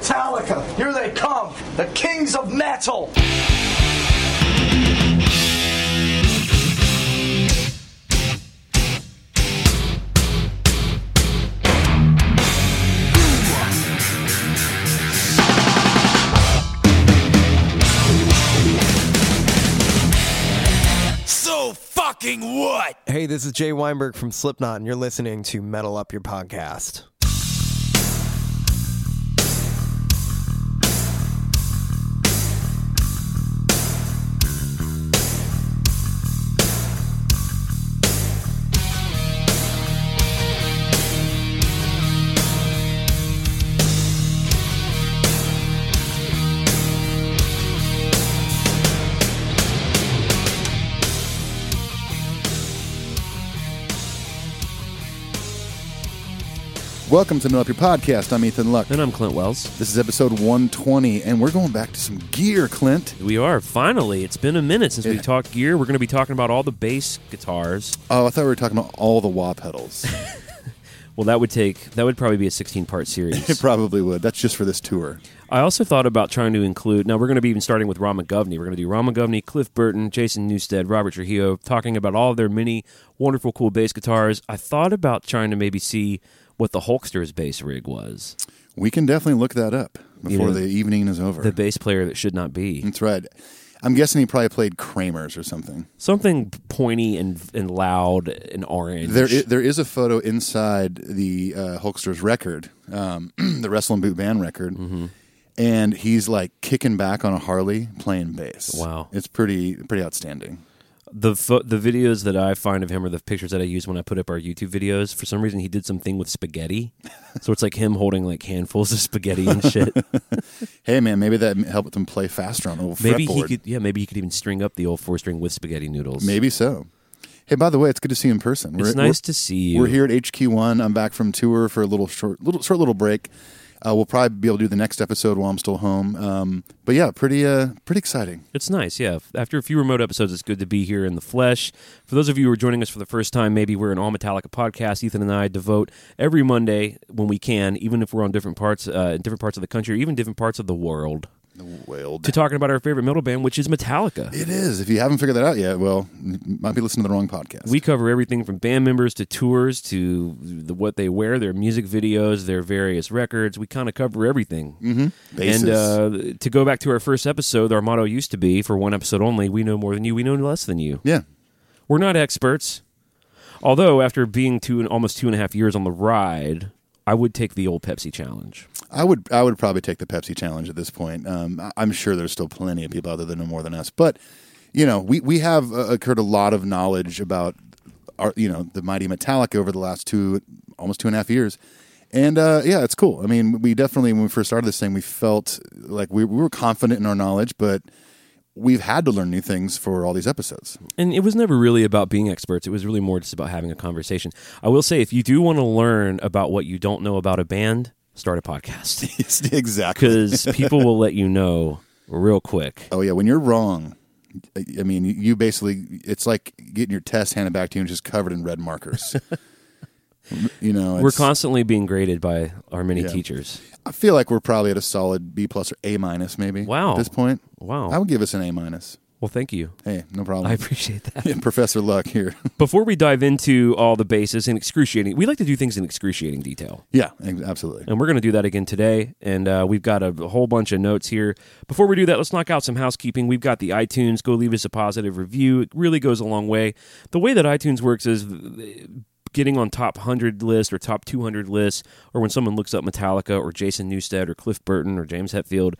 Metallica, here they come, the kings of metal. So fucking what? Hey, this is Jay Weinberg from Slipknot, and you're listening to Metal Up Your Podcast. Welcome to Middle Up Your Podcast. I'm Ethan Luck. And I'm Clint Wells. This is episode 120, and we're going back to some gear, Clint. We are finally. It's been a minute since we Yeah. talked gear. We're going to be talking about all the bass guitars. Oh, I thought we were talking about all the wah pedals. Well, that would take that would probably be a 16 part it series. probably would. That's just for this tour. I also thought about trying to include. Now we're going to be even starting with Ron McGovney. We're going to do Ron McGovney, Cliff Burton, Jason Newstead, Robert Trujillo, talking about all of their many wonderful, cool bass guitars. I thought about trying to maybe see what the Hulkster's bass rig was. We can definitely look that up before know, the evening is over. The bass player that should not be. That's right. I'm guessing he probably played Kramer's or something. Something pointy and and loud and orange. There, is, there is a photo inside the uh, Hulkster's record, um, the Wrestling Boot Band record, Mm-hmm. and he's like kicking back on a Harley playing bass. Wow. it's pretty pretty outstanding. the fo- the videos that I find of him or the pictures that I use when I put up our YouTube videos, for some reason he did something with spaghetti. so it's like him holding like handfuls of spaghetti and shit. Hey man, maybe that helped him play faster on the old maybe he fretboard. could yeah, maybe he could even string up the old four string with spaghetti noodles. Maybe so. Hey, by the way, it's good to see you in person. It's nice to see you. We're here at HQ One. I'm back from tour for a little short, little short little break. Uh, we'll probably be able to do the next episode while I'm still home. Um, but yeah, pretty uh, pretty exciting. It's nice, yeah. After a few remote episodes, it's good to be here in the flesh. For those of you who are joining us for the first time, maybe we're an All Metallica podcast. Ethan and I devote every Monday when we can, even if we're on different parts, uh, different parts of the country, or even different parts of the world, Well, to talking about our favorite metal band, which is Metallica. it is. If you haven't figured that out yet, well, you might be listening to the wrong podcast. We cover everything from band members to tours to the, what they wear, their music videos, their various records. We kind of cover everything. Mm-hmm. Bases. And uh, to go back to our first episode, our motto used to be for one episode only, we know more than you, we know less than you. yeah, We're not experts. Although, after being two and almost two and a half years on the ride, I would take the old Pepsi challenge. I would I would probably take the Pepsi challenge at this point. Um, I- I'm sure there's still plenty of people out there that know more than us, but you know we we have uh, occurred a lot of knowledge about our you know the mighty Metallica over the last two almost two and a half years, and uh, yeah, it's cool. I mean, we definitely when we first started this thing, we felt like we, we were confident in our knowledge, but we've had to learn new things for all these episodes. And it was never really about being experts. It was really more just about having a conversation. I will say, if you do want to learn about what you don't know about a band, start a podcast. exactly. because people will let you know real quick. Oh yeah, when you're wrong, I I mean, you- you basically it's like getting your test handed back to you and just covered in red markers. you know, We're it's- constantly being graded by our many Yeah. teachers. I feel like we're probably at a solid B plus or A minus, maybe. Wow. At this point, Wow. I would give us an A minus. well, thank you. Hey, no I problem. appreciate that. Professor Luck here. Before we dive into all the bases in excruciating, we like to do things in excruciating detail. yeah, ex- absolutely. And we're going to do that again today. And uh, we've got a whole bunch of notes here. Before we do that, let's knock out some housekeeping. We've got the iTunes. Go leave us a positive review. It really goes a long way. The way that iTunes works is getting on top 100 list or top 200 lists, or when someone looks up Metallica or Jason Newsted or Cliff Burton or James Hetfield.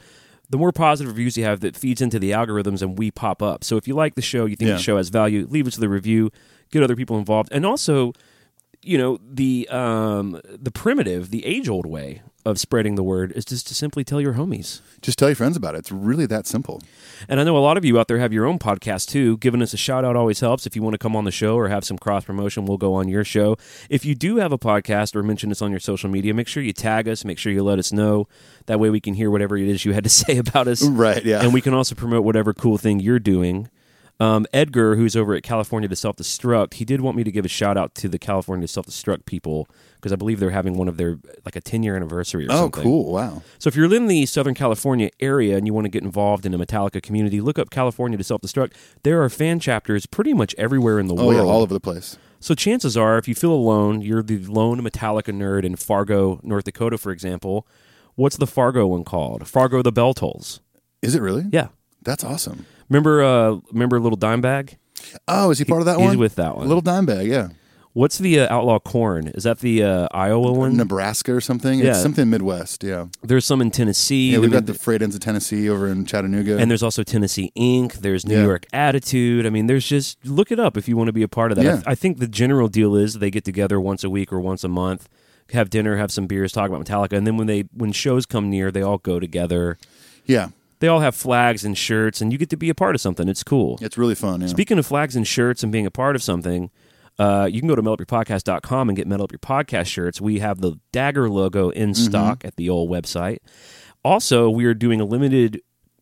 The more positive reviews you have, that feeds into the algorithms and we pop up. So if you like the show, you think Yeah. the show has value, leave us the review, get other people involved. And also, you know the um the primitive the age old way of spreading the word is just to simply tell your homies Just tell your friends about it. It's really that simple. and i know a lot of you out there have your own podcast too giving us a shout out always helps if you want to come on the show or have some cross promotion we'll go on your show if you do have a podcast or mention us on your social media make sure you tag us make sure you let us know that way we can hear whatever it is you had to say about us Right, yeah. and we can also promote whatever cool thing you're doing Um, Edgar, who's over at California to Self Destruct, he did want me to give a shout out to the California Self Destruct people because I believe they're having one of their like a ten year anniversary. or Oh, something. cool! Wow. So if you're in the Southern California area and you want to get involved in a Metallica community, look up California to Self Destruct. There are fan chapters pretty much everywhere in the Oh world. yeah, all over the place. So chances are, if you feel alone, you're the lone Metallica nerd in Fargo, North Dakota, for example. What's the Fargo one called? Fargo the Bell Tolls. Is it really? Yeah. That's awesome. Remember, uh, remember Little Dimebag? Oh, is he part of that he's one? with that one. Little Dimebag, yeah. What's the uh, Outlaw Corn? Is that the uh, Iowa one? Nebraska or something. Yeah. It's something Midwest, yeah. There's some in Tennessee. Yeah, we've There- got the freight ends of Tennessee over in Chattanooga. and there's also Tennessee Inc. There's New Yeah. York Attitude. I mean, there's just look it up if you want to be a part of that. I, Yeah. th- I think the general deal is they get together once a week or once a month, have dinner, have some beers, talk about Metallica, and then when they when shows come near, they all go together. yeah, They all have flags and shirts, and you get to be a part of something. It's cool. it's really fun. Yeah. Speaking of flags and shirts and being a part of something, uh, you can go to metalupyourpodcast.com and get Metal Up Your Podcast shirts. We have the Dagger logo in Mm-hmm. stock at the old website. Also, we are doing a limited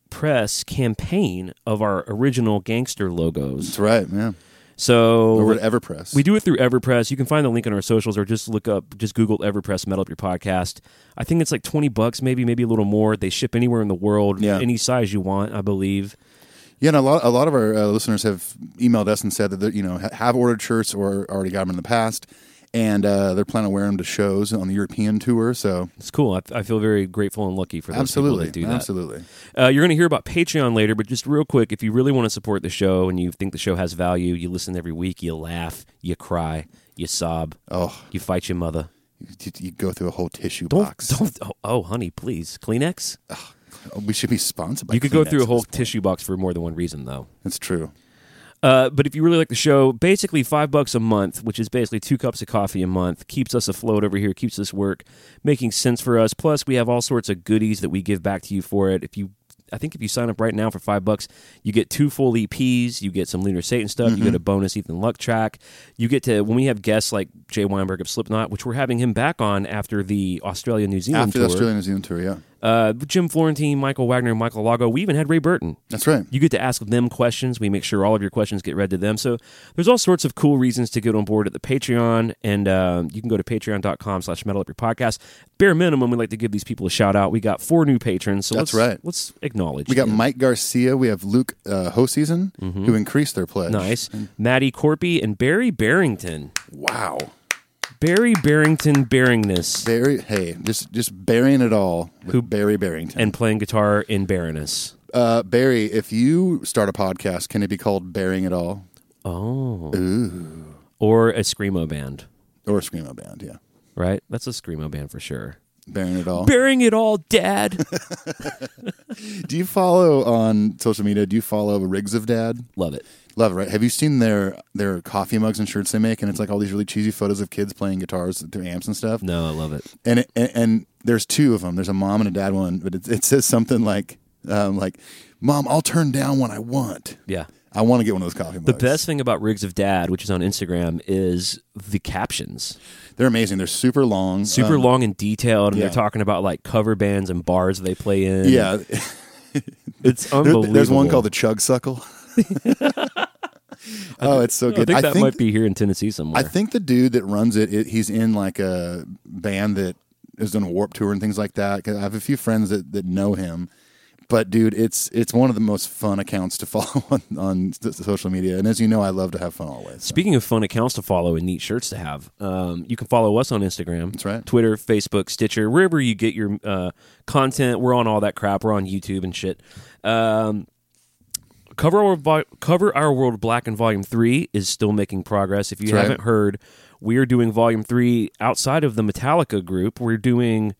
press campaign of our original gangster logos. That's right, yeah. Over So at Everpress. we do it through EverPress. You can find the link on our socials or just look up, just Google EverPress Metal Up Your Podcast. I think it's like 20 bucks, maybe, maybe a little more. They ship anywhere in the world, Yeah. any size you want, I believe. yeah, and a lot, a lot of our uh, listeners have emailed us and said that, they're, you know, ha- have ordered shirts or already got them in the past. And uh, they're planning to wear them to shows on the European tour. So, It's cool. I, I feel very grateful and lucky for those people absolutely. that do that. Absolutely. Uh, you're going to hear about Patreon later, but just real quick, if you really want to support the show and you think the show has value, you listen every week, you laugh, you cry, you sob, Oh, you fight your mother. you, you go through a whole tissue box. Uh, Don't, oh, oh, honey, please, Kleenex. We should be sponsored by you could go Kleenex through a at whole this point. tissue box for more than one reason, though. It's true. Uh, but if you really like the show, basically five bucks a month, which is basically two cups of coffee a month, keeps us afloat over here, keeps this work making sense for us. Plus, we have all sorts of goodies that we give back to you for it. If you, I think if you sign up right now for five bucks, you get two full EPs, you get some Lunar Satan stuff, Mm-hmm. you get a bonus Ethan Luck track, you get to when we have guests like Jay Weinberg of Slipknot, which we're having him back on after the Australia New Zealand After the tour. Australian New Zealand tour, yeah. uh, Jim Florentine, Michael Wagner, Michael Lago. We even had Ray Burton. That's right. You get to ask them questions. We make sure all of your questions get read to them. So there's all sorts of cool reasons to get on board at the Patreon, and uh, you can go to patreon.com slash metal up your podcast. Bare minimum, we'd like to give these people a shout out. We got four new patrons, so That's let's, right. let's acknowledge. We got them. Mike Garcia. We have Luke uh, Hoseason, who increased their pledge. Mm-hmm. nice Maddie Corpy and Barry Barrington. Wow. Barry Barrington Baringness Barry, hey, just just burying it all with Barry Barrington. and playing guitar in Baroness. uh, Barry, if you start a podcast, can it be called Burying It All Oh, or a screamo band, or a screamo band? Yeah, right? That's a screamo band for sure. Burying It All. Bearing it all, Dad. do you follow on social media? Do you follow Rigs of Dad? Love it. Love it, right? Have you seen their their coffee mugs and shirts they make? And it's like all these really cheesy photos of kids playing guitars through amps and stuff. No, I love it. and it, and, and there's two of them. There's a mom and a dad one, but it, it says something like, um, like, "Mom, I'll turn down one I want. Yeah. I want to get one of those coffee mugs. The best thing about Rigs of Dad, which is on Instagram, is the captions. They're amazing. They're super long. Super Um, long and detailed, and they're yeah. talking about like cover bands and bars they play in. Yeah. it's There- unbelievable. there's one called the Chug Suckle. oh, it's so I good. think that might be here in Tennessee somewhere. I think the dude that runs it, it, he's in like a band that is doing a warp tour and things like that. 'Cause I have a few friends that, that know him, but dude, it's it's one of the most fun accounts to follow on, on s- social media. And as you know, I love to have fun always. so. Speaking of fun accounts to follow and neat shirts to have, um, you can follow us on Instagram. That's right. Twitter, Facebook, Stitcher, wherever you get your uh, content. We're on all that crap. We're on YouTube and shit. Um, Cover Our, Vo- Cover Our World Black and Volume 3 is still making progress. If you That's right. haven't heard, we are doing Volume 3 outside of the Metallica group. We're doing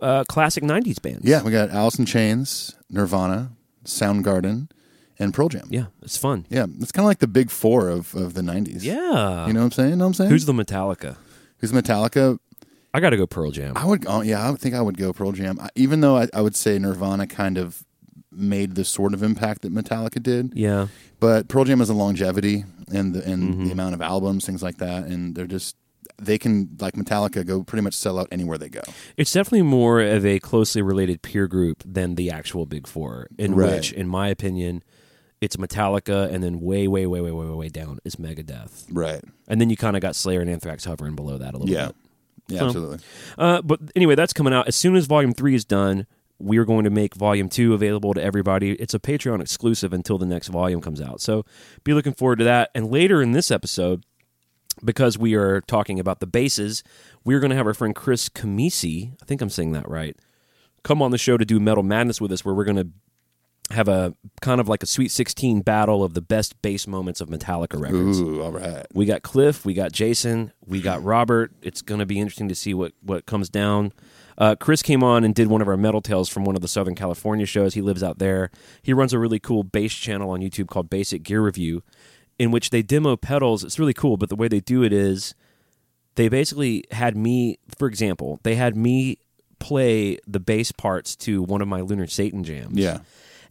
uh, classic 90s bands. Yeah, we got Alice in Chains, Nirvana, Soundgarden, and Pearl Jam. Yeah, it's fun. Yeah, it's kind of like the big four of, of the 90s. Yeah. You know what I'm saying? Know what I'm saying? Who's the Metallica? Who's Metallica? I got to go Pearl Jam. I would, oh, yeah, I would think I would go Pearl Jam. I, even though I, I would say Nirvana kind of made the sort of impact that Metallica did. yeah. Mm-hmm. But Pearl Jam has a longevity and the, and the amount of albums, things like that, and they're just they can like Metallica go pretty much sell out anywhere they go. It's definitely more of a closely related peer group than the actual Big Four, in Right. which, in my opinion, it's Metallica, and then way, way, way, way, way, way, way down is Megadeth, Right. and then you kind of got Slayer and Anthrax hovering below that a little Yeah. bit. Yeah, So- absolutely. Uh, but anyway, that's coming out as soon as Volume Three is done. We are going to make Volume Two available to everybody. It's a Patreon exclusive until the next volume comes out. So be looking forward to that. And later in this episode, because we are talking about the bases, we're going to have our friend Chris Camisi. I think I'm saying that right. Come on the show to do Metal Madness with us, where we're going to have a kind of like a Sweet 16 battle of the best bass moments of Metallica records. Ooh, all right. We got Cliff, we got Jason, we got Robert. It's going to be interesting to see what what comes down. Uh, Chris came on and did one of our metal tales from one of the Southern California shows. He lives out there. He runs a really cool bass channel on YouTube called Basic Gear Review, in which they demo pedals. It's really cool, but the way they do it is they basically had me, for example, they had me play the bass parts to one of my Lunar Satan jams. Yeah.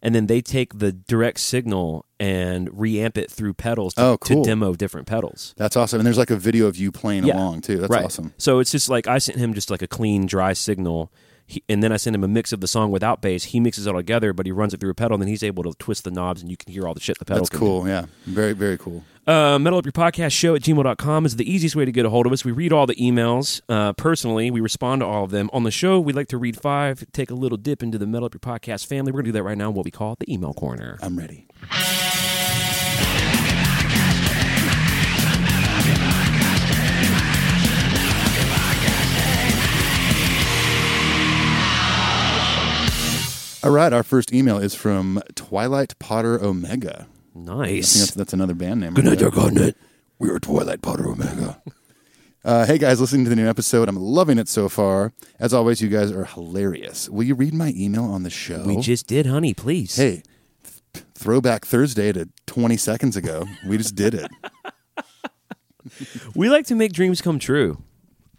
And then they take the direct signal and reamp it through pedals to, Oh, cool. to demo different pedals. That's awesome. And there's like a video of you playing Yeah. along too. That's right. awesome. So it's just like I sent him just like a clean, dry signal, he, and then I sent him a mix of the song without bass. He mixes it all together, but he runs it through a pedal, and then he's able to twist the knobs, and you can hear all the shit the pedal. That's can cool. Yeah. Very, very cool. uh, metal up your podcast show at gmail.com is the easiest way to get a hold of us. We read all the emails uh, personally. We respond to all of them. On the show, we'd like to read five, take a little dip into the Metal Up Your Podcast family. We're going to do that right now in what we call the email corner. I'm ready. All right, our first email is from Twilight Potter Omega. I think Nice. That's, that's another band name. Good night, right? Dark Continent. We were Twilight Potter Omega. Uh, hey guys, listening to the new episode. I'm loving it so far. As always, you guys are hilarious. Will you read my email on the show? We just did, honey, please. Oh. hey, th- throwback Thursday to 20 seconds ago. We just did it. We like to make dreams come true.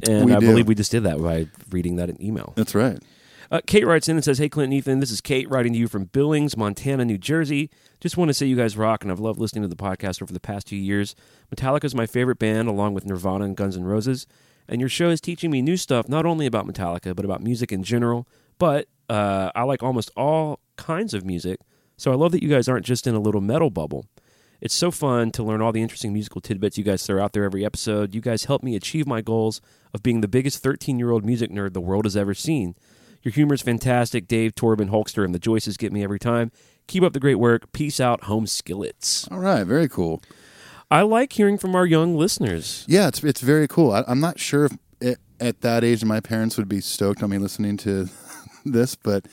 And We I do. believe we just did that by reading that in email. That's right. Uh, Kate writes in and says, Hey, Clint and Ethan, this is Kate writing to you from Billings, Montana, New Jersey. Just want to say you guys rock, and I've loved listening to the podcast over the past two years. Metallica is my favorite band, along with Nirvana and Guns N' Roses. And your show is teaching me new stuff, not only about Metallica, but about music in general. But uh, I like almost all kinds of music, so I love that you guys aren't just in a little metal bubble. It's so fun to learn all the interesting musical tidbits you guys throw out there every episode. You guys help me achieve my goals of being the biggest 13 year old music nerd the world has ever seen. Your humor is fantastic. Dave, Torben, Hulkster, and the Joyces get me every time. Keep up the great work. Peace out, home skillets. All right. Very cool. I like hearing from our young listeners. Yeah, it's, it's very cool. I, I'm not sure if it, at that age my parents would be stoked on me listening to this, but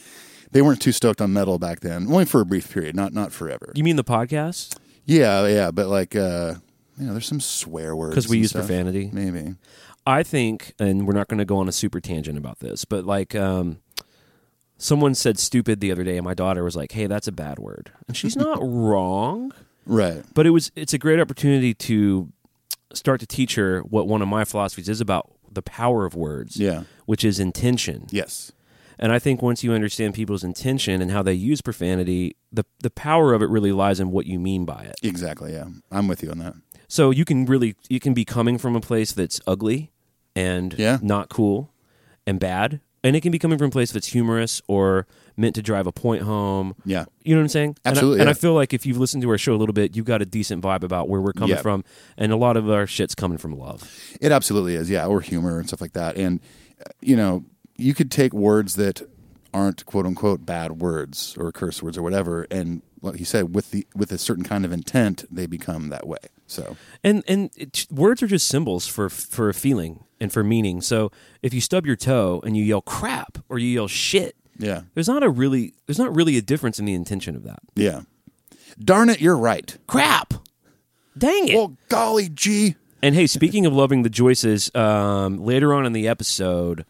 they weren't too stoked on metal back then. Only for a brief period, not not forever. You mean the podcast? Yeah, yeah, but like, uh, you know, there's some swear words 'Cause we and use stuff. profanity. Maybe I think, and we're not going to go on a super tangent about this, but like, um, someone said stupid the other day, and my daughter was like, hey, that's a bad word. And she's not wrong. right. but it was it's a great opportunity to start to teach her what one of my philosophies is about the power of words Yeah. which is intention Yes, and i think once you understand people's intention and how they use profanity the the power of it really lies in what you mean by it exactly. Yeah, I'm with you on that. so you can really you can be coming from a place that's ugly and Yeah. not cool and bad and it can be coming from a place that's humorous or meant to drive a point home Yeah, you know what I'm saying? And I- Absolutely, And I, yeah. feel like if you've listened to our show a little bit, you've got a decent vibe about where we're coming Yeah. from, and a lot of our shit's coming from love. it absolutely is. Yeah, or humor and stuff like that. And uh, you know, you could take words that aren't quote unquote bad words or curse words or whatever, and like he said, with the with a certain kind of intent, they become that way. So And and it, words are just symbols for for a feeling and for meaning. So if you stub your toe and you yell crap or you yell shit, yeah, there's not a really there's not really a difference in the intention of that. yeah. Darn it, you're right. Crap. Dang it. Well, golly gee. And hey, speaking of loving the Joyces, um, later on in the episode,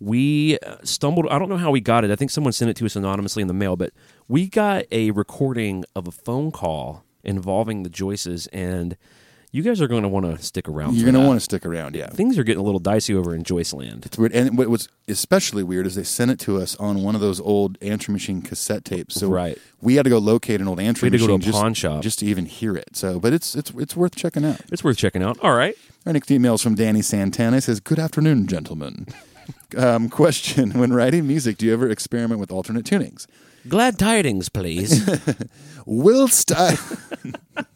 we uh, stumbled. I don't know how we got it. I think someone sent it to us anonymously in the mail, but we got a recording of a phone call involving the Joyces, and you guys are going to want to stick around. You're for gonna that. want to stick around. Yeah. Things are getting a little dicey over in Joyceland. It's weird. And what was especially weird is they sent it to us on one of those old answer machine cassette tapes. So Right. we had to go locate an old answer We had to machine go to a just, pawn shop. just to even hear it. So, but it's it's it's worth checking out. It's worth checking out. All right. Our next email is from Danny Santana. It says, "Good afternoon, gentlemen. Um, question: When writing music, do you ever experiment with alternate tunings? Glad tidings, please. Whilst I,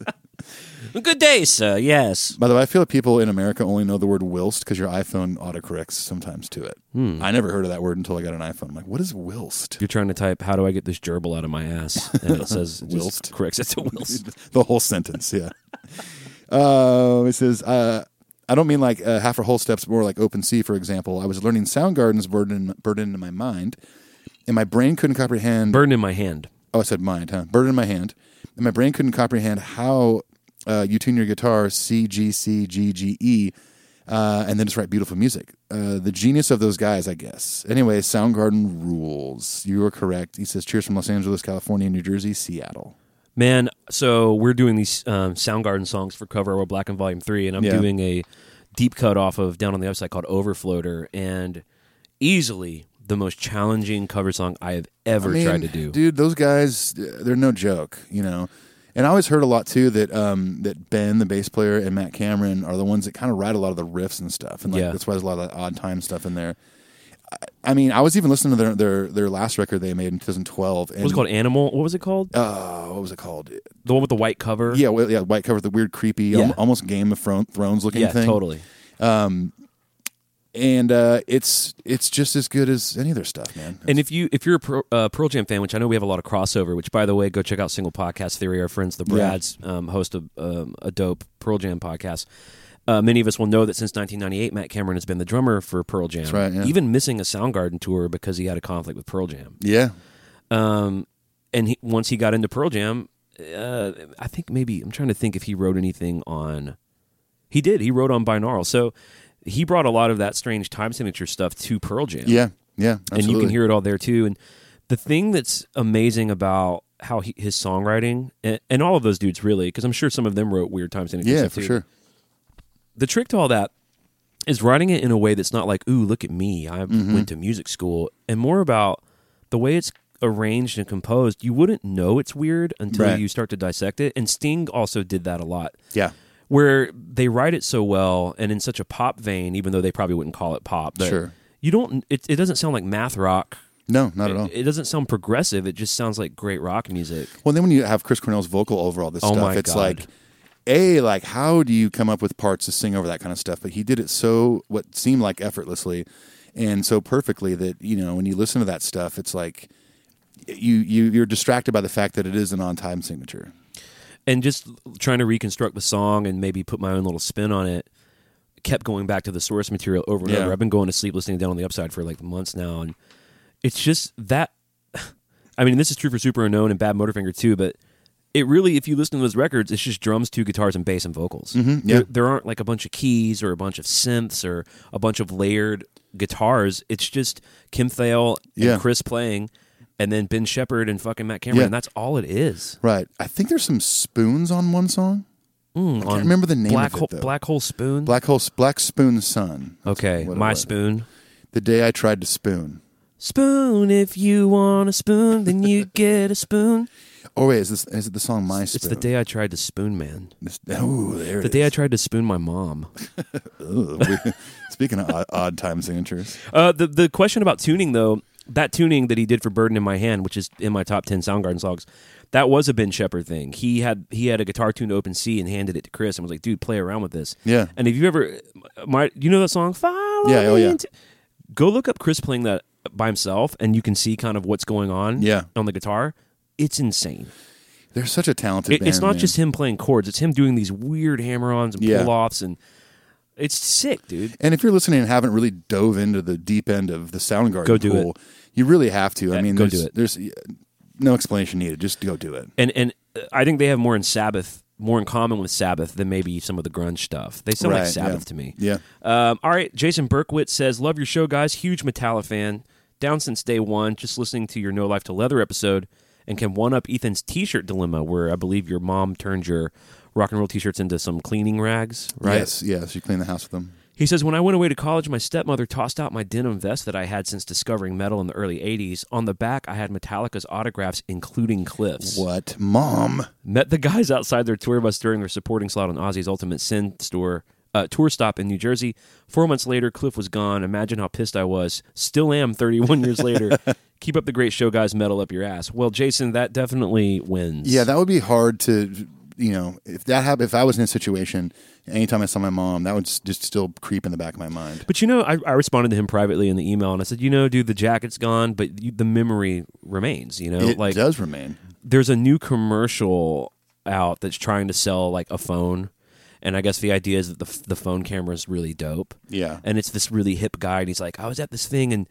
Good day, sir. Yes. by the way, I feel like people in America only know the word whilst because your iPhone autocorrects sometimes to it. I never heard of that word until I got an iPhone. I'm like, what is whilst? You're trying to type, how do I get this gerbil out of my ass? And it says, it just Whilst. Corrects it to whilst. The whole sentence, yeah. uh, it says, uh, I don't mean like uh, half or whole steps, more like open sea, for example. I was learning Soundgarden's burden, burden in my mind, and my brain couldn't comprehend. Burn in my hand. oh, I said mind, huh? Burden in my hand. And my brain couldn't comprehend how uh, you tune your guitar C, G, C, G, G, E, uh, and then just write beautiful music. Uh, the genius of those guys, I guess. Anyway, Soundgarden rules. You are correct. He says, cheers from Los Angeles, California, New Jersey, Seattle. Man, so we're doing these um, Soundgarden songs for Cover or Black and Volume 3, and I'm Yeah. doing a deep cut off of Down on the Upside called Overfloater, and easily the most challenging cover song I have ever I tried to mean, do. Dude, those guys, they're no joke, you know. And I always heard a lot too that um, that Ben, the bass player, and Matt Cameron are the ones that kind of write a lot of the riffs and stuff, and like Yeah. that's why there's a lot of that odd time stuff in there. I, I mean, I was even listening to their their, their last record they made in 2012. And, What was it called? Animal? What was it called? Uh, what was it called? the one with the white cover? Yeah, well, yeah, white cover, the weird, creepy, al- Yeah. almost Game of Thron- Thrones looking Yeah, thing. totally. And uh, it's it's just as good as any of their stuff, man. And if you if you're a Pearl, uh, Pearl Jam fan, which I know we have a lot of crossover, which by the way, go check out Single Podcast Theory. Our friends the Brads um, host a, um, a dope Pearl Jam podcast. Uh, many of us will know that since 1998, Matt Cameron has been the drummer for Pearl Jam, right, yeah. even missing a Soundgarden tour because he had a conflict with Pearl Jam. yeah, Um, and he, once he got into Pearl Jam, uh, I think maybe I'm trying to think if he wrote anything on. He did. He wrote on Binaural, so he brought a lot of that strange time signature stuff to Pearl Jam yeah, yeah, absolutely. and you can hear it all there too. And the thing that's amazing about how he, his songwriting and, and all of those dudes really, because I'm sure some of them wrote weird times and yeah, stuff, for too. sure. The trick to all that is writing it in a way that's not like, "Ooh, look at me, I Mm-hmm. went to music school," and more about the way it's arranged and composed. You wouldn't know it's weird until Right. you start to dissect it. And Sting also did that a lot Yeah. where they write it so well and in such a pop vein, even though they probably wouldn't call it pop. But Sure. You don't. It, it doesn't sound like math rock. No, not at all. It doesn't sound progressive. It just sounds like great rock music. Well, then when you have Chris Cornell's vocal over all this Oh stuff, my it's God. like, a like how do you come up with parts to sing over that kind of stuff? But he did it so what seemed like effortlessly and so perfectly that you know when you listen to that stuff, it's like you you you're distracted by the fact that it is an on time signature. And just trying to reconstruct the song and maybe put my own little spin on it. Kept going back to the source material over and Yeah. over. I've been going to sleep listening to down on the upside for like months now, and it's just that. I mean, this is true for Super Unknown and Bad Motorfinger too, but it really, if you listen to those records, it's just drums, two guitars, and bass and vocals. Mm-hmm, yeah. there, there aren't like a bunch of keys or a bunch of synths or a bunch of layered guitars. It's just Kim Thale and Yeah. Chris playing, and then Ben Shepard and fucking Matt Cameron, Yeah. and that's all it is. Right. I think there's some spoons on one song. I can't on remember the name Black of it hole, though. black hole spoon. Black hole, black spoon sun. That's okay, what it my was. spoon. The day I tried to spoon. Spoon, if you want a spoon, then you get a spoon. Oh wait, is this is it the song My Spoon? It's the day I tried to spoon man. This- oh, there The it day I is. tried to spoon my mom. Ugh. Speaking of odd, odd time signatures. Uh, the the question about tuning though, that tuning that he did for "Burden in My Hand," which is in my top ten Soundgarden songs, that was a Ben Shepherd thing. He had he had a guitar tuned to open C and handed it to Chris and was like, "Dude, play around with this." Yeah. And if you ever, my you know that song, "Follow Yeah, oh, Me yeah. into-" Go look up Chris playing that by himself, and you can see kind of what's going on. Yeah. On the guitar, it's insane. They're such a talented It, band. it's not man. just him playing chords; it's him doing these weird hammer-ons and Yeah. pull-offs, and it's sick, dude. And if you're listening and haven't really dove into the deep end of the Soundgarden Go do pool, you really have to. I Yeah, mean, go there's, do it. there's no explanation needed. Just go do it. and and uh, I think they have more in Sabbath, more in common with Sabbath than maybe some of the grunge stuff. They sound like Right, Sabbath yeah. to me. Yeah. Um, all right, Jason Berkowitz says, "Love your show, guys. Huge Metallica fan. Down since day one. Just listening to your No Life to Leather episode, and can one up Ethan's T-shirt dilemma, where I believe your mom turned your rock and roll T-shirts into some cleaning rags, right? Yes, yes. You clean the house with them. He says, When I went away to college, my stepmother tossed out my denim vest that I had since discovering metal in the early 80s. On the back, I had Metallica's autographs, including Cliff's. What, mom? Met the guys outside their tour bus during their supporting slot on Ozzy's Ultimate Sin store. uh, tour stop in New Jersey. Four months later, Cliff was gone. Imagine how pissed I was. Still am 31 years later. Keep up the great show, guys. Metal up your ass. Well, Jason, that definitely wins. Yeah, that would be hard to, you know, if that happened, if I was in a situation, anytime I saw my mom, that would s- just still creep in the back of my mind. But you know, I, I responded to him privately in the email, and I said, you know, dude, the jacket's gone, but you, the memory remains. You know, It like does remain. there's a new commercial out that's trying to sell like a phone, and I guess the idea is that the f- the phone camera is really dope. Yeah. and it's this really hip guy, and he's like, I was at this thing and.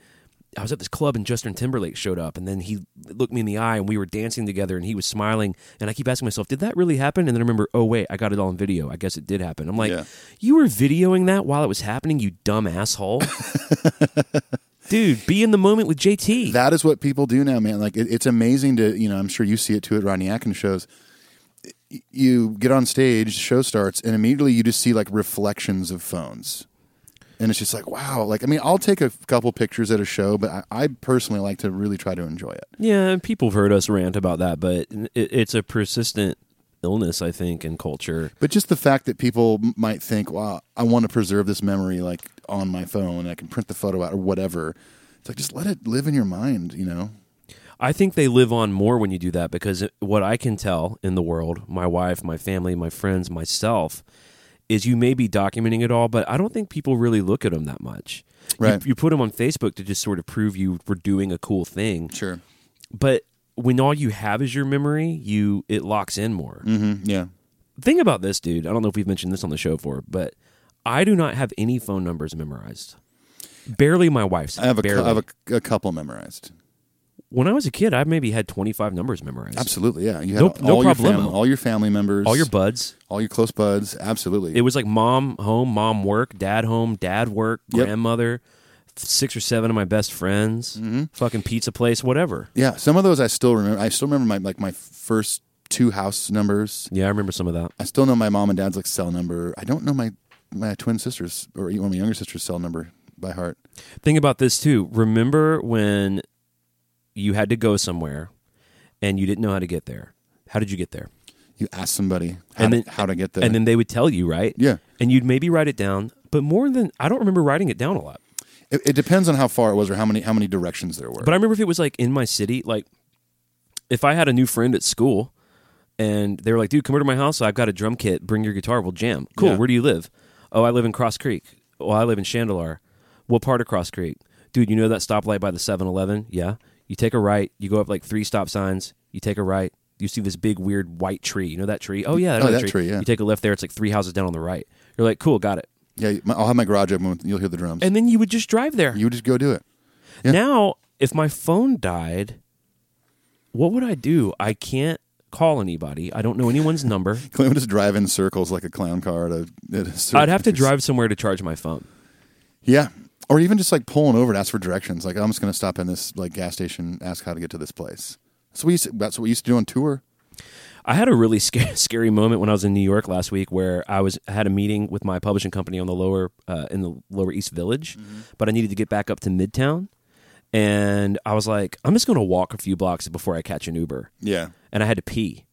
I was at this club and Justin Timberlake showed up, and then he looked me in the eye, and we were dancing together, and he was smiling. And I keep asking myself, "Did that really happen?" And then I remember, "Oh wait, I got it all on video. I guess it did happen." I'm like, Yeah. "You were videoing that while it was happening, you dumb asshole, dude! Be in the moment with JT." That is what people do now, man. Like it, it's amazing to you know. I'm sure you see it too at Rodney Atkins shows. Y- You get on stage, the show starts, and immediately you just see like reflections of phones, and it's just like wow. Like I mean, I'll take a couple pictures at a show, but I, I personally like to really try to enjoy it. Yeah, and people have heard us rant about that, but it, it's a persistent illness, I think, in culture. But just the fact that people m- might think, "Wow, I want to preserve this memory like on my phone, and I can print the photo out or whatever." It's like just let it live in your mind, you know. I think they live on more when you do that because it- what I can tell in the world, my wife, my family, my friends, myself, is you may be documenting it all, but I don't think people really look at them that much. You- Right. You, put them on Facebook to just sort of prove you were doing a cool thing, Sure. but when all you have is your memory, you it locks in more. Mm, yeah. Think about this, dude. I don't know if we've mentioned this on the show before, but I do not have any phone numbers memorized. Barely my wife's. I have a, cou- barely. I have a, a couple memorized. when I was a kid, I maybe had 25 numbers memorized. Absolutely, yeah. You had No- all, no your problemo. fam- all your family members, All your buds. all your close buds. Absolutely, It was like mom home, mom work, dad home, dad work, Yep. grandmother, six or seven of my best friends, Mm-hmm. fucking pizza place, whatever. yeah. Some of those I still remember. I still remember my like my first two house numbers. Yeah, I remember some of that. I still know my mom and dad's like cell number. I don't know my my twin sister's or even my younger sister's cell number by heart. Think about this too. Remember when you had to go somewhere and you didn't know how to get there? How did you get there? You ask somebody how, And to- then- how to get there, And then they would tell you, right? Yeah. And you'd maybe write it down, but more than I don't remember writing it down a lot. it, it depends on how far it was or how many how many directions there were. But I remember if it was like in my city, like if I had a new friend at school and they were like, dude, come over to my house. I've got a drum kit. Bring your guitar. We'll jam. Cool. Yeah. Where do you live? Oh, I live in Cross Creek. Well, I live in Chandelar. What part of Cross Creek? Dude, you know that stoplight by the 7 Eleven? Yeah. You take a right. You go up like three stop signs. You take a right. You see this big, weird white tree. You know that tree? Oh, yeah. I know Oh, that tree, yeah. You take a left there. It's like three houses down on the right. You're like, cool, got it. yeah, my, I'll have my garage open. You'll hear the drums. And then you would just drive there. you would just go do it. Yeah. Now, if my phone died, what would I do? I can't call anybody. I don't know anyone's number. Clint would just drive in circles like a clown car. At a, at a circus. I'd have to drive somewhere to charge my phone. Yeah. Or even just like pulling over to ask for directions. Like I'm just gonna stop in this like gas station, ask how to get to this place. That's what we used to, that's what we used to do on tour. I had a really scary, scary moment when I was in New York last week, where I was I had a meeting with my publishing company on the lower uh, in the Lower East Village, but I needed to get back up to Midtown, and I was like, I'm just going to walk a few blocks before I catch an Uber. Yeah. and I had to pee.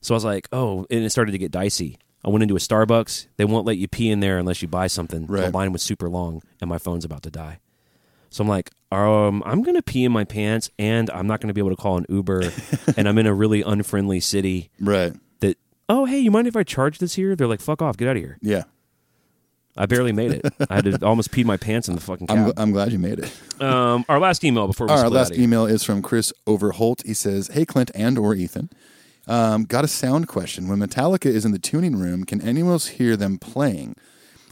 So I was like, oh, and it started to get dicey. I went into a Starbucks. They won't let you pee in there unless you buy something. Right. The line was super long, and my phone's about to die. So I'm like, um, I'm gonna pee in my pants, and I'm not gonna be able to call an Uber, and I'm in a really unfriendly city. Right. That oh hey, you mind if I charge this here? They're like, fuck off, get out of here. Yeah. I barely made it. I had to almost pee my pants in the fucking I'm, gl- cab. I'm glad you made it. um, our last email before we All right, split last out of here. email is from Chris Overholt. He says, "Hey Clint and or Ethan, um, got a sound question. When Metallica is in the tuning room, can anyone else hear them playing,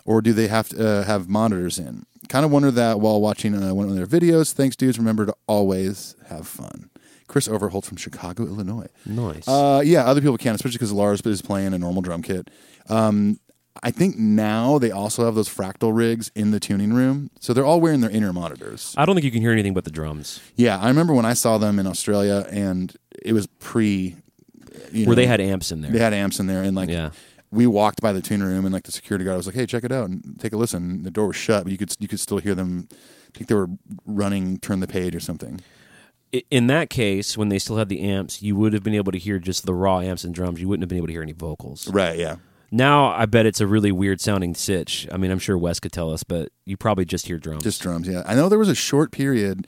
or do they have to uh, have monitors in? Kind of wonder that while watching uh, one of their videos. Thanks, dudes. Remember to always have fun." Chris Overholt from Chicago, Illinois. Nice. Uh, yeah, other people can, especially because Lars is playing a normal drum kit. Um, I think now they also have those fractal rigs in the tuning room, so they're all wearing their inner monitors. I don't think you can hear anything but the drums, Yeah, I remember when I saw them in Australia, and it was pre. you know, where they had amps in there. they had amps in there, and like Yeah. we walked by the tune room, and like the security guard was like, "Hey, check it out and take a listen." The door was shut, but you could you could still hear them. I think they were running, turn the page or something. i- in that case, when they still had the amps, you would have been able to hear just the raw amps and drums. You wouldn't have been able to hear any vocals. Right? Yeah. Now I bet it's a really weird sounding sitch. I mean, I'm sure Wes could tell us, but you probably just hear drums. Just drums, yeah. I know there was a short period,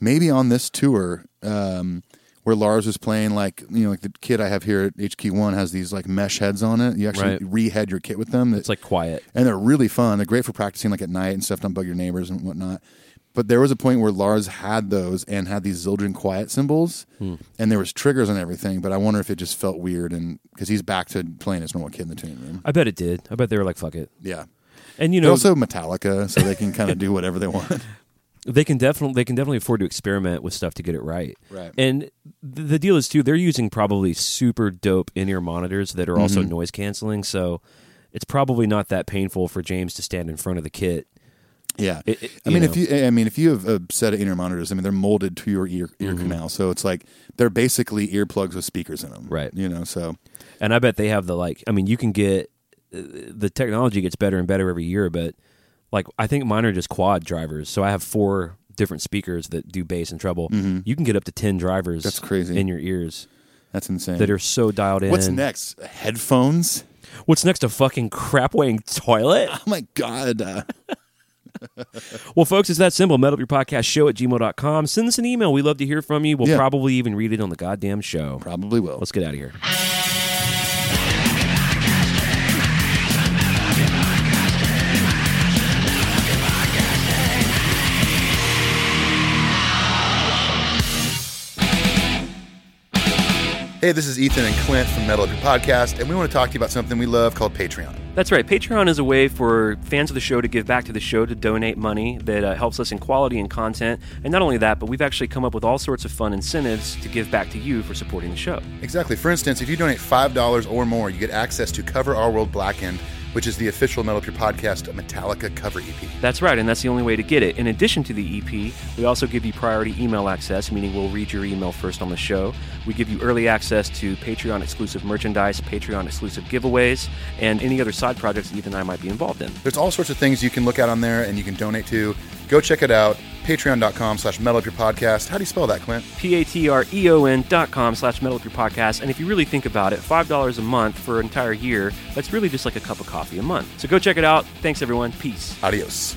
maybe on this tour, um, where Lars was playing like you know, like the kit I have here at HQ One has these like mesh heads on it. You actually Right. re-head your kit with them. it's like quiet. and they're really fun. They're great for practicing like at night and stuff. Don't bug your neighbors and whatnot. But there was a point where Lars had those and had these Zildjian quiet cymbals, Hmm. and there was triggers on everything. But I wonder if it just felt weird, and because he's back to playing his normal kid in the tuning room. I bet it did. I bet they were like, fuck it. Yeah, And you They're know, also Metallica, so they can kind of do whatever they want. they can definitely they can definitely afford to experiment with stuff to get it right. Right. And th- the deal is too, they're using probably super dope in ear monitors that are Mm-hmm. also noise canceling. So it's probably not that painful for James to stand in front of the kit. Yeah, It- it- I you mean, if know. you, I mean, if you have a set of inner monitors, I mean, they're molded to your ear Mm-hmm. ear canal, so it's like they're basically earplugs with speakers in them, Right. You know, so And I bet they have the like. I mean, you can get uh, the technology gets better and better every year, but like I think mine are just quad drivers. So I have four different speakers that do bass and treble. You can get up to ten drivers. Mm-hmm. That's crazy. in your ears that's insane. that are so dialed in. What's next? Headphones? What's next? A fucking crap weighing toilet. Oh my god! Uh, Well, folks, it's that simple. Metal Up Your Podcast Show at gmail.com. Send us an email. We love to hear from you. We'll Yeah. probably even read it on the goddamn show. probably will. Let's get out of here. Hey, this is Ethan and Clint from Metal Up Your Podcast, and we want to talk to you about something we love called Patreon. That's right. Patreon is a way for fans of the show to give back to the show, to donate money that uh, helps us in quality and content. And not only that, but we've actually come up with all sorts of fun incentives to give back to you for supporting the show. Exactly. For instance, if you donate $5 or more, you get access to Cover Our World Blackened, which is the official Metal Up Your Podcast Metallica cover E EP. That's right, and that's the only way to get it. In addition to the EP, we also give you priority email access, meaning we'll read your email first on the show. We give you early access to Patreon exclusive merchandise, Patreon exclusive giveaways, and any other side projects that Ethan and I might be involved in. There's all sorts of things you can look at on there and you can donate to. Go check it out. Patreon.com slash Metal Up Your Podcast. How do you spell that, Clint? P A T R E O N dot com slash metal up your podcast. And if you really think about it, $5 a month for an entire year, that's really just like a cup of coffee a month. So go check it out. Thanks, everyone. Peace. Adios.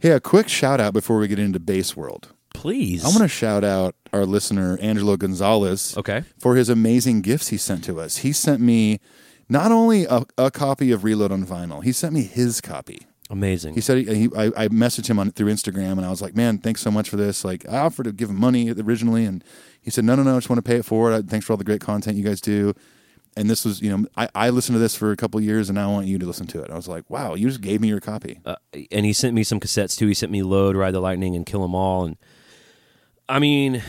Hey, a quick shout out before we get into Bass World. Please. I want to shout out our listener, Angelo Gonzalez, Okay. for his amazing gifts he sent to us. He sent me not only a, a copy of Reload on vinyl, he sent me his copy. Amazing. He said he, he, I, I messaged him on through Instagram and I was like, "Man, thanks so much for this." Like, I offered to give him money originally, and he said, "No, no, no, I just want to pay it forward. I- Thanks for all the great content you guys do." And this was, you know, I, I listened to this for a couple years, and now I want you to listen to it. I was like, "Wow, you just gave me your copy." Uh, and he sent me some cassettes too. He sent me Load, Ride the Lightning, and Kill 'Em All. And I mean,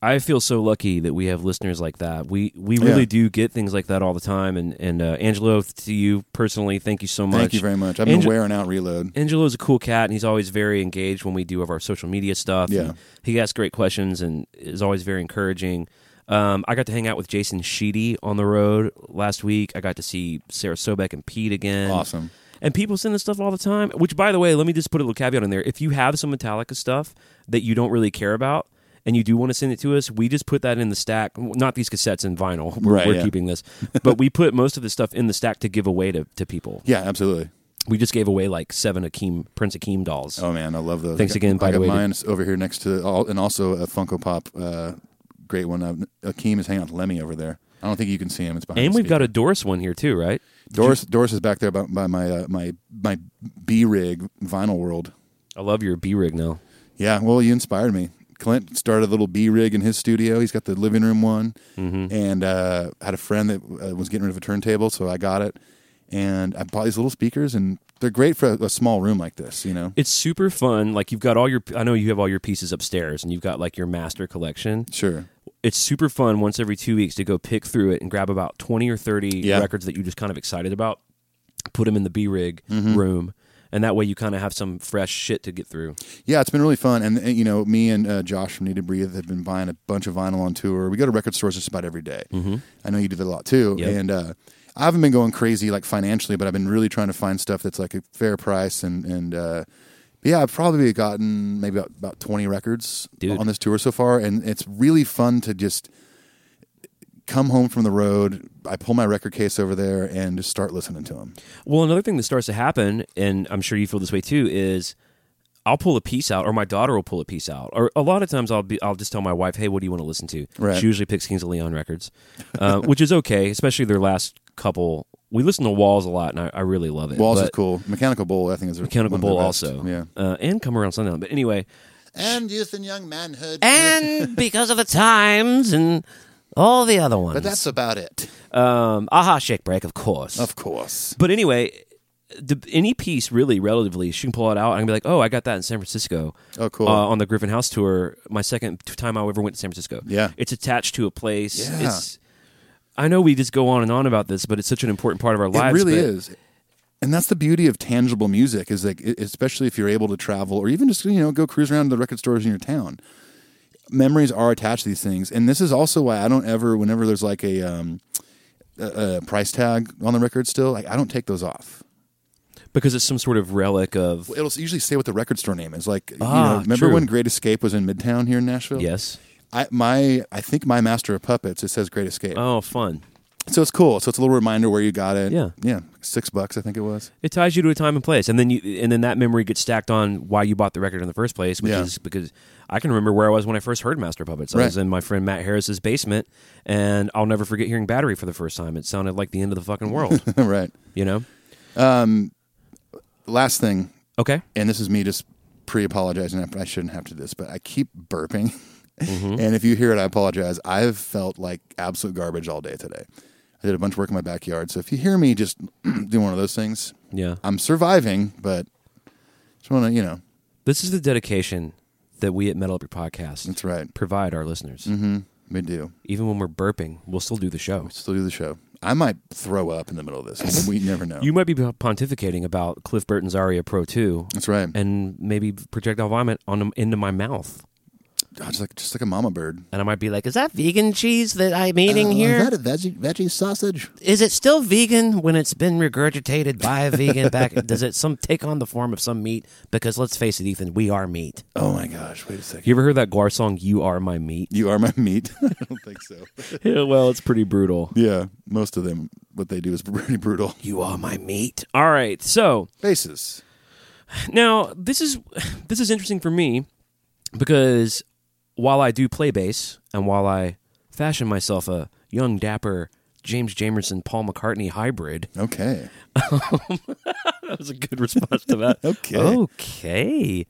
I feel so lucky that we have listeners like that. We we really Yeah. do get things like that all the time. And and uh, Angelo, to you personally, thank you so much. Thank you very much. I've been Ange- wearing out Reload. Angelo's a cool cat, and he's always very engaged when we do of our social media stuff. Yeah. And he asks great questions and is always very encouraging. Um, I got to hang out with Jason Sheedy on the road last week. I got to see Sarah Sobek and Pete again. Awesome. And people send us stuff all the time. Which, by the way, let me just put a little caveat in there. If you have some Metallica stuff that you don't really care about and you do want to send it to us, we just put that in the stack. Not these cassettes and vinyl. We're- Right, We're yeah. keeping this, but we put most of the stuff in the stack to give away to, to people. Yeah, absolutely. We just gave away like seven Akeem Prince Akeem dolls. Oh man, I love those. Thanks I got- again, by I the got way, to- mine over here next to, all, and also a Funko Pop, uh, great one. Uh, Akeem is hanging out with Lemmy over there. I don't think you can see him. It's behind. And the we've got speaker. a Doris one here too, right? Doris Doris is back there by, by my uh, my my B rig vinyl world. I love your B rig now. Yeah, well, you inspired me. Clint started a little B rig in his studio. He's got the living room one, and uh, had a friend that uh, was getting rid of a turntable, so I got it. And I bought these little speakers, and they're great for a, a small room like this. You know, It's super fun. Like you've got all your I know you have all your pieces upstairs and you've got like your master collection. sure. It's super fun once every 2 weeks to go pick through it and grab about 20 or 30 Yeah. records that you're just kind of excited about. Put them in the B rig Mm-hmm. room and that way you kind of have some fresh shit to get through. Yeah, it's been really fun, and uh, you know, me and uh, Josh from Need to Breathe have been buying a bunch of vinyl on tour. We go to record stores just about every day. I know you do that a lot too, Mm-hmm. Yep. and uh, I haven't been going crazy like financially, but I've been really trying to find stuff that's like a fair price, and and uh, yeah, I've probably gotten maybe about, about twenty records Dude. on this tour so far, and it's really fun to just come home from the road. I pull my record case over there and just start listening to them. Well, another thing that starts to happen, and I'm sure you feel this way too, is I'll pull a piece out, or my daughter will pull a piece out, or a lot of times I'll be I'll just tell my wife, "Hey, what do you want to listen to?" Right. She usually picks Kings of Leon records, uh, which is okay, especially their last couple. We listen to Walls a lot, and I, I really love it. Walls is but cool. Mechanical Bull, I think, is Mechanical one of the Bull best. also, Yeah. uh, and Come Around Sundown. But anyway, And Youth and Young Manhood. and because of the times and all the other ones, but that's about it. um, aha, shake break, of course, Of course. But anyway, the, any piece really, relatively, she can pull it out and be like, "Oh, I got that in San Francisco." Oh, cool. Uh, on the Griffin House tour, my second t- time I ever went to San Francisco. Yeah. it's attached to a place. Yeah. It's, I know we just go on and on about this, but it's such an important part of our lives. it really but- is and that's the beauty of tangible music is like e- especially if you're able to travel or even just you know go cruise around to the record stores in your town memories are attached to these things and this is also why i don't ever whenever there's like a um a, a price tag on the record still like i don't take those off because it's some sort of relic of it'll usually say what the record store name is like you Ah, know remember true. when great escape was in midtown here in nashville yes. i my i think my master of puppets it says great escape Oh, fun! so it's cool so it's a little reminder where you got it Yeah. yeah six bucks i think it was It ties you to a time and place, and then you, and then that memory gets stacked on why you bought the record in the first place, which Yeah. is because I can remember where I was when I first heard Master Puppets. I was Right. in my friend Matt Harris's basement, and I'll never forget hearing Battery for the first time. It sounded like the end of the fucking world, right you know? last thing Okay, and this is me just pre-apologizing. I- I shouldn't have to do this, but I keep burping, Mm-hmm. and if you hear it, I apologize. I've felt like absolute garbage all day today. I did a bunch of work in my backyard, so if you hear me just doing one of those things, yeah. I'm surviving, but just want to, you know, This is the dedication that we at Metal Up Your Podcast that's right. Mm-hmm. provide our listeners. We do Even when we're burping, we'll still do the show. still do the show. I might throw up in the middle of this. we never know. You might be pontificating about Cliff Burton's Aria Pro 2 that's right. and maybe projectile vomit on into my mouth. Oh, just like just like a mama bird. And I might be like, is that vegan cheese that I'm eating here? Is a veggie veggie sausage? it still vegan when it's been regurgitated by a vegan back? Does it some take on the form of some meat? Because let's face it, Ethan, we are meat. Oh my gosh! Wait a second. You ever heard that Guar song, You Are My Meat? You are my meat. I don't think so. Yeah, well, it's pretty brutal. Yeah, most of them, what they do is pretty brutal. You are my meat. All right. So Faces. now this is this is interesting for me because while I do play bass and while I fashion myself a young dapper James Jamerson Paul McCartney hybrid, Okay. that was a good response to that. Okay. Okay.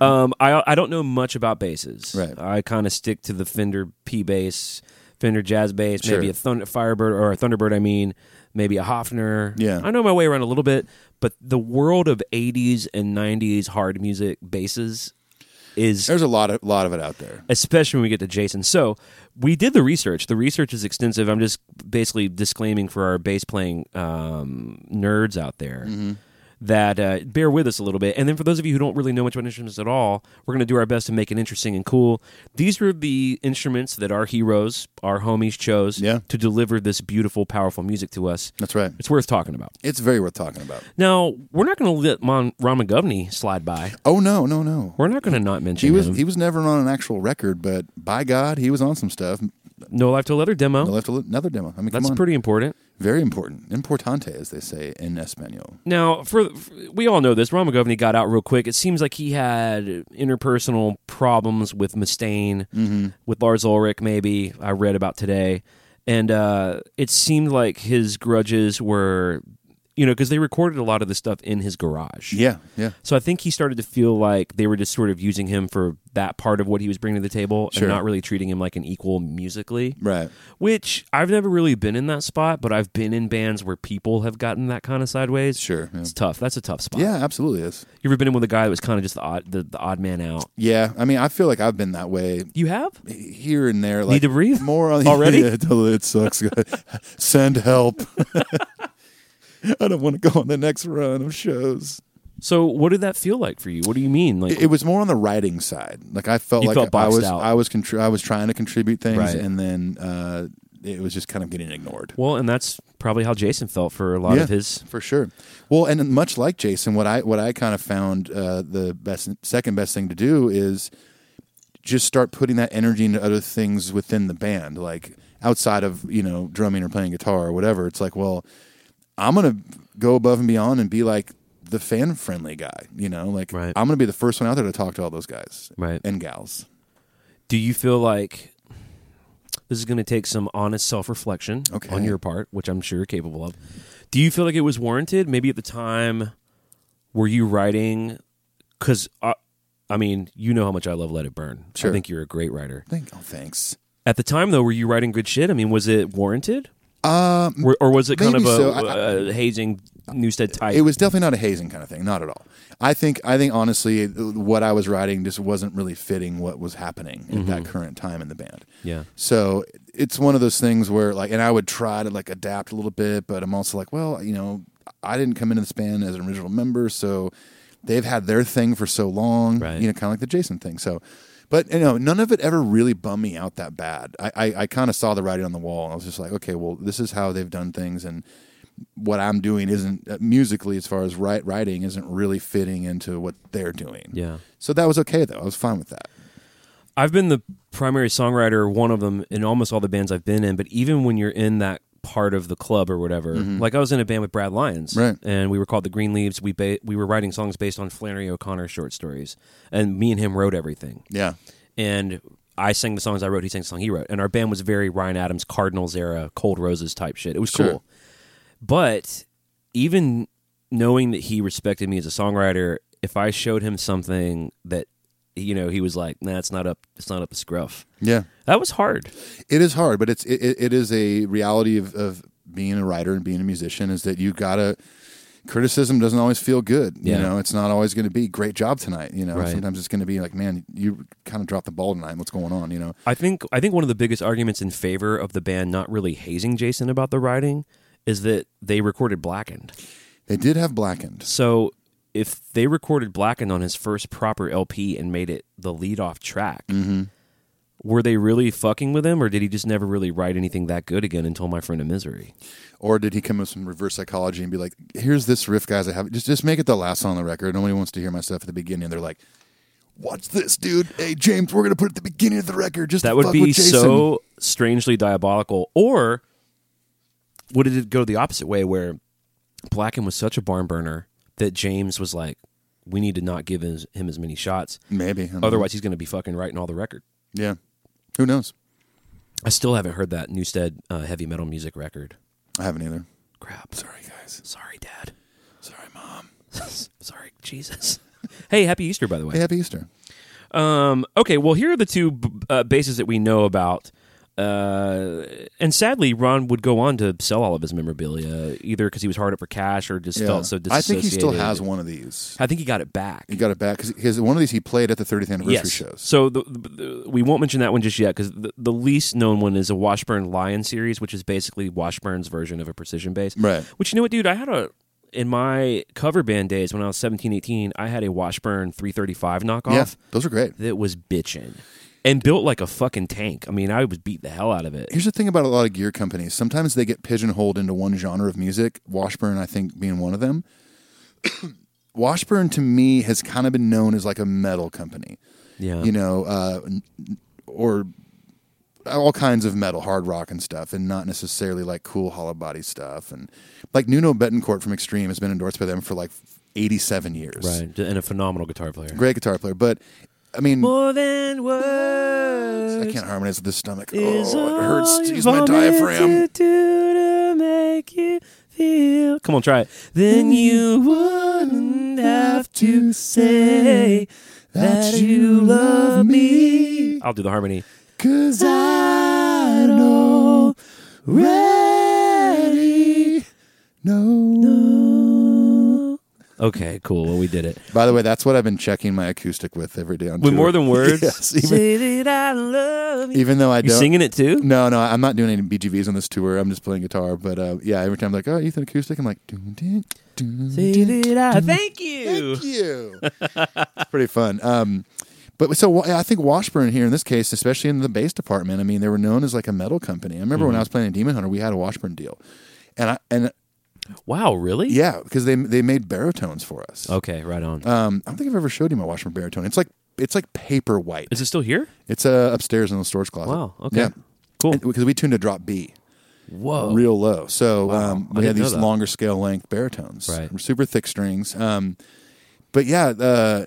Um, I I don't know much about basses. Right. I kind of stick to the Fender P bass, Fender Jazz bass, Sure. maybe a Thunder Firebird or a Thunderbird. I mean, maybe a Hofner. Yeah. I know my way around a little bit, but the world of '80s and '90s hard music basses is There's a lot of lot of it out there. especially when we get to Jason. So we did the research. The research is extensive. I'm just basically disclaiming for our bass playing um, nerds out there Mm-hmm. that uh, bear with us a little bit. And then for those of you who don't really know much about instruments at all, we're going to do our best to make it interesting and cool. These were the instruments that our heroes, our homies, chose Yeah. to deliver this beautiful, powerful music to us. That's right. It's worth talking about. It's very worth talking about. Now, we're not going to let Mon- Ron McGovney slide by. Oh no, no, no. We're not going to not mention He was him. he was never on an actual record, but by God, he was on some stuff. no Life to a Letter demo. I left a li- another demo. I mean, come That's on. pretty important. very important. Importante, as they say in Espanol. Now, for, for- we all know this, Ron McGovney got out real quick. It seems like he had interpersonal problems with Mustaine, Mm-hmm. with Lars Ulrich. Maybe I read about today, and uh, it seemed like his grudges were, you know, because they recorded a lot of the stuff in his garage. Yeah, yeah. So I think he started to feel like they were just sort of using him for that part of what he was bringing to the table Sure. and not really treating him like an equal musically. Right. Which I've never really been in that spot, but I've been in bands where people have gotten that kind of sideways. Sure, yeah. It's tough. That's a tough spot. Yeah, absolutely is. You ever been in with a guy that was kind of just the odd the, the odd man out? Yeah, I mean, I feel like I've been that way You have? here and there. Like, to breathe? more on Already? Yeah, totally, it sucks. Send help. I don't want to go on the next run of shows. So what did that feel like for you? What do you mean? Like it, it was more on the writing side. Like I felt You like felt I boxed was out. I was contri- I was trying to contribute things, Right. and then uh, it was just kind of getting ignored. well, and that's probably how Jason felt for a lot Yeah. of his for sure. Well, and much like Jason, what I what I kind of found uh, the best second best thing to do is just start putting that energy into other things within the band, like outside of you know drumming or playing guitar or whatever. It's like, well, I'm gonna go above and beyond and be like the fan friendly guy. You know, like Right. I'm gonna be the first one out there to talk to all those guys Right. and gals. Do you feel like this is going to take some honest self reflection Okay. on your part, which I'm sure you're capable of? Do you feel like it was warranted? Maybe at the time, were you writing? Because, I, I mean, you know how much I love Let It Burn. Sure. I think you're a great writer. Thank, oh, thanks. At the time, though, were you writing good shit? I mean, was it warranted? Um, or was it kind of maybe a, so. I- a hazing Newstead type? It was definitely not a hazing kind of thing, not at all. I think I think honestly, what I was writing just wasn't really fitting what was happening at that current time in the band. Mm-hmm. Yeah. So it's one of those things where like, and I would try to like adapt a little bit, but I'm also like, well, you know, I didn't come into this band as an original member, so they've had their thing for so long, Right. you know, kind of like the Jason thing. So, but you know, none of it ever really bummed me out that bad. I I, I kind of saw the writing on the wall, and I was just like, okay, well, this is how they've done things, and what I'm doing isn't uh, musically as far as write, writing isn't really fitting into what they're doing. Yeah. So that was okay though. I was fine with that. I've been the primary songwriter, one of them in almost all the bands I've been in. But even when you're in that part of the club or whatever, like I was in a band with Brad Lyons, Right. And we were called the Green Leaves. We ba- we were writing songs based on Flannery O'Connor short stories, and me and him wrote everything. Yeah. And I sang the songs I wrote. He sang the song he wrote. And our band was very Ryan Adams, Cardinals era, Cold Roses type shit. It was Sure. cool. But even knowing that he respected me as a songwriter, if I showed him something that you know he was like, "Nah, it's not up. It's not up to scruff." Yeah. That was hard. It is hard, but it's it, it- it is a reality of, of being a writer and being a musician is that you gotta criticism doesn't always feel good. You Yeah. know, it's not always gonna be great job tonight. You know, Right. sometimes it's gonna be like, man, you kind of dropped the ball tonight. What's going on? You know, I think I think one of the biggest arguments in favor of the band not really hazing Jason about the writing is that they recorded Blackened. they did have blackened. So if they recorded Blackened on his first proper LP and made it the lead off track, Mm-hmm. were they really fucking with him or did he just never really write anything that good again until My Friend of Misery? Or did he come with some reverse psychology and be like, "Here's this riff, guys. I have just just make it the last song on the record. Nobody wants to hear my stuff at the beginning." They're like, "What's this, dude? Hey, James, we're gonna put it at the beginning of the record. Just That to would fuck be with Jason." so strangely diabolical. Or would it go the opposite way where Blacken was such a barn burner that James was like, we need to not give his, him as many shots. maybe I don't know. Otherwise, he's going to be fucking writing all the record. Yeah, who knows? I still haven't heard that Newstead uh, heavy metal music record. I haven't either. Crap. Sorry, guys. Sorry, Dad. Sorry, mom. Sorry, Jesus. hey, happy Easter, by the way. Hey, happy Easter. Um, okay, well, here are the two b- uh, bases that we know about. Uh, and sadly, Ron would go on to sell all of his memorabilia, either because he was hard up for cash or just felt so I disassociated. think he still has one of these. I think he got it back. He got it back because one of these he played at the 30th anniversary yes. shows. So the, the, we won't mention that one just yet because the, the least known one is a Washburn Lion series, which is basically Washburn's version of a precision bass. Right. Which you know what, dude? I had a in my cover band days when I was 17, 18, I had a Washburn 335 knockoff Yeah, those are great. that was bitching and built like a fucking tank. I mean, I would beat the hell out of it. Here's the thing about a lot of gear companies. Sometimes they get pigeonholed into one genre of music. Washburn, I think, being one of them. Washburn to me has kind of been known as like a metal company. Yeah. you know, uh, n- n- or all kinds of metal, hard rock and stuff, and not necessarily like cool hollow body stuff. And like Nuno Betancourt from Extreme has been endorsed by them for like 87 years. Right. And a phenomenal guitar player. Great guitar player. But I mean, More than words. I can't harmonize with the stomach. is Oh, it hurts all to use you my want me diaphragm. to do to make you feel- Come on, try it. Then you wouldn't have to say that you love me. I'll do the harmony. Cause I know ready. No. Okay, cool. Well, we did it. By the way, that's what I've been checking my acoustic with every day on tour. With more than words. Yes, even, that I love you. even though I You don't. singing it too? No, no, I'm not doing any BGVs on this tour. I'm just playing guitar. But uh, yeah, every time I'm like, oh, Ethan acoustic, I'm like, dun, dun, dun, dun, Thank you. Thank you. it's pretty fun. Um, but so wa- I think Washburn here in this case, especially in the bass department, I mean, they were known as like a metal company. I remember Mm-hmm. when I was playing in Demon Hunter, we had a Washburn deal, and I and Wow, really? yeah, because they they made baritones for us. Okay, right on. Uh, Um, I don't think I've ever showed you my Washburn baritone. It's like it's like paper white. Is it still here? It's uh, upstairs in the storage closet. Wow, okay. Yeah. Cool. Because we tuned to drop B Whoa. real low. So um, Oh. I we had didn't know these that. longer scale length baritones, Right. super thick strings. Um, but yeah, uh,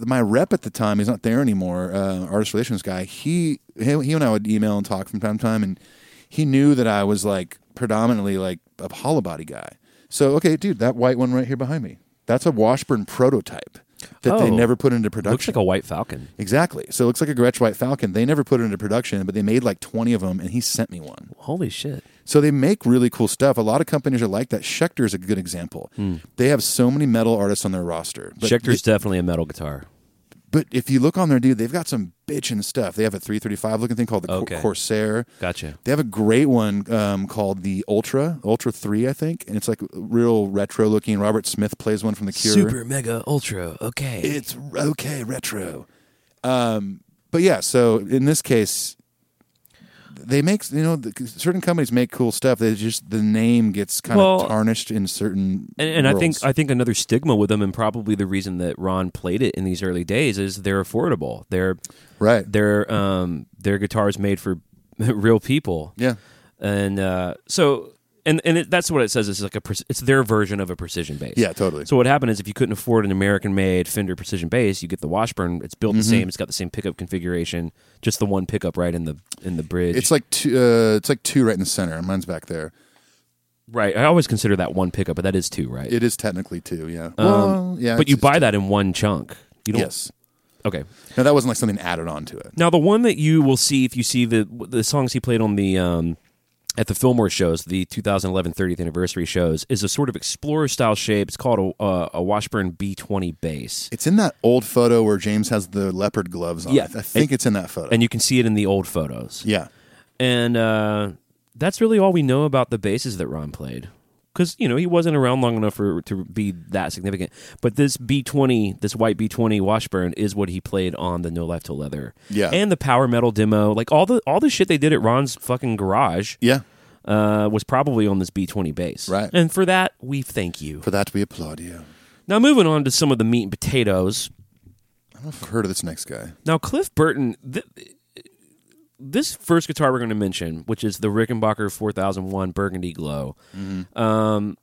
my rep at the time, he's not there anymore. Uh, artist relations guy. He, he he and I would email and talk from time to time, and he knew that I was like predominantly like a hollow body guy. So okay, dude, that white one right here behind me, that's a Washburn prototype that they Oh. never put into production. Looks like a white falcon. Exactly. So it looks like a Gretsch White Falcon. They never put it into production, but they made like 20 of them, and he sent me one. Holy shit. So they make really cool stuff. A lot of companies are like that. Schecter is a good example. Hmm. They have so many metal artists on their roster. But Schecter's definitely a metal guitar. but if you look on there, dude, they've got some bitchin' stuff. They have a 335 looking thing called the Cor- Okay. Corsair. Gotcha. They have a great one um, called the Ultra, Ultra 3, I think. And it's like real retro looking. Robert Smith plays one from The Cure. mega ultra. Okay. It's okay, retro. Um, but yeah, so in this case, they make you know the, certain companies make cool stuff. They just the name gets kind Well, of tarnished in certain. And, and I think worlds. I think another stigma with them, and probably the reason that Ron played it in these early days, is they're affordable. They're right. their um their guitars made for real people. Yeah. and uh, so and and it, that's what it says. It's like a pre- it's their version of a precision bass. Yeah, totally. So what happened is if you couldn't afford an American made Fender precision bass, you get the Washburn. It's built Mm-hmm. the same. It's got the same pickup configuration. Just the one pickup right in the in the bridge. It's like two. Uh, it's like two right in the center. and Mine's back there. right. I always consider that one pickup, but that is two, right? It is technically two. Yeah. well, yeah. Um, but it's- you buy that in one chunk. You don't, Yes. Okay. No, that wasn't like something added on to it. Now the one that you will see if you see the the songs he played on the um, at the Fillmore shows, the 2011 30th anniversary shows, is a sort of explorer style shape. It's called a, uh, a Washburn B20 bass, It's in that old photo where James has the leopard gloves on. Yeah. I think it's in that photo. and you can see it in the old photos. yeah. And uh, that's really all we know about the basses that Ron played. Because you know he wasn't around long enough for to be that significant, but this B twenty, this white B twenty Washburn, is what he played on the No Life to Leather, Yeah. and the power metal demo, like all the all the shit they did at Ron's fucking garage, Yeah. uh, was probably on this B20 base. Right. And for that, we thank you. For that, we applaud you. Now, moving on to some of the meat and potatoes. I've heard of this next guy. Now, Cliff Burton, th- this first guitar we're going to mention, which is the Rickenbacker 4001 Burgundy Glow, Mm-hmm. um,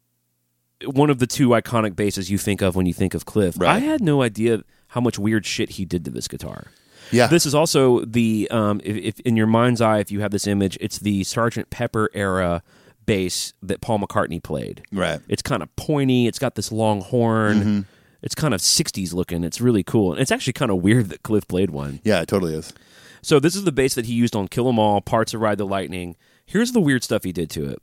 one of the two iconic basses you think of when you think of Cliff. Right. I had no idea how much weird shit he did to this guitar. Yeah. This is also the um, if, if in your mind's eye, if you have this image, it's the Sergeant Pepper era bass that Paul McCartney played. Right. It's kind of pointy. It's got this long horn. Mm-hmm. It's kind of '60s looking. It's really cool, and it's actually kind of weird that Cliff played one. Yeah, it totally is. So this is the bass that he used on Kill 'Em All, parts of Ride the Lightning. Here's the weird stuff he did to it.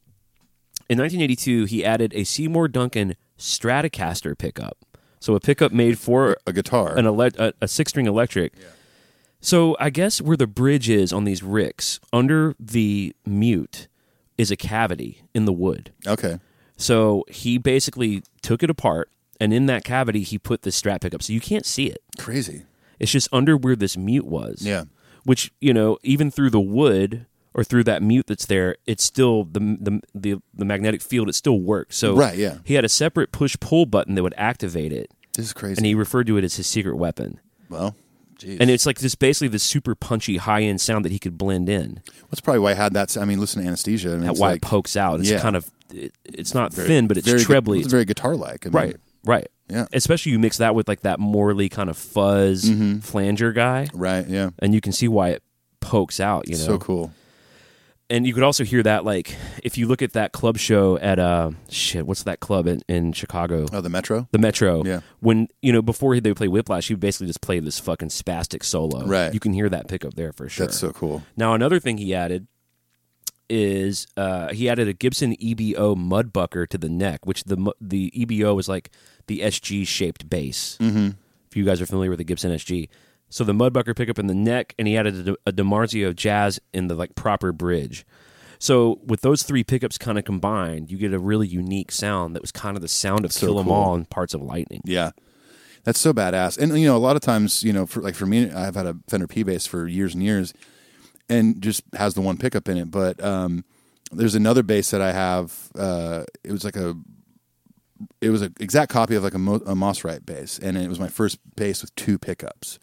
In 1982, he added a Seymour Duncan Stratocaster pickup. So a pickup made for A guitar. an ele- a, a six string electric. So I guess where the bridge is on these ricks under the mute is a cavity in the wood. okay. So he basically took it apart, and in that cavity he put the strat pickup. So you can't see it. Crazy. It's just under where this mute was. Yeah. Which you know, even through the wood or through that mute that's there, it's still the the the, the magnetic field. It still works. So Right, yeah. He had a separate push pull button that would activate it, This is crazy. and he referred to it as his secret weapon. well, geez. And it's like this basically this super punchy high end sound that he could blend in. That's probably why I had that. I mean, listen to anesthesia. I mean, That it's why like it pokes out. It's yeah. kind of it, it's not thin, but it's very, gu- trebly. It's very guitar like. I mean, Right. Right. Mm-hmm. Yeah. Especially you mix that with like that Morley kind of fuzz Mm-hmm. flanger guy, Right. Yeah. and you can see why it pokes out. You know. So cool. And you could also hear that like if you look at that club show at uh shit, what's that club in, in Chicago? Oh, the Metro. the Metro. Yeah. When you know before they would play Whiplash, he would basically just play this fucking spastic solo. Right. You can hear that pickup there for sure. That's so cool. Now another thing he added is uh, he added a Gibson EBO mudbucker to the neck, which the mu- the EBO is like the SG shaped bass. Mm-hmm. If you guys are familiar with the Gibson SG, so the mudbucker pickup in the neck, and he added a, De- a Demarzio jazz in the like proper bridge. So with those three pickups kind of combined, you get a really unique sound that was kind of the sound of Kill 'Em cool. All and parts of Lightning. Yeah. That's so badass. And you know, a lot of times, you know, for like for me, I've had a Fender P bass for years and years, and just has the one pickup in it. But um, there's another bass that I have. Uh, it was like a, it was an exact copy of like a, Mo- a Moss Wright bass, and it was my first bass with two pickups.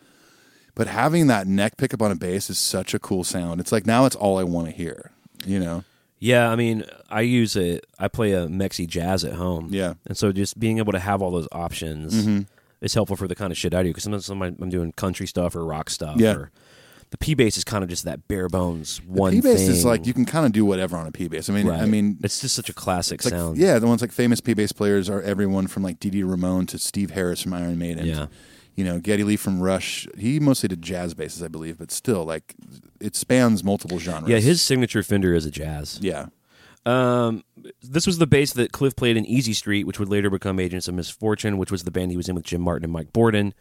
But having that neck pickup on a bass is such a cool sound. It's like now it's all I want to hear. You know, Yeah, I mean, I use a I play a Mexi jazz at home. Yeah. Mm-hmm. and so just being able to have all those options is helpful for the kind of shit I do because sometimes I'm, I'm doing country stuff or rock stuff. Yeah. Or, the P bass is kind of just that bare bones one. P bass is thing. like you can kind of do whatever on a P bass. I mean, Right. I mean, it's just such a classic It's like, sound. Yeah, the ones like famous P bass players are everyone from like Didi Ramone to Steve Harris from Iron Maiden. Yeah. You know, Geddy Lee from Rush. He mostly did jazz basses, I believe, but still, like, it spans multiple genres. yeah. His signature Fender is a jazz. Yeah. This was the bass that Cliff played in Easy Street, which would later become Agents of Misfortune, which was the band he was in with Jim Martin and Mike Borden,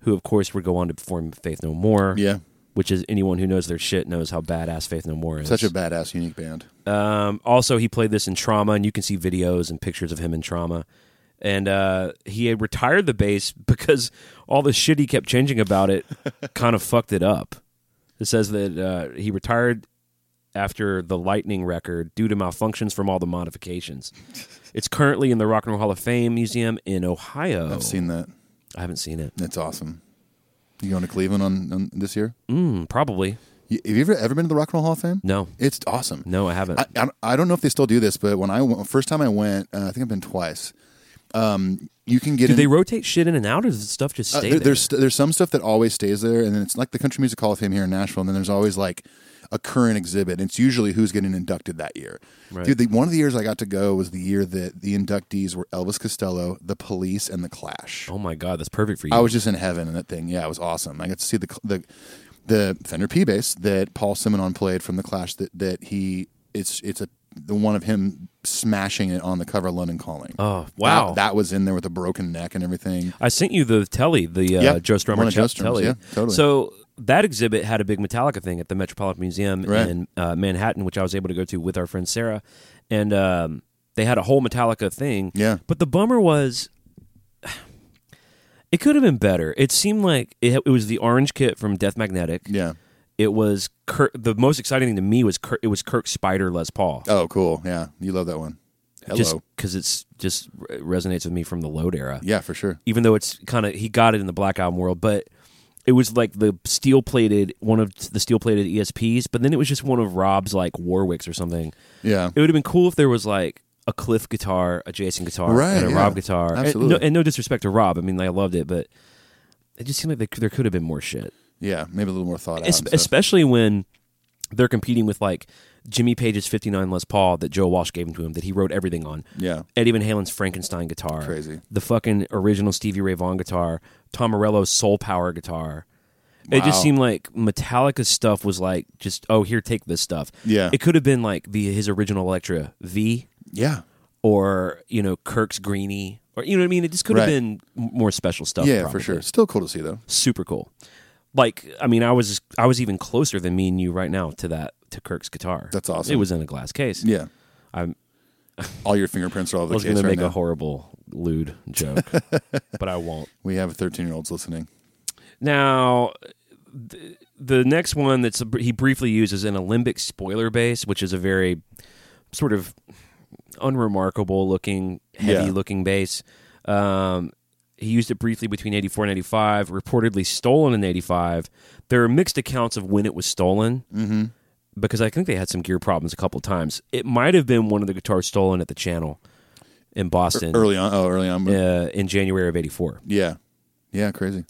who of course would go on to perform Faith No More. Yeah. Which is anyone who knows their shit knows how badass Faith No More is. Such a badass, unique band. Um, also, he played this in Trauma, and you can see videos and pictures of him in Trauma. And uh, he had retired the bass because all the shit he kept changing about it kind of fucked it up. It says that uh, he retired after the Lightning record due to malfunctions from all the modifications. It's currently in the Rock and Roll Hall of Fame Museum in Ohio. I've seen that. I haven't seen it. It's awesome. You going to Cleveland on, on this year? Mm, probably You, have you ever, ever been to the Rock and Roll Hall of Fame? no, It's awesome. no, I haven't. I, I don't- I don't know if they still do this, but when I went, first time I went, uh, I think I've been twice. Um, you can get Do in, they rotate shit in and out, or does stuff just Uh, stay there- there? There's st- there's some stuff that always stays there, and then it's like the Country Music Hall of Fame here in Nashville, and then there's always like a current exhibit. And it's usually who's getting inducted that year. Dude, the, one of the years I got to go was the year that the inductees were Elvis Costello, The Police, and The Clash. oh my god, that's perfect for you. I was just in heaven in that thing. Yeah, it was awesome. I got to see the cl- the the Fender P bass that Paul Simonon played from The Clash. That that he it's it's a the one of him smashing it on the cover of London Calling. Oh, wow. That, that was in there with a broken neck and everything. I sent you the telly, the uh, Yeah, Joe Strummer one of Chel- Joe's Strummers, telly. yeah, totally. So that exhibit had a big Metallica thing at the Metropolitan Museum Right. in uh, Manhattan, which I was able to go to with our friend Sarah, and um, they had a whole Metallica thing. Yeah. But the bummer was, it could have been better. It seemed like it, it was the orange kit from Death Magnetic. Yeah. It was Kirk, the most exciting thing to me was Kirk, it was Kirk Spider Les Paul. Oh, cool. Yeah. You love that one. Hello. Just because it's just it resonates with me from the Load era. yeah, for sure. even though it's kind of he got it in the black album world, but it was like the steel plated one of the steel plated ESPs, but then it was just one of Rob's like Warwick's or something. Yeah. It would have been cool if there was like a Cliff guitar, a Jason guitar, Right, and a yeah. Rob guitar. And Absolutely. no, and no disrespect to Rob, I mean I loved it, but it just seemed like there- there could have been more shit, yeah. Maybe a little more thought out. Es- and stuff. especially when they're competing with like Jimmy Page's '59 Les Paul that Joe Walsh gave him to him that he wrote everything on. yeah. Eddie Van Halen's Frankenstein guitar, Crazy. the fucking original Stevie Ray Vaughan guitar, Tom Morello's Soul Power guitar. It just Wow. seemed like Metallica's stuff was like just oh here take this stuff. Yeah. it could have been like the his original Electra V Yeah. or you know Kirk's Greenie or you know what I mean. It just could have Right. been m- more special stuff. Yeah, for Oh, probably. sure. Still cool to see though. super cool. Like I mean, I was I was even closer than me and you right now to that to Kirk's guitar. That's awesome. It was in a glass case. Yeah. I'm All your fingerprints are all over the I was case going to right make now. a horrible lewd joke, but I won't. we have 13 year olds listening. Now, the, the next one that's he briefly uses an alembic spoiler base, which is a very sort of unremarkable looking, heavy Yeah. looking base. Um, he used it briefly between 84 and 85, reportedly stolen in 85. There are mixed accounts of when it was stolen. Mm-hmm. Because I think they had some gear problems a couple times. It might have been one of the guitars stolen at the channel in Boston Er, Early on. Oh, early on. but- uh, in January of 84. yeah. Yeah. Crazy.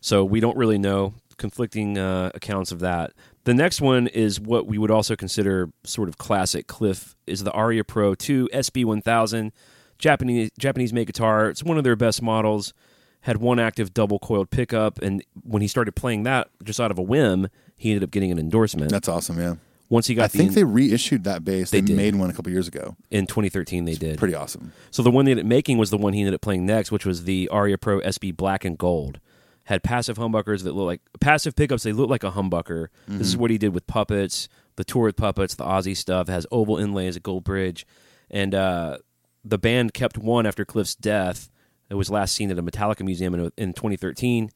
So we don't really know conflicting uh, accounts of that. The next one is what we would also consider sort of classic Cliff is the Aria Pro 2 SB1000 Japanese Japanese made guitar. It's one of their best models. Had one active double coiled pickup and when he started playing that just out of a whim, he ended up getting an endorsement. That's awesome. Yeah. Once he got I the think they reissued that bass. They, did. made one a couple years ago. in 2013 they did. Pretty awesome. So the one they ended up making was the one he ended up playing next, which was the Aria Pro SB Black and Gold. Had passive humbuckers that look like passive pickups. They look like a humbucker. This is what he did with puppets, the tour with puppets, the Aussie stuff. Has oval inlays, a gold bridge, and uh, the band kept one after Cliff's death. It was last seen at a Metallica museum in, in 2013.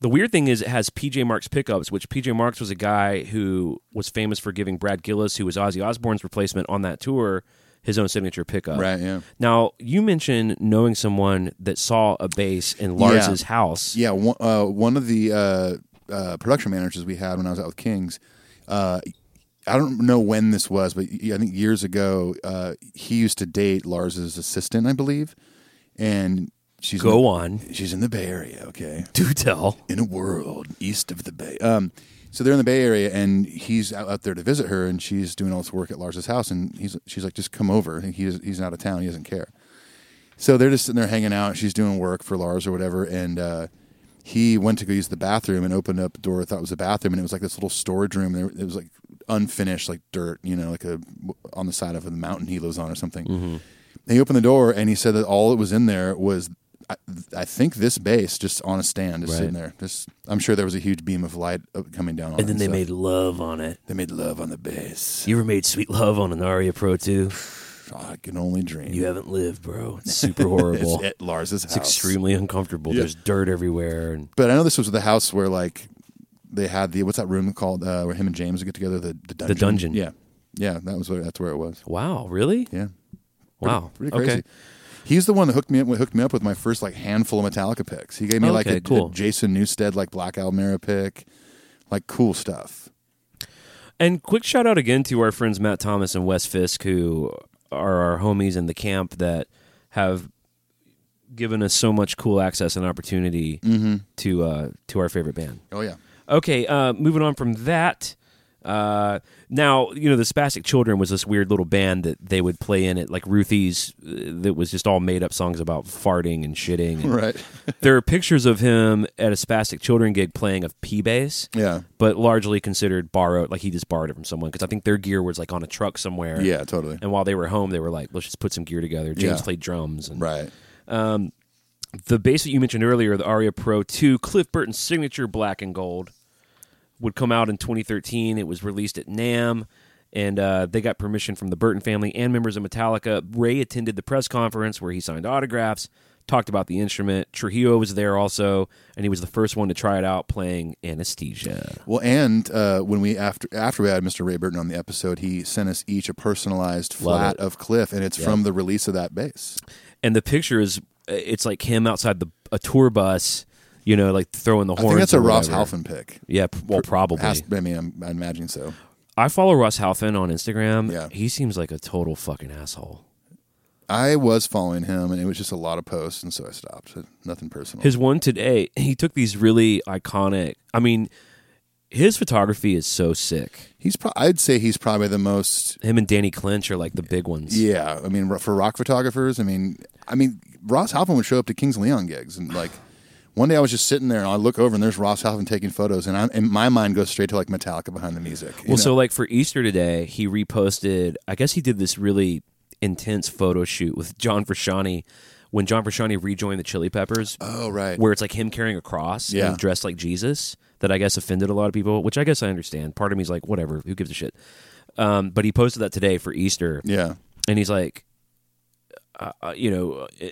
The weird thing is, it has PJ Marks pickups, which PJ Marks was a guy who was famous for giving Brad Gillis, who was Ozzy Osbourne's replacement on that tour, his own signature pickup. Right. Yeah. Now, you mentioned knowing someone that saw a bass in Lars's house. Yeah, one, uh, one of the uh, uh, production managers we had when I was out with Kings. Uh, I don't know when this was, but y- I think years ago uh, he used to date Lars's assistant, I believe, and she's in Go the- on. She's in the Bay Area, okay Do tell. in a world east of the bay. Um, so they're in the Bay Area, and he's out, out there to visit her, and she's doing all this work at Lars's house, and he's she's like, just come over. And he's he's out of town, he doesn't care. So they're just sitting there hanging out. She's doing work for Lars or whatever, and uh, he went to go use the bathroom and opened up the door. I thought it was a bathroom, and it was like this little storage room. There, it was like unfinished, like dirt, you know, like a on the side of the mountain he lives on or something. Mm-hmm. He opened the door and he said that all that was in there was, I, I think, this base just on a stand, just sitting there. Just I'm sure there was a huge beam of light uh, coming down. on And then it they stuff. made love on it. they made love on the base. You ever made sweet love on an Aria Pro 2? I can only dream. You haven't lived, bro. It's super horrible. it's at Lars's house. It's extremely uncomfortable. There's dirt everywhere, and But I know this was the house where like they had the what's that room called uh, where him and James would get together the the dungeon. dungeon. Yeah, yeah, that was where, that's where it was. wow, really? Yeah, Wow, pretty crazy. Okay. He's the one that hooked me up, hooked me up with my first like handful of Metallica picks. He gave me like Okay, a, cool. a Jason Newstead like Black Album era pick, like cool stuff. And quick shout out again to our friends Matt Thomas and Wes Fisk, who are our homies in the camp that have given us so much cool access and opportunity Mm-hmm. to uh, to our favorite band. Oh yeah, Okay, uh, moving on from that. Uh, now you know the Spastic Children was this weird little band that they would play in at like Ruthie's uh, that was just all made up songs about farting and shitting. And right. there are pictures of him at a Spastic Children gig playing a P bass. Yeah. But largely considered borrowed, like he just borrowed it from someone because I think their gear was like on a truck somewhere. Yeah, totally. And while they were home, they were like, "Let's just put some gear together." James Yeah. played drums, and Right. the bass that you mentioned earlier, the Aria Pro 2, Cliff Burton's signature black and gold, would come out in 2013. It was released at NAM, and uh, they got permission from the Burton family and members of Metallica. Ray attended the press conference where he signed autographs, talked about the instrument. Trujillo was there also, and he was the first one to try it out playing Anesthesia. Well, and uh, when we after after we had Mr. Ray Burton on the episode, he sent us each a personalized flat it. of Cliff, and it's from the release of that bass. And the picture is, it's like him outside the a tour bus, you know, like throwing the I horns. think that's or a Ross whatever. Halfen pick. Yeah, p- well, probably. Has- I mean, I'm, I imagine so. I follow Russ Halfin on Instagram. Yeah. He seems like a total fucking asshole. I was following him, and it was just a lot of posts, and so I stopped. Nothing personal. His one today, he took these really iconic. I mean, his photography is so sick. he's, pro- I'd say, he's probably the most. Him and Danny Clinch are like the big ones. Yeah, I mean, ro- for rock photographers, I mean, I mean, Ross Halfen would show up to Kings and Leon gigs, and like, one day I was just sitting there, and I look over, and there's Ross Halfen taking photos, and I'm, and my mind goes straight to like Metallica behind the music. you Well, so know? like for Easter today, he reposted. I guess he did this really intense photo shoot with John Frusciante when John Frusciante rejoined the Chili Peppers. oh right, where it's like him carrying a cross Yeah. and dressed like Jesus that I guess offended a lot of people, which I guess I understand. Part of me's like, whatever, who gives a shit? Um, but he posted that today for Easter, yeah, and he's like, uh, uh, you know, uh,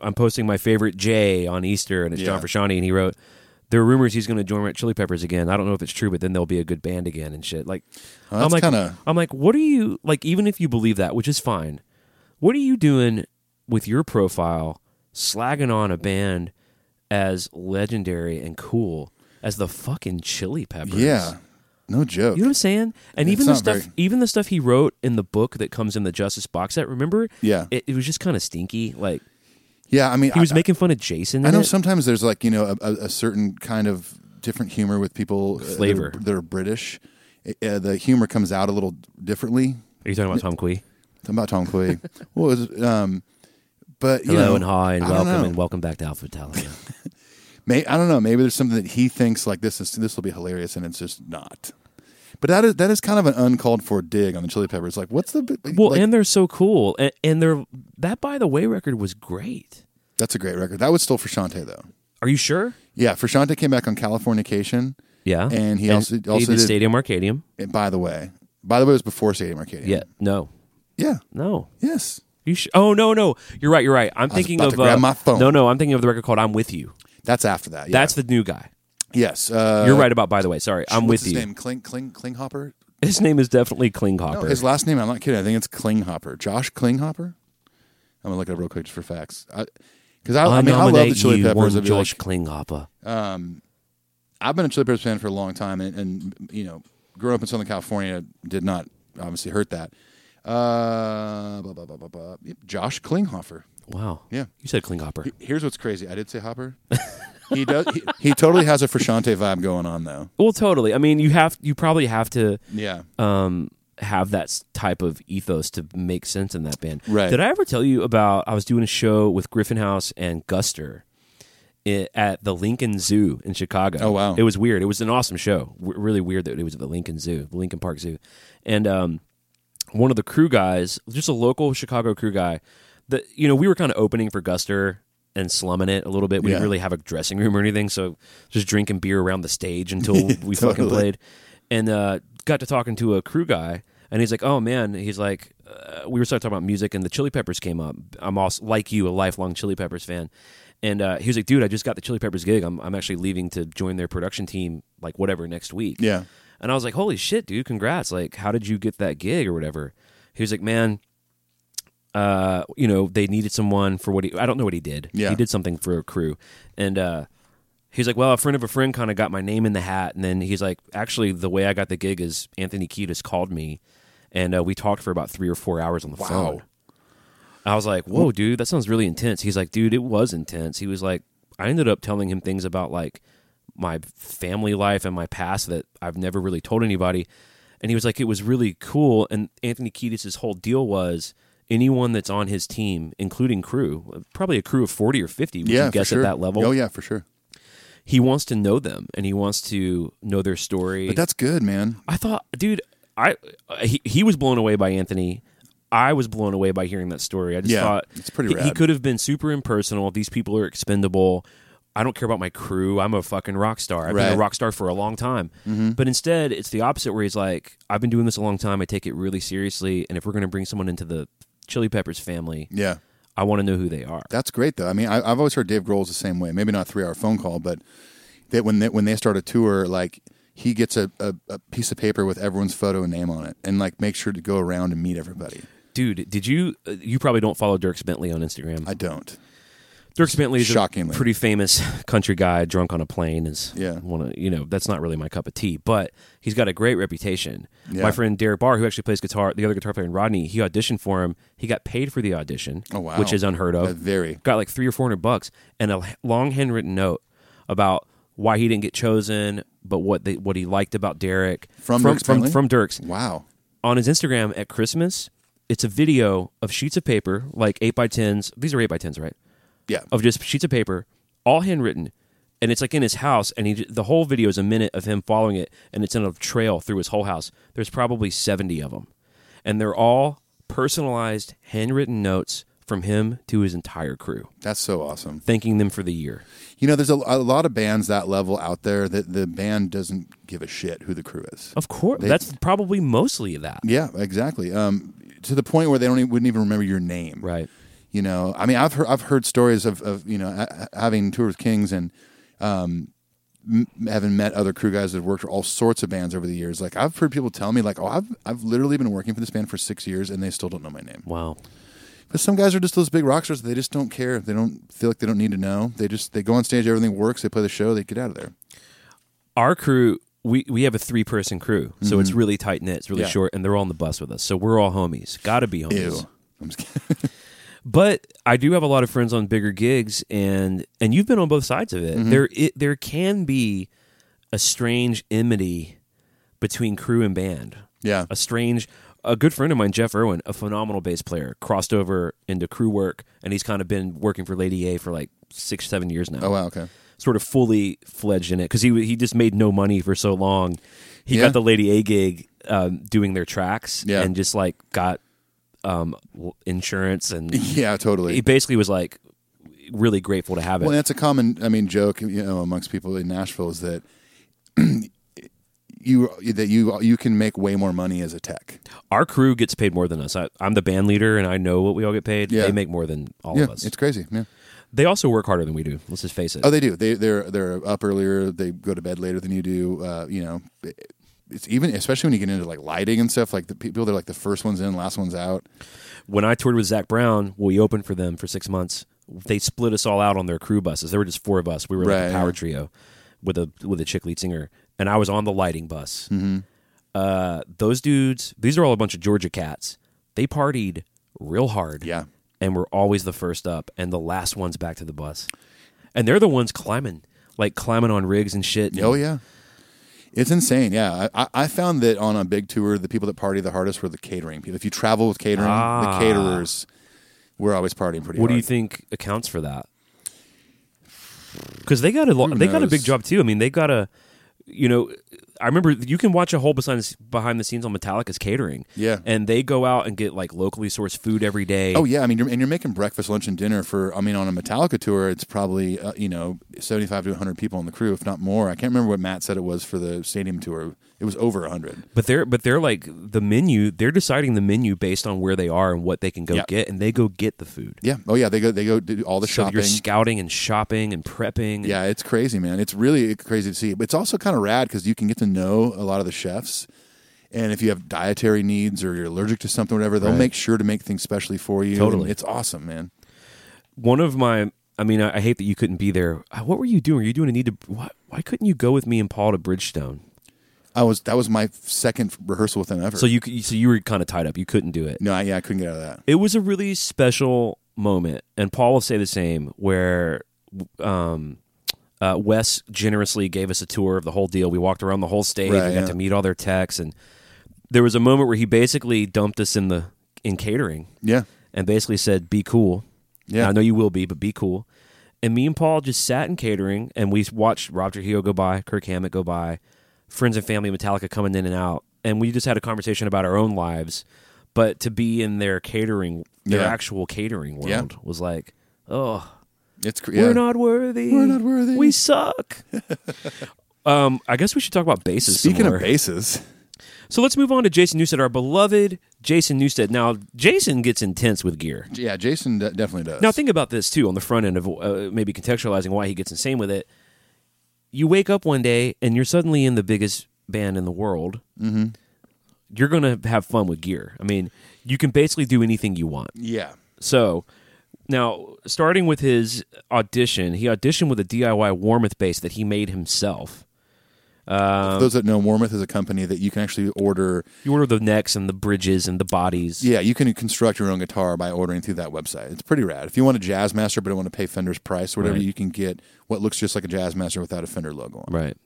I'm posting my favorite Jay on Easter, and it's John Yeah. Frusciante, and he wrote. There are rumors he's going to join Red Chili Peppers again. I don't know if it's true, but then they'll be a good band again and shit. Like, Well, that's I'm like, kinda- I'm like, what are you like? Even if you believe that, which is fine, what are you doing with your profile, slagging on a band as legendary and cool as the fucking Chili Peppers? yeah, no joke. You know what I'm saying? And It's even the not stuff, very- even the stuff he wrote in the book that comes in the Justice box set. Remember? Yeah. it, it was just kind of stinky. Like yeah, I mean, he was I, making fun of Jason. I in know it. sometimes there's like you know a, a, a certain kind of different humor with people uh, that are- Flavor. that are British. Uh, the humor comes out a little differently. Are you talking about Tom Quee? Talking about Tom Quay. well, it was, um, but you Hello know, and hi and I don't welcome know. and welcome back to Alpha Italia. May, I don't know. Maybe there's something that he thinks like this is this will be hilarious, and it's just not. But that is that is kind of an uncalled for dig on the Chili Peppers. Like, what's the well, like, and they're so cool, and, and they're that by the way record was great. that's a great record. That was still for Shante though. Are you sure? Yeah, for Shante came back on Californication. Yeah, And he also- also did did- Stadium Arcadium. And by the way, by the way, it was before Stadium Arcadia. Yeah, no, yeah, no. yes. You sh- oh no no you're right you're right I'm was thinking about of to grab uh, my phone. no no I'm thinking of the record called I'm with you That's after that. Yeah. that's the new guy yes. Uh, you're right about by the way sorry I'm what's with his you Name Kling Kling Klinghopper. his name is definitely Klinghopper No, his last name. I'm not kidding. I think it's Klinghopper. Josh Klinghopper. I'm gonna look it up real quick just for facts. Because I, I, mean, I love the nominate Chili you Peppers. one I'd be like- Josh Klinghopper. I've been a Chili Peppers fan for a long time, and, and you know, growing up in Southern California did not obviously hurt that. Uh, blah, blah, blah, blah, blah. Yep, Josh Klinghoffer. Wow. Yeah. You said Klinghopper. Here's what's crazy. I did say Hopper. he does. He, he totally has a Frashante vibe going on, though. Well, totally. I mean, you have you probably have to Yeah. um, have that s- type of ethos to make sense in that band. Right. Did I ever tell you about I was doing a show with Griffin House and Guster i- at the Lincoln Zoo in Chicago. Oh, wow. It was weird. It was an awesome show. W- really weird that it was at the Lincoln Zoo, the Lincoln Park Zoo. And um, one of the crew guys, just a local Chicago crew guy, that you know, we were kind of opening for Guster and slumming it a little bit. We Yeah. didn't really have a dressing room or anything, so just drinking beer around the stage until we fucking Totally. played. And uh, got to talking to a crew guy, and he's like, "Oh man," he's like, uh, "We were starting talking about music, and the Chili Peppers came up. I'm also like you, a lifelong Chili Peppers fan." And uh, he was like, "Dude, I just got the Chili Peppers gig. I'm I'm actually leaving to join their production team, like whatever next week." Yeah. And I was like, holy shit, dude, congrats. Like, how did you get that gig or whatever? He was like, man, uh, you know, they needed someone for what he, I don't know what he did. Yeah. He did something for a crew. And, uh, he's like, well, a friend of a friend kind of got my name in the hat. And then he's like, actually, the way I got the gig is Anthony Kiedis called me and uh, we talked for about three or four hours on the phone. I was like, whoa, dude, that sounds really intense. He's like, dude, it was intense. He was like, I ended up telling him things about like my family life and my past that I've never really told anybody. And he was like, it was really cool. And Anthony Kiedis' whole deal was anyone that's on his team, including crew, probably a crew of 40 or 50, would Yeah. you for guess sure. at that level? Oh yeah, for sure. He wants to know them and he wants to know their story. But that's good, man. I thought, dude, I uh, he, he was blown away by Anthony. I was blown away by hearing that story. I just Yeah, thought it's pretty he, he rad. could have been super impersonal. These people are expendable. I don't care about my crew. I'm a fucking rock star. I've been Right. Mm-hmm. a rock star for a long time. But instead, it's the opposite where he's like, I've been doing this a long time. I take it really seriously. And if we're going to bring someone into the Chili Peppers family, Yeah. I want to know who they are. That's great though. I mean, I, I've always heard Dave Grohl's the same way. Maybe not three hour phone call, but that when they, when they start a tour, like he gets a, a, a piece of paper with everyone's photo and name on it, and like make sure to go around and meet everybody. Dude, did you? uh, You probably don't follow Dirks Bentley on Instagram. I don't. Dirks Bentley is Shockingly. a pretty famous country guy drunk on a plane is Yeah. one of you know that's not really my cup of tea but he's got a great reputation. Yeah. My friend Derek Barr who actually plays guitar the other guitar player in Rodney he auditioned for him he got paid for the audition Oh, wow. which is unheard of Uh, very. got like 3 or 400 bucks and a h- long handwritten note about why he didn't get chosen but what they, what he liked about Derek From from Dirks from, Bentley? from Dirks Wow. on his Instagram at Christmas it's a video of sheets of paper like 8 by 10s these are 8 by 10s right Yeah. of just sheets of paper, all handwritten, and it's like in his house. And he the whole video is a minute of him following it, and it's in a trail through his whole house. There's probably seventy of them, and they're all personalized handwritten notes from him to his entire crew, That's so awesome. thanking them for the year. You know, there's a, a lot of bands that level out there that the band doesn't give a shit who the crew is. Of course, that's probably mostly that. Yeah, exactly. Um, to the point where they don't even, wouldn't even remember your name. Right. You know, I mean, I've heard I've heard stories of, of you know ha- having toured with Kings and um, m- having met other crew guys that have worked for all sorts of bands over the years. Like I've heard people tell me like, oh, I've I've literally been working for this band for six years and they still don't know my name. Wow. But some guys are just those big rock stars. They just don't care. They don't feel like they don't need to know. They just they go on stage, everything works. They play the show, they get out of there. our crew we, we have a three person crew, so it's really tight knit, it's really Yeah. short, and they're all on the bus with us. So we're all homies. Gotta be homies. Ew. I'm just kidding. But I do have a lot of friends on bigger gigs, and and you've been on both sides of it. Mm-hmm. There it, there can be a strange enmity between crew and band. Yeah. a strange. A good friend of mine, Jeff Irwin, a phenomenal bass player, crossed over into crew work, and he's kind of been working for Lady A for like six, seven years now. Oh wow, okay. Sort of fully fledged in it because he he just made no money for so long. He Yeah. got the Lady A gig um, doing their tracks, Yeah. and just like got um, w- insurance and Yeah, totally. he basically was like really grateful to have it. well, that's a common, I mean, joke you know amongst people in Nashville is that you that you you can make way more money as a tech. Our crew gets paid more than us. I, I'm the band leader, and I know what we all get paid. Yeah. They make more than all yeah, of us. it's crazy. Yeah. They also work harder than we do. Let's just face it. Oh, they do. They they're they're up earlier. They go to bed later than you do. Uh, you know, it's even especially when you get into like lighting and stuff. Like the people, they're like the first ones in, last ones out. when I toured with Zach Brown, we opened for them for six months. They split us all out on their crew buses. There were just four of us. We were like Right, a power yeah. trio. with a with a chick lead singer, and I was on the lighting bus. Mm-hmm. Uh, those dudes, these are all a bunch of Georgia cats. They partied real hard, Yeah. and were always the first up and the last ones back to the bus. And they're the ones climbing, like climbing on rigs and shit. Oh yeah, it's insane. Yeah, I, I- I found that on a big tour, the people that party the hardest were the catering people. If you travel with catering, the Ah. caterers were always partying pretty. What hard. do you think accounts for that? Because they got a lo- Who they got a big knows? job too. I mean, they got a you know, I remember you can watch a whole behind the, behind the scenes on Metallica's catering. Yeah. and they go out and get like locally sourced food every day. Oh yeah, I mean, you're, and you're making breakfast, lunch, and dinner for. I mean, on a Metallica tour, it's probably uh, you know 75 to 100 people on the crew, if not more. I can't remember what Matt said it was for the stadium tour. It was over 100. but they're but they're like the menu. They're deciding the menu based on where they are and what they can go Yeah. get, and they go get the food. Yeah. Oh yeah, they go they go do all the So shopping. you're scouting and shopping and prepping. Yeah, it's crazy, man. It's really crazy to see. But it's also kind of rad because you can get to know a lot of the chefs. And if you have dietary needs or you're allergic to something, whatever, they'll make sure to make things specially for you. Totally. And it's awesome, man. one of my I mean, I, I hate that you couldn't be there. Uh, What were you doing? Were you doing a need to? Why, why couldn't you go with me and Paul to Bridgestone? I was that was my second rehearsal with them ever. So you c- so you were kind of tied up. You couldn't do it. no, I, yeah, I couldn't get out of that. It was a really special moment, and Paul will say the same. Where um, uh, Wes generously gave us a tour of the whole deal. We walked around the whole stage. Right, we got yeah. to meet all their techs, and there was a moment where he basically dumped us in the in catering Yeah, and basically said, "Be cool." Yeah. I know you will be, but be cool. And me and Paul just sat in catering, and we watched Rob Trujillo go by, Kirk Hammett go by, friends and family, Metallica coming in and out, and we just had a conversation about our own lives. But to be in their catering, their Yeah. actual catering world, Yeah. was like, oh, it's cr- yeah. we're not worthy. We're not worthy. We suck. um, I guess we should talk about bases. Speaking some of more. bases, so let's move on to Jason Newstead, our beloved Jason Newstead. Now, Jason gets intense with gear. yeah, Jason de- definitely does. Now think about this too on the front end of uh, maybe contextualizing why he gets insane with it. You wake up one day and you're suddenly in the biggest band in the world. Mm-hmm. You're gonna have fun with gear. I mean, you can basically do anything you want. yeah, So now, starting with his audition, he auditioned with a DIY Warmoth bass that he made himself. For those that know, Warmoth is a company that you can actually order. You order the necks and the bridges and the bodies. Yeah, you can construct your own guitar by ordering through that website. It's pretty rad. If you want a Jazz Master but don't want to pay Fender's price or whatever, Right. you can get what looks just like a Jazz Master without a Fender logo on. it. Right.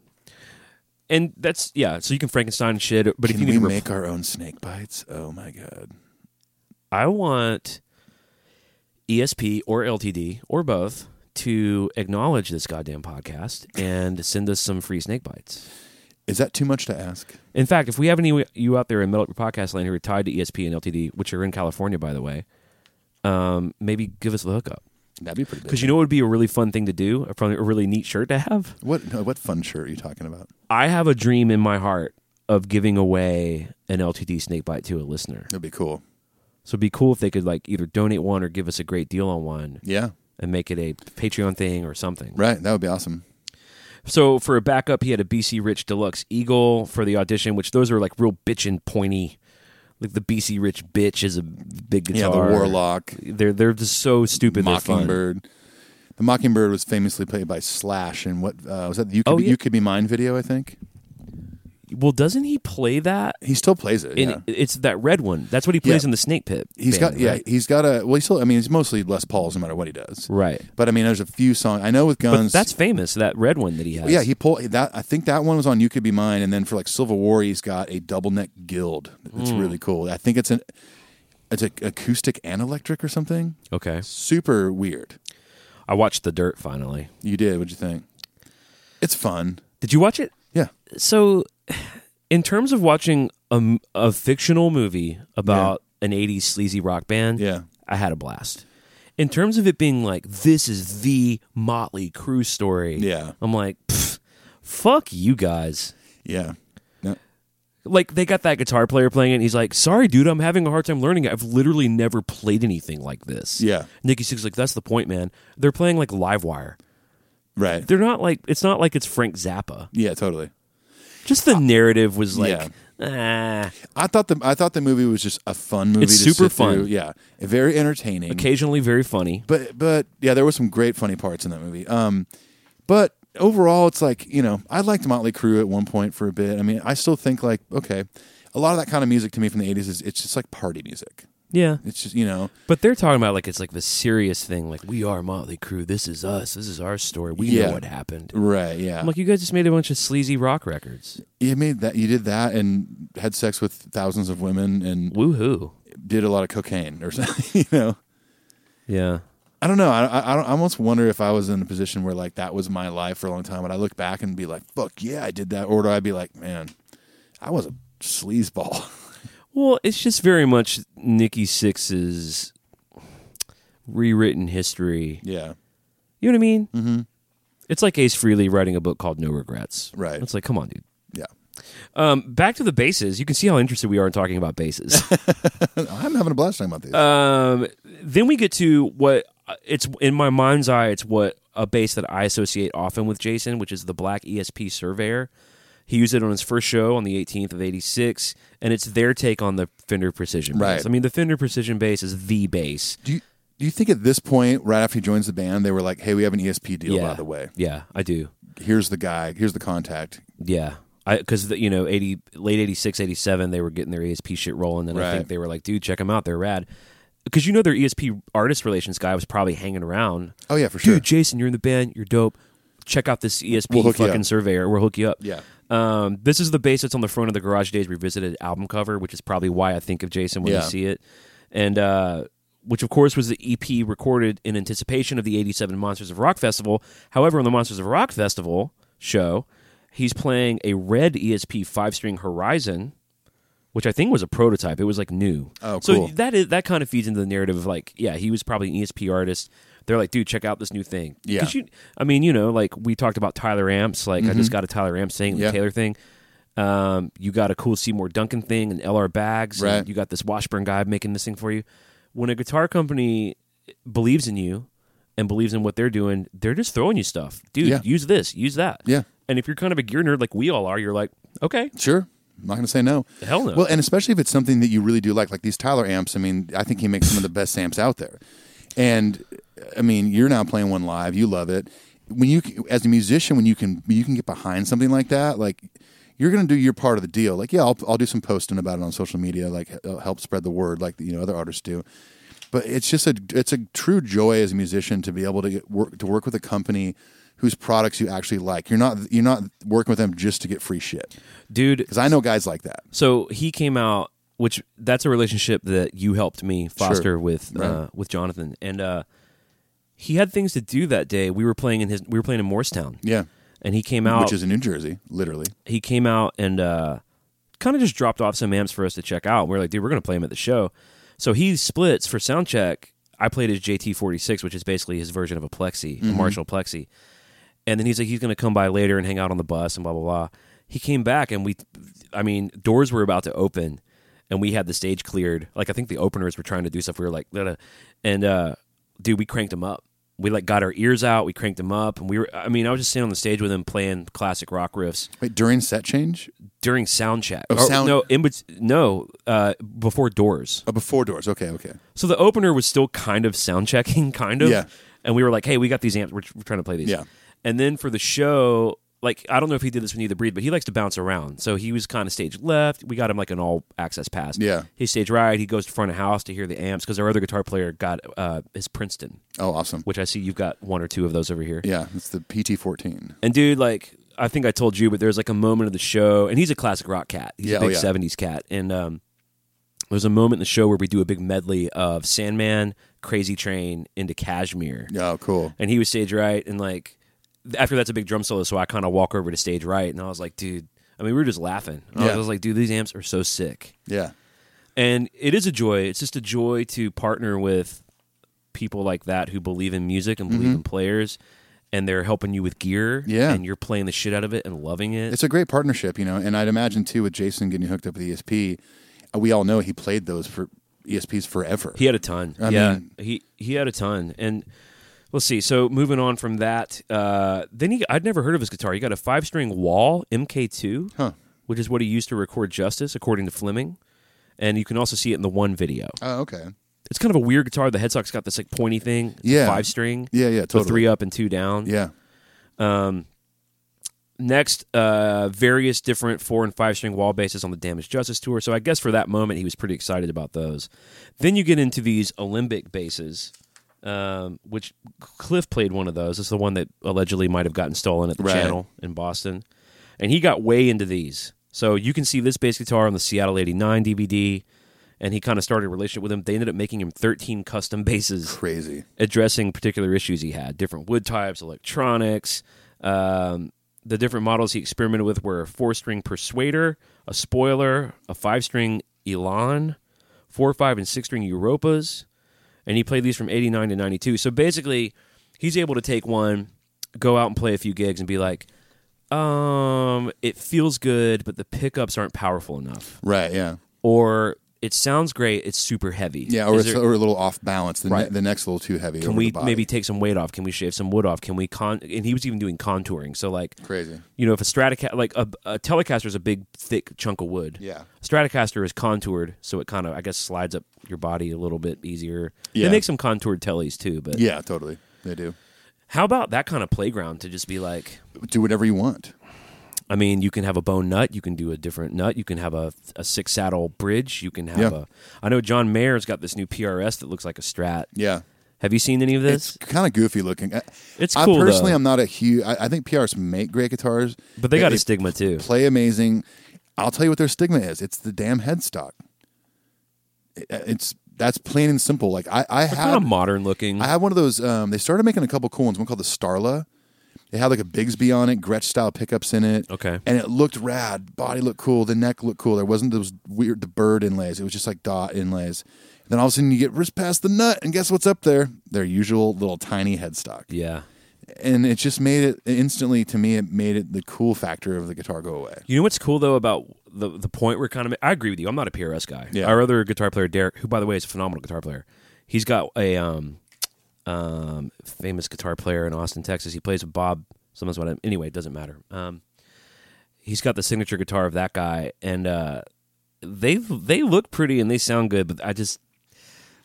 And that's yeah. So you can Frankenstein shit, but if Can you need we to ref- make our own snake bites? Oh my god! I want ESP or LTD or both to acknowledge this goddamn podcast and send us some free snake bites. Is that too much to ask? In fact, if we have any of you out there in Metal Up Your Podcast Land who are tied to ESP and LTD, which are in California, by the way, um, maybe give us the hookup. That'd be pretty. Because you know what would be a really fun thing to do, a, probably a really neat shirt to have? what? No, what fun shirt are you talking about? I have a dream in my heart of giving away an LTD snake bite to a listener. That'd be cool. So it'd be cool if they could like either donate one or give us a great deal on one. Yeah, and make it a Patreon thing or something. right. That would be awesome. So for a backup, he had a BC Rich Deluxe Eagle for the audition, which those are like real bitchin' pointy. Like the BC Rich bitch is a big Yeah, guitar. the Warlock, They're they're just so stupid. they're fun. Mockingbird. The Mockingbird was famously played by Slash, and what uh, was that? The you could, Oh, be, yeah. you could be mine video, I think. Well, doesn't he play that? He still plays it. In, yeah. It's that red one. That's what he plays Yeah. in the Snake Pit. He's band, got yeah, right? he's got a well. He still, I mean, he's mostly Les Pauls, no matter what he does. Right. But I mean, there's a few songs I know with But Guns. that's famous. That red one that he has. yeah. He pulled that. I think that one was on "You Could Be Mine," and then for like Civil War, he's got a double neck guild. It's Hmm. really cool. I think it's an it's a, acoustic and electric or something. Okay. Super weird. I watched The Dirt finally. You did? What'd you think? It's fun. Did you watch it? Yeah. so in terms of watching a, m- a fictional movie about an 80s sleazy rock band Yeah. i had a blast in terms of it being like this is the motley crew story Yeah. i'm like "Pfft, fuck you guys Yeah. No. like they got that guitar player playing it and he's like sorry dude i'm having a hard time learning it i've literally never played anything like this Yeah. nikki six like that's the point man they're playing like livewire Right. they're not like it's not like it's frank zappa Yeah. Totally. just Uh, the narrative was like ah I thought the I thought the movie was just a fun movie. It's to super sit through. fun. Yeah. Very entertaining. occasionally very funny But but yeah, there were some great funny parts in that movie. Um, but overall, it's like you know, I liked Motley Crue at one point for a bit. I mean, I still think like okay, a lot of that kind of music to me from the '80s is it's just like party music. Yeah. It's just you know, But they're talking about like it's like the serious thing. Like we are Motley Crue. This is us. This is our story. We Yeah. know what happened. right? Yeah, I'm like you guys just made a bunch of sleazy rock records. you made that, you did that, and had sex with thousands of women, and Woohoo! did a lot of cocaine or something. You know, Yeah. I don't know. I, I, I don't- I almost wonder if I was in a position where like that was my life for a long time. Would I look back and be like, "Fuck yeah, I did that," or do I be like, "Man, I was a sleazeball." Well, it's just very much Nikki Six's rewritten history. yeah, You know what I mean? Mm-hmm. It's like Ace Frehley writing a book called No Regrets. Right. It's like, come on, dude. yeah. Um, back to the bases. You can see how interested we are in talking about bases. I'm having a blast talking about these. um, then we get to what it's in my mind's eye. It's what a base that I associate often with Jason, which is the Black ESP Surveyor. He used it on his first show on the 18th of 86, and it's their take on the Fender Precision bass. Right. I mean, the Fender Precision bass is the bass. do you do you think at this point, right after he joins the band, they were like, "Hey, we have an ESP deal, by the way. Yeah, I do. Here's the guy. Here's the contact." Yeah. I Because, you know, 80, late 86, 87, they were getting their ESP shit rolling. Then I Right. think they were like, dude, check them out. They're rad. Because, you know, their ESP artist relations guy was probably hanging around. Oh yeah, for Dude, sure. Jason, you're in the band. You're dope. Check out this ESP We'll hook you fucking up. surveyor. We'll hook you up. Yeah. Um, this is the bass that's on the front of the Garage Days Revisited album cover, which is probably why I think of Jason when I Yeah. see it. And uh, which, of course, was the EP recorded in anticipation of the 87 Monsters of Rock Festival. However, on the Monsters of Rock Festival show, he's playing a red ESP five string Horizon. Which I think was a prototype. It was like new. Oh, So cool. that is that kind of feeds into the narrative of like, yeah, he was probably an ESP artist. They're like, dude, check out this new thing. Yeah. 'Cause you- I mean, you know, like we talked about Tyler Amps. Like I just got a Tyler Amps thing, Mm-hmm. Yeah. the Taylor thing. Um, you got a cool Seymour Duncan thing, and LR Bags. and Right. you got this Washburn guy making this thing for you. When a guitar company believes in you and believes in what they're doing, they're just throwing you stuff, dude. Yeah. Use this, use that. Yeah. And if you're kind of a gear nerd like we all are, you're like, okay, Sure. I'm not going to say no. Hell no. Well, and especially if it's something that you really do like, like these Tyler amps. I mean, I think he makes some of the best amps out there. And I mean, you're now playing one live. You love it. When you, as a musician, when you can, you can get behind something like that, like you're going to do your part of the deal. Like, yeah, I'll, I'll do some posting about it on social media, like uh, help spread the word, like you know other artists do. But it's just a, it's a true joy as a musician to be able to get work to work with a company whose products you actually like. You're not, you're not working with them just to get free shit. dude. Because I know guys like that. So he came out, which that's a relationship that you helped me foster Sure. with uh, with Jonathan, and uh, he had things to do that day. We were playing in his, we were playing in Morristown, Yeah. and he came out. Which is in New Jersey, literally. he came out and uh, kind of just dropped off some amps for us to check out. And we are like, dude, we're gonna play him at the show. So he splits for sound check. I played his JT46, which is basically his version of a Plexi, a Marshall Plexi. And then he's like, he's gonna come by later and hang out on the bus and blah blah blah. He came back and we, I mean, doors were about to open, and we had the stage cleared. Like I think the openers were trying to do stuff. We were like, "Da-da." and uh, dude, we cranked him up. We like got our ears out. We cranked him up, and we were. I mean, I was just sitting on the stage with him playing classic rock riffs Wait, during set change? during sound check. Oh, Or, sound- No, in bet- no, uh, before doors. Oh, before doors. Okay, okay. So the opener was still kind of sound checking, kind of. Yeah. And we were like, hey, we got these amps. We're, we're trying to play these. Yeah. And then for the show, like, I don't know if he did this with Either Breed, but he likes to bounce around. So he was kind of stage left. We got him like an all access pass. Yeah. He's stage right. He goes to front of house to hear the amps because our other guitar player got uh, his Princeton, Oh, awesome. which I see you've got one or two of those over here. Yeah, it's the PT 14. And dude, like I think I told you, but there's like a moment of the show, and he's a classic rock cat. He's Yeah, a oh big yeah. '70s cat. And um, there's a moment in the show where we do a big medley of Sandman, Crazy Train, into Cashmere, Oh, cool. and he was stage right. And like after that's a big drum solo, so I kind of walk over to stage right, and I was like, dude. I mean, we were just laughing. I was- Yeah. I was like, dude, these amps are so sick Yeah. and it is a joy it's just a joy to partner with people like that who believe in music and believe in players and they're helping you with gear Mm-hmm. Yeah. and you're playing the shit out of it and loving it It's a great partnership, you know, and I'd imagine too with Jason getting hooked up with ESP, uh, we all know he played those for ESPs forever. he had a ton I yeah mean- he he had a ton and let's see so moving on from that uh then he i'd never heard of his guitar he got a five string wall mk2 Huh. which is what he used to record justice according to fleming and you can also see it in the one video Oh, okay. it's kind of a weird guitar the headstock's got this like pointy thing It's a Yeah. five string Yeah, yeah, so totally. three up and two down Yeah. Next, uh, various different four and five string wall basses on the Damage Justice tour. So I guess for that moment, he was pretty excited about those. Then you get into these Olympic basses, um, which Cliff played one of those. It's the one that allegedly might have gotten stolen at the Right. channel in Boston. And he got way into these. So you can see this bass guitar on the Seattle 89 DVD. And he kind of started a relationship with him. They ended up making him 13 custom basses Crazy. addressing particular issues he had different wood types electronics um, the different models he experimented with were a four string persuader a spoiler a five string elan four five and six string europas and he played these from 89 to 92 so basically he's able to take one go out and play a few gigs and be like um it feels good but the pickups aren't powerful enough Right. Yeah. or it sounds great it's super heavy Yeah. Or, Is it's, there- or a little off balance. The, ne- Right. the neck's a little too heavy. can we maybe take some weight off? Can we shave some wood off? Can we con? And he was even doing contouring. So like, Crazy. you know, if a Stratocaster, like a, a Telecaster is a big thick chunk of wood. Yeah. Stratocaster is contoured, so it kind of I guess slides up your body a little bit easier. Yeah. They make some contoured tellies too, but Yeah. Totally. They do. how about that kind of playground to just be like, Do whatever you want. I mean, you can have a bone nut, you can do a different nut, you can have a, a six saddle bridge, you can have Yeah. a. I know John Mayer's got this new PRS that looks like a Strat. Yeah. Have you seen any of this? It's kind of goofy looking. I- It's I cool, personally, though. I'm not a huge. I, I think PRs make great guitars, but they got a stigma too. play amazing. I'll tell you what their stigma is. It's the damn headstock. It- It's that's plain and simple. Like I, I Kind had of modern looking. I had one of those. Um, they started making a couple cool ones. One called the Starla. They had like a Bigsby on it, Gretsch style pickups in it. Okay. and it looked rad. Body looked cool. The neck looked cool. There wasn't those weird the bird inlays. It was just like dot inlays. And then all of a sudden you get wrist past the nut, and guess what's up there? Their usual little tiny headstock. yeah. And it just made it instantly to me. It made it the cool factor of the guitar go away. You know what's cool though about the the point we're kind of. I agree with you. I'm not a PRS guy. Yeah. Our other guitar player Derek, who by the way is a phenomenal guitar player, he's got a um, um, famous guitar player in Austin, Texas. He plays with Bob. Someone's what? I- Anyway, it doesn't matter. Um, he's got the signature guitar of that guy, and uh, they they look pretty and they sound good, but I just.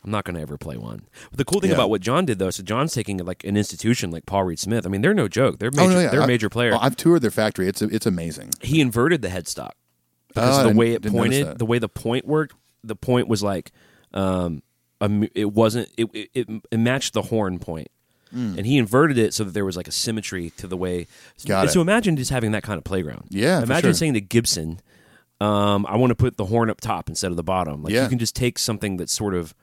I'm not going to ever play one. But the cool thing Yeah. about what John did, though, so John's taking like an institution like Paul Reed Smith. I mean, they're no joke. They're major, they're a I- major player. oh, I've toured their factory. It's it's amazing. he inverted the headstock Oh, because I of the didn't- way it didn't notice pointed, that. the way the point worked. The point was like, um, a mu- it wasn't. It, it it- it matched the horn point, Hmm. and he inverted it so that there was like a symmetry to the way. Got and it. So imagine just having that kind of playground. Yeah, for Imagine sure. saying to Gibson, um, "I want to put the horn up top instead of the bottom." Like Yeah. you can just take something that's sort of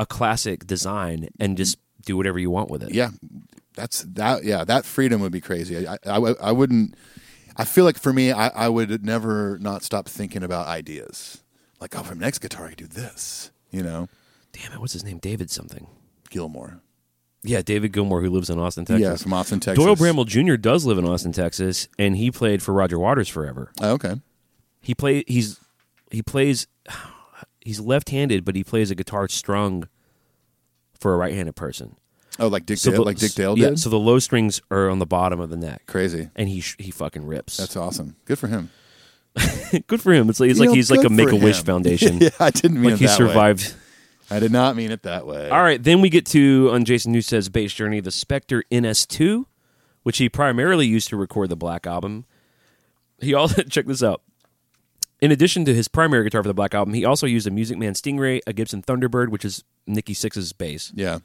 a classic design and just do whatever you want with it. Yeah, that's that. Yeah, that freedom would be crazy. I I, I- I wouldn't. I feel like for me, I, I would never not stop thinking about ideas. Like, oh, for my next guitar, I could do this. You know, Damn it! What's his name? David something. Gilmore. Yeah, David Gilmore, who lives in Austin, Texas. Yeah, from Austin, Texas. Doyle Bramble Jr. does live in Austin, Texas, and he played for Roger Waters forever. Oh, okay. He play he's he plays he's left-handed, but he plays a guitar strung for a right-handed person. Oh, like Dick Dale, the- like Dick Dale yeah, did. So the low strings are on the bottom of the neck, crazy. and he sh- he fucking rips. That's awesome. Good for him. good for him. It's like it's You like know, he's like a good Make for a Wish him. Foundation. yeah, I didn't mean Like it he that survived. Way. I did not mean it that way. All right, then we get to on Jason Newsted's bass journey, the Spectre NS2, which he primarily used to record the Black Album. He also check this out. In addition to his primary guitar for the Black Album, he also used a Music Man Stingray, a Gibson Thunderbird, which is Nikki Sixx's bass, Yeah.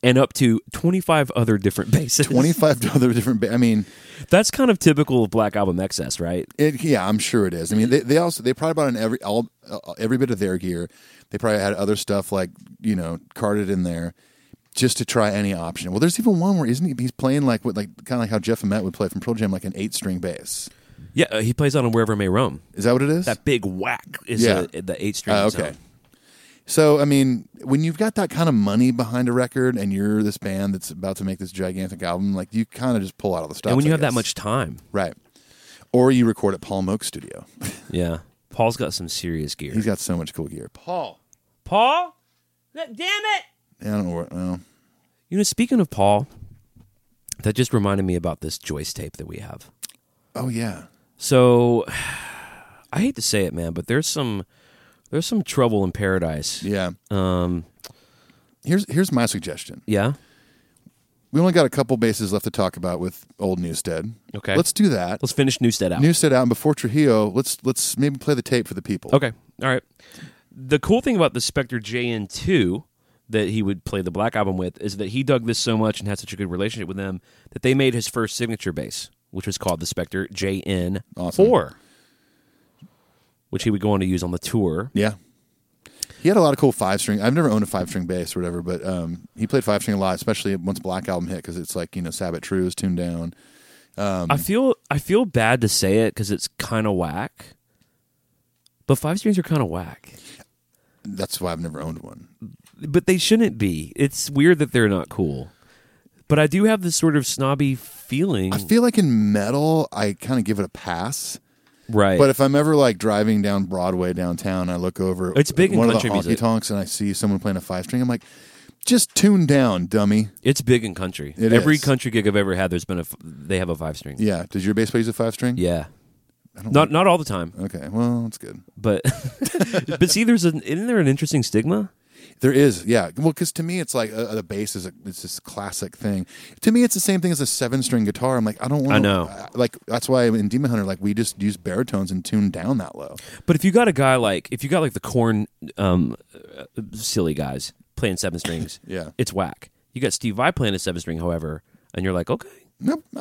and up to 25 other different basses. Twenty-five other different. Ba- I mean, That's kind of typical of Black Album excess, right? It, yeah, I'm sure it is. I mean, Mm-hmm. they, they also they probably bought in every all uh, every bit of their gear. They probably had other stuff like you know carted in there just to try any option. Well, there's even one where isn't he? He's playing like what like kind of like how Jeff Ament would play from Pearl Jam, like an eight string bass. Yeah, uh, he plays on Wherever May Roam. Is that what it is? That big whack is Yeah. a- the eight string. Uh, okay. So I mean, when you've got that kind of money behind a record, and you're this band that's about to make this gigantic album, like you kind of just pull out all the stuff. And when you I have that guess. much time, right? Or you record at Paul Moak's studio. yeah, Paul's got some serious gear. He's got so much cool gear. Paul, Paul? I don't know. Where, well, You know, speaking of Paul, that just reminded me about this Joyce tape that we have. oh yeah. So I hate to say it, man, but there's some there's some trouble in paradise. Yeah. Um, here's here's my suggestion. Yeah? We only got a couple bases left to talk about with old Newstead. Okay. Let's do that. Let's finish Newstead out. Newstead out and before Trujillo, let's let's maybe play the tape for the people. Okay. All right. The cool thing about the Spectre JN2 that he would play the Black Album with is that he dug this so much and had such a good relationship with them that they made his first signature bass, which was called the Spectre JN4, Awesome. which he would go on to use on the tour. Yeah. He had a lot of cool five string. I've never owned a five string bass or whatever, but um, he played five string a lot, especially once Black Album hit because it's like you know Sabbath True is tuned down. I feel I feel bad to say it because it's kind of whack, but five strings are kind of whack. That's why I've never owned one. but they shouldn't be. It's weird that they're not cool. But I do have this sort of snobby feeling, I feel like in metal, I kind of give it a pass. right? But if I'm ever like driving down Broadway downtown, I look over It's big in one of the country honky music. tonks and I see someone playing a five string. I'm like, just tune down, dummy. it's big in country. It Every is. country gig I've ever had, there's been a f- they have a five string. Yeah, Yeah. Does your bass player use a five string? not not all the time, Okay. Well, that's good. but but see, there's an isn't there an interesting stigma? There is, yeah. Well, because to me, it's like uh, the bass is a, it's this classic thing. To me, it's the same thing as a seven string guitar. I'm like, I don't want. I know. like that's why in Demon Hunter, like we just use baritones and tune down that low. But if you got a guy like if you got like the corn um, uh, silly guys playing seven strings, Yeah. it's whack. You got Steve Vai playing a seven string, however, and you're like, okay, Nope.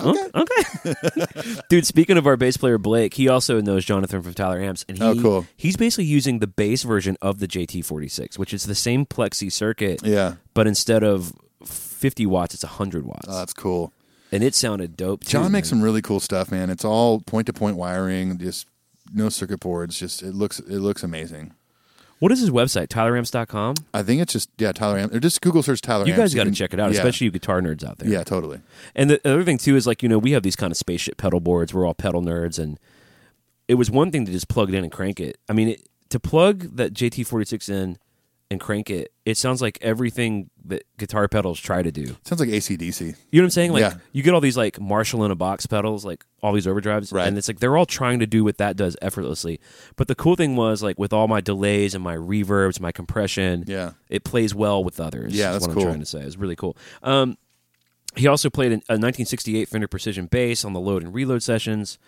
Okay. okay. Dude, speaking of our bass player Blake, he also knows Jonathan from Tyler Amps, and he, Oh, cool. he's basically using the bass version of the JT46, which is the same plexi circuit, Yeah. but instead of 50 watts, it's 100 watts. Oh, that's cool. and it sounded dope, too, John man. makes some really cool stuff, man. It's all point to point wiring, just no circuit boards. Just it looks it looks amazing. What is his website? TylerAmps.com? I think it's just yeah, Tyler Am- or just Google search Tyler. You Amps. guys got to can- check it out, yeah. especially you guitar nerds out there. Yeah, totally. And the other thing too is like you know we have these kind of spaceship pedal boards. We're all pedal nerds, and it was one thing to just plug it in and crank it. I mean, it, to plug that JT forty six in and crank it, it sounds like everything that guitar pedals try to do. Sounds like ACDC. You know what I'm saying? Like Yeah. you get all these like Marshall in a box pedals, like all these overdrives, Right. and it's like they're all trying to do what that does effortlessly. But the cool thing was like with all my delays and my reverbs, my compression, Yeah. it plays well with others. Yeah, is that's what cool. I'm trying to say. It's really cool. Um, he also played an- a 1968 Fender Precision bass on the load and reload sessions.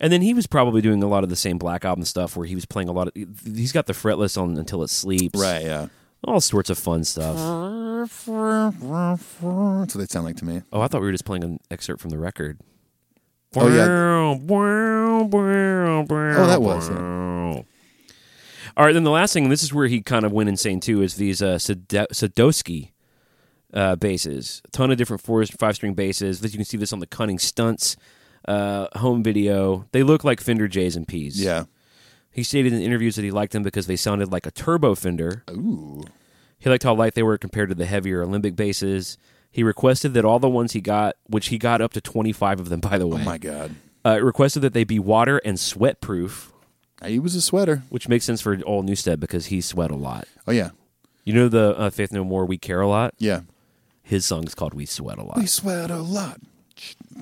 And then he was probably doing a lot of the same Black Album stuff where he was playing a lot of. He's got the fretless on Until It Sleeps. Yeah. All sorts of fun stuff. That's what they sound like to me. Oh, I thought we were just playing an excerpt from the record. Oh, yeah. Oh, that was, All right, then the last thing, and this is where he kind of went insane too, is these uh, Sado- Sadowski uh, basses. A ton of different four five string basses. That you can see this on the Cunning Stunts uh, home video. They look like Fender J's and P's. Yeah. He stated in interviews that he liked them because they sounded like a turbo Fender. Ooh. He liked how light they were compared to the heavier Olympic basses. He requested that all the ones he got, which he got up to 25 of them, by the way, Oh My God. uh, requested that they be water and sweat proof, He was a sweater. which makes sense for old Newstead because he sweat a lot. Oh yeah, You know the uh, Faith No More, We Care a Lot? yeah. His song's called We Sweat a We Lot. sweat a lot.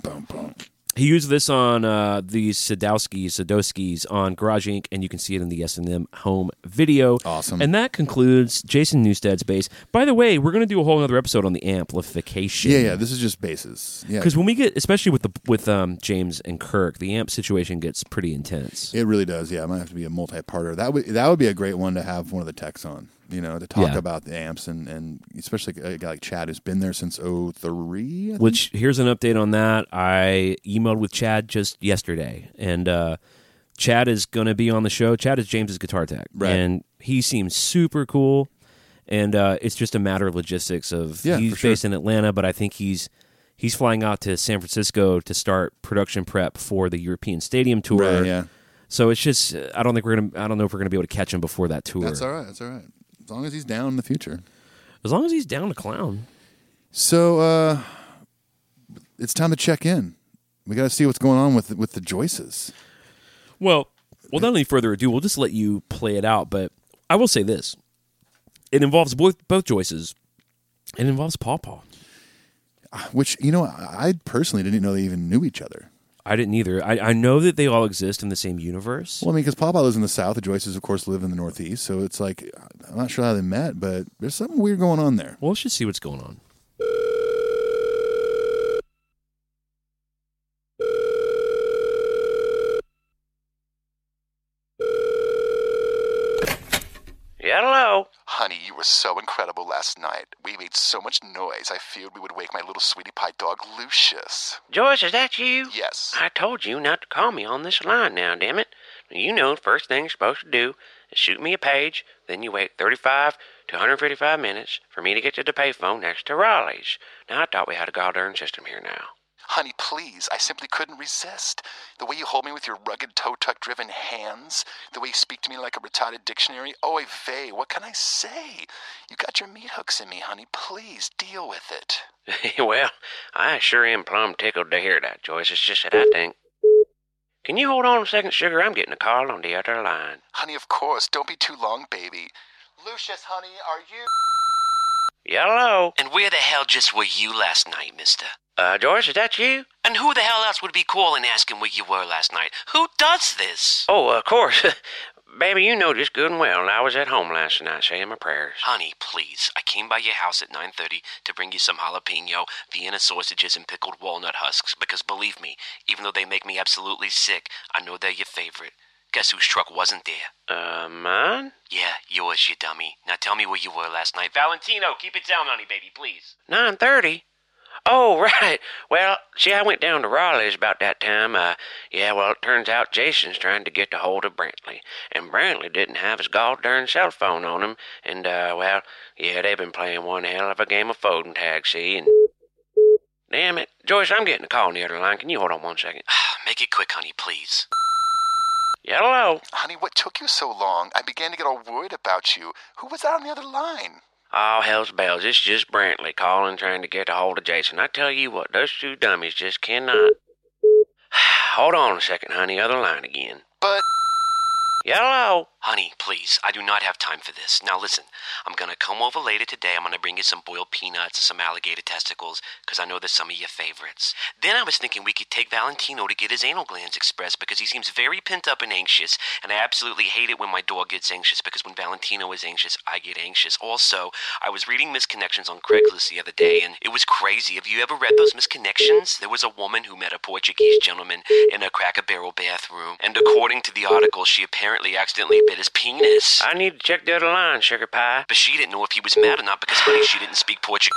Boom, boom. He used this on uh, the Sadowski, Sadowskis on Garage Inc., and you can see it in the S&M home video. Awesome. And that concludes Jason Newsted's bass. By the way, we're going to do a whole other episode on the amplification. Yeah, yeah. This is just bases. Yeah, Because when we get, especially with the with um, James and Kirk, the amp situation gets pretty intense. it really does. Yeah, I might have to be a multi-parter. That would that would be a great one to have one of the techs on. You know, to talk Yeah. about the amps and and especially a guy like Chad who's been there since 03. Which here's an update on that. I emailed with Chad just yesterday, and uh, Chad is going to be on the show. Chad is James's guitar tech, Right. and he seems super cool. And uh, it's just a matter of logistics. Of Yeah, he's for sure. based in Atlanta, but I think he's he's flying out to San Francisco to start production prep for the European Stadium tour. Right, yeah. So it's just uh, I don't think we're gonna I don't know if we're gonna be able to catch him before that tour. That's all right. That's all right. As long as he's down in the future. As long as he's down to clown. So uh it's time to check in. We got to see what's going on with with the Joyces. Well, without any further ado, we'll just let you play it out. But I will say this: it involves both both Joyces. It involves Paw Paw. Which you know, I I personally didn't know they even knew each other. I didn't either. I, I know that they all exist in the same universe. Well, I mean, because Papa lives in the South, the Joyces, of course, live in the Northeast. So it's like I'm not sure how they met, but there's something weird going on there. Well, let's just see what's going on. Honey, you were so incredible last night. We made so much noise, I feared we would wake my little sweetie pie dog, Lucius. Joyce, is that you? Yes. I told you not to call me on this line now, damn it. You know, first thing you're supposed to do is shoot me a page, then you wait 35 to 155 minutes for me to get to the payphone next to Raleigh's. Now, I thought we had a goddamn system here now. Honey, please, I simply couldn't resist. The way you hold me with your rugged, toe tuck driven hands, the way you speak to me like a retarded dictionary. Oy vey, what can I say? You got your meat hooks in me, honey. Please deal with it. well, I sure am plumb tickled to hear that, Joyce. It's just that I think. Can you hold on a second, Sugar? I'm getting a call on the other line. Honey, of course, don't be too long, baby. Lucius, honey, are you. Hello? And where the hell just were you last night, mister? Uh, Joyce, is that you? And who the hell else would be calling asking where you were last night? Who does this? Oh, of course. Baby, you know just good and well I was at home last night saying my prayers. Honey, please. I came by your house at 9:30 to bring you some jalapeno, Vienna sausages, and pickled walnut husks. Because believe me, even though they make me absolutely sick, I know they're your favorite. Guess whose truck wasn't there? Uh, mine? Yeah, yours, you dummy. Now tell me where you were last night, Valentino. Keep it down, honey, baby, please. 9.30? Oh, right. Well, see, I went down to Raleigh's about that time. Uh, yeah, well, it turns out Jason's trying to get a hold of Brantley. And Brantley didn't have his goddamn cell phone on him. And, uh, well, yeah, they've been playing one hell of a game of folding tag, see, and... Damn it. Joyce, I'm getting a call on the other line. Can you hold on one second? Make it quick, honey, please. Yeah, hello? Honey, what took you so long? I began to get all worried about you. Who was that on the other line? All hell's bells. It's just Brantley calling, trying to get a hold of Jason. I tell you what, those two dummies just cannot. hold on a second, honey. Other line again. But. Hello? Honey, please, I do not have time for this. Now listen, I'm gonna come over later today. I'm gonna bring you some boiled peanuts and some alligator testicles, 'cause I know they're some of your favorites. Then I was thinking we could take Valentino to get his anal glands expressed because he seems very pent up and anxious, and I absolutely hate it when my dog gets anxious because when Valentino is anxious, I get anxious. Also, I was reading Misconnections on Craigslist the other day, and it was crazy. Have you ever read those Misconnections? There was a woman who met a Portuguese gentleman in a cracker barrel bathroom, and according to the article, she apparently accidentally bit his penis. I need to check the other line, Sugar Pie. But she didn't know if he was mad or not because, honey, she didn't speak Portuguese.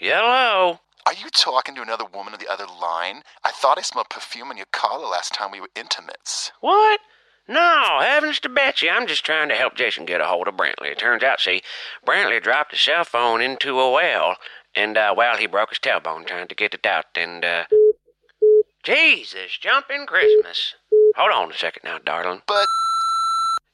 Hello? Are you talking to another woman on the other line? I thought I smelled perfume on your collar last time we were intimates. What? No, heavens to Betsy, I'm just trying to help Jason get a hold of Brantley. It turns out, see, Brantley dropped his cell phone into a well, and, uh, well, he broke his tailbone trying to get it out, and, uh. Jesus, jumping Christmas. Hold on a second now, darling. But.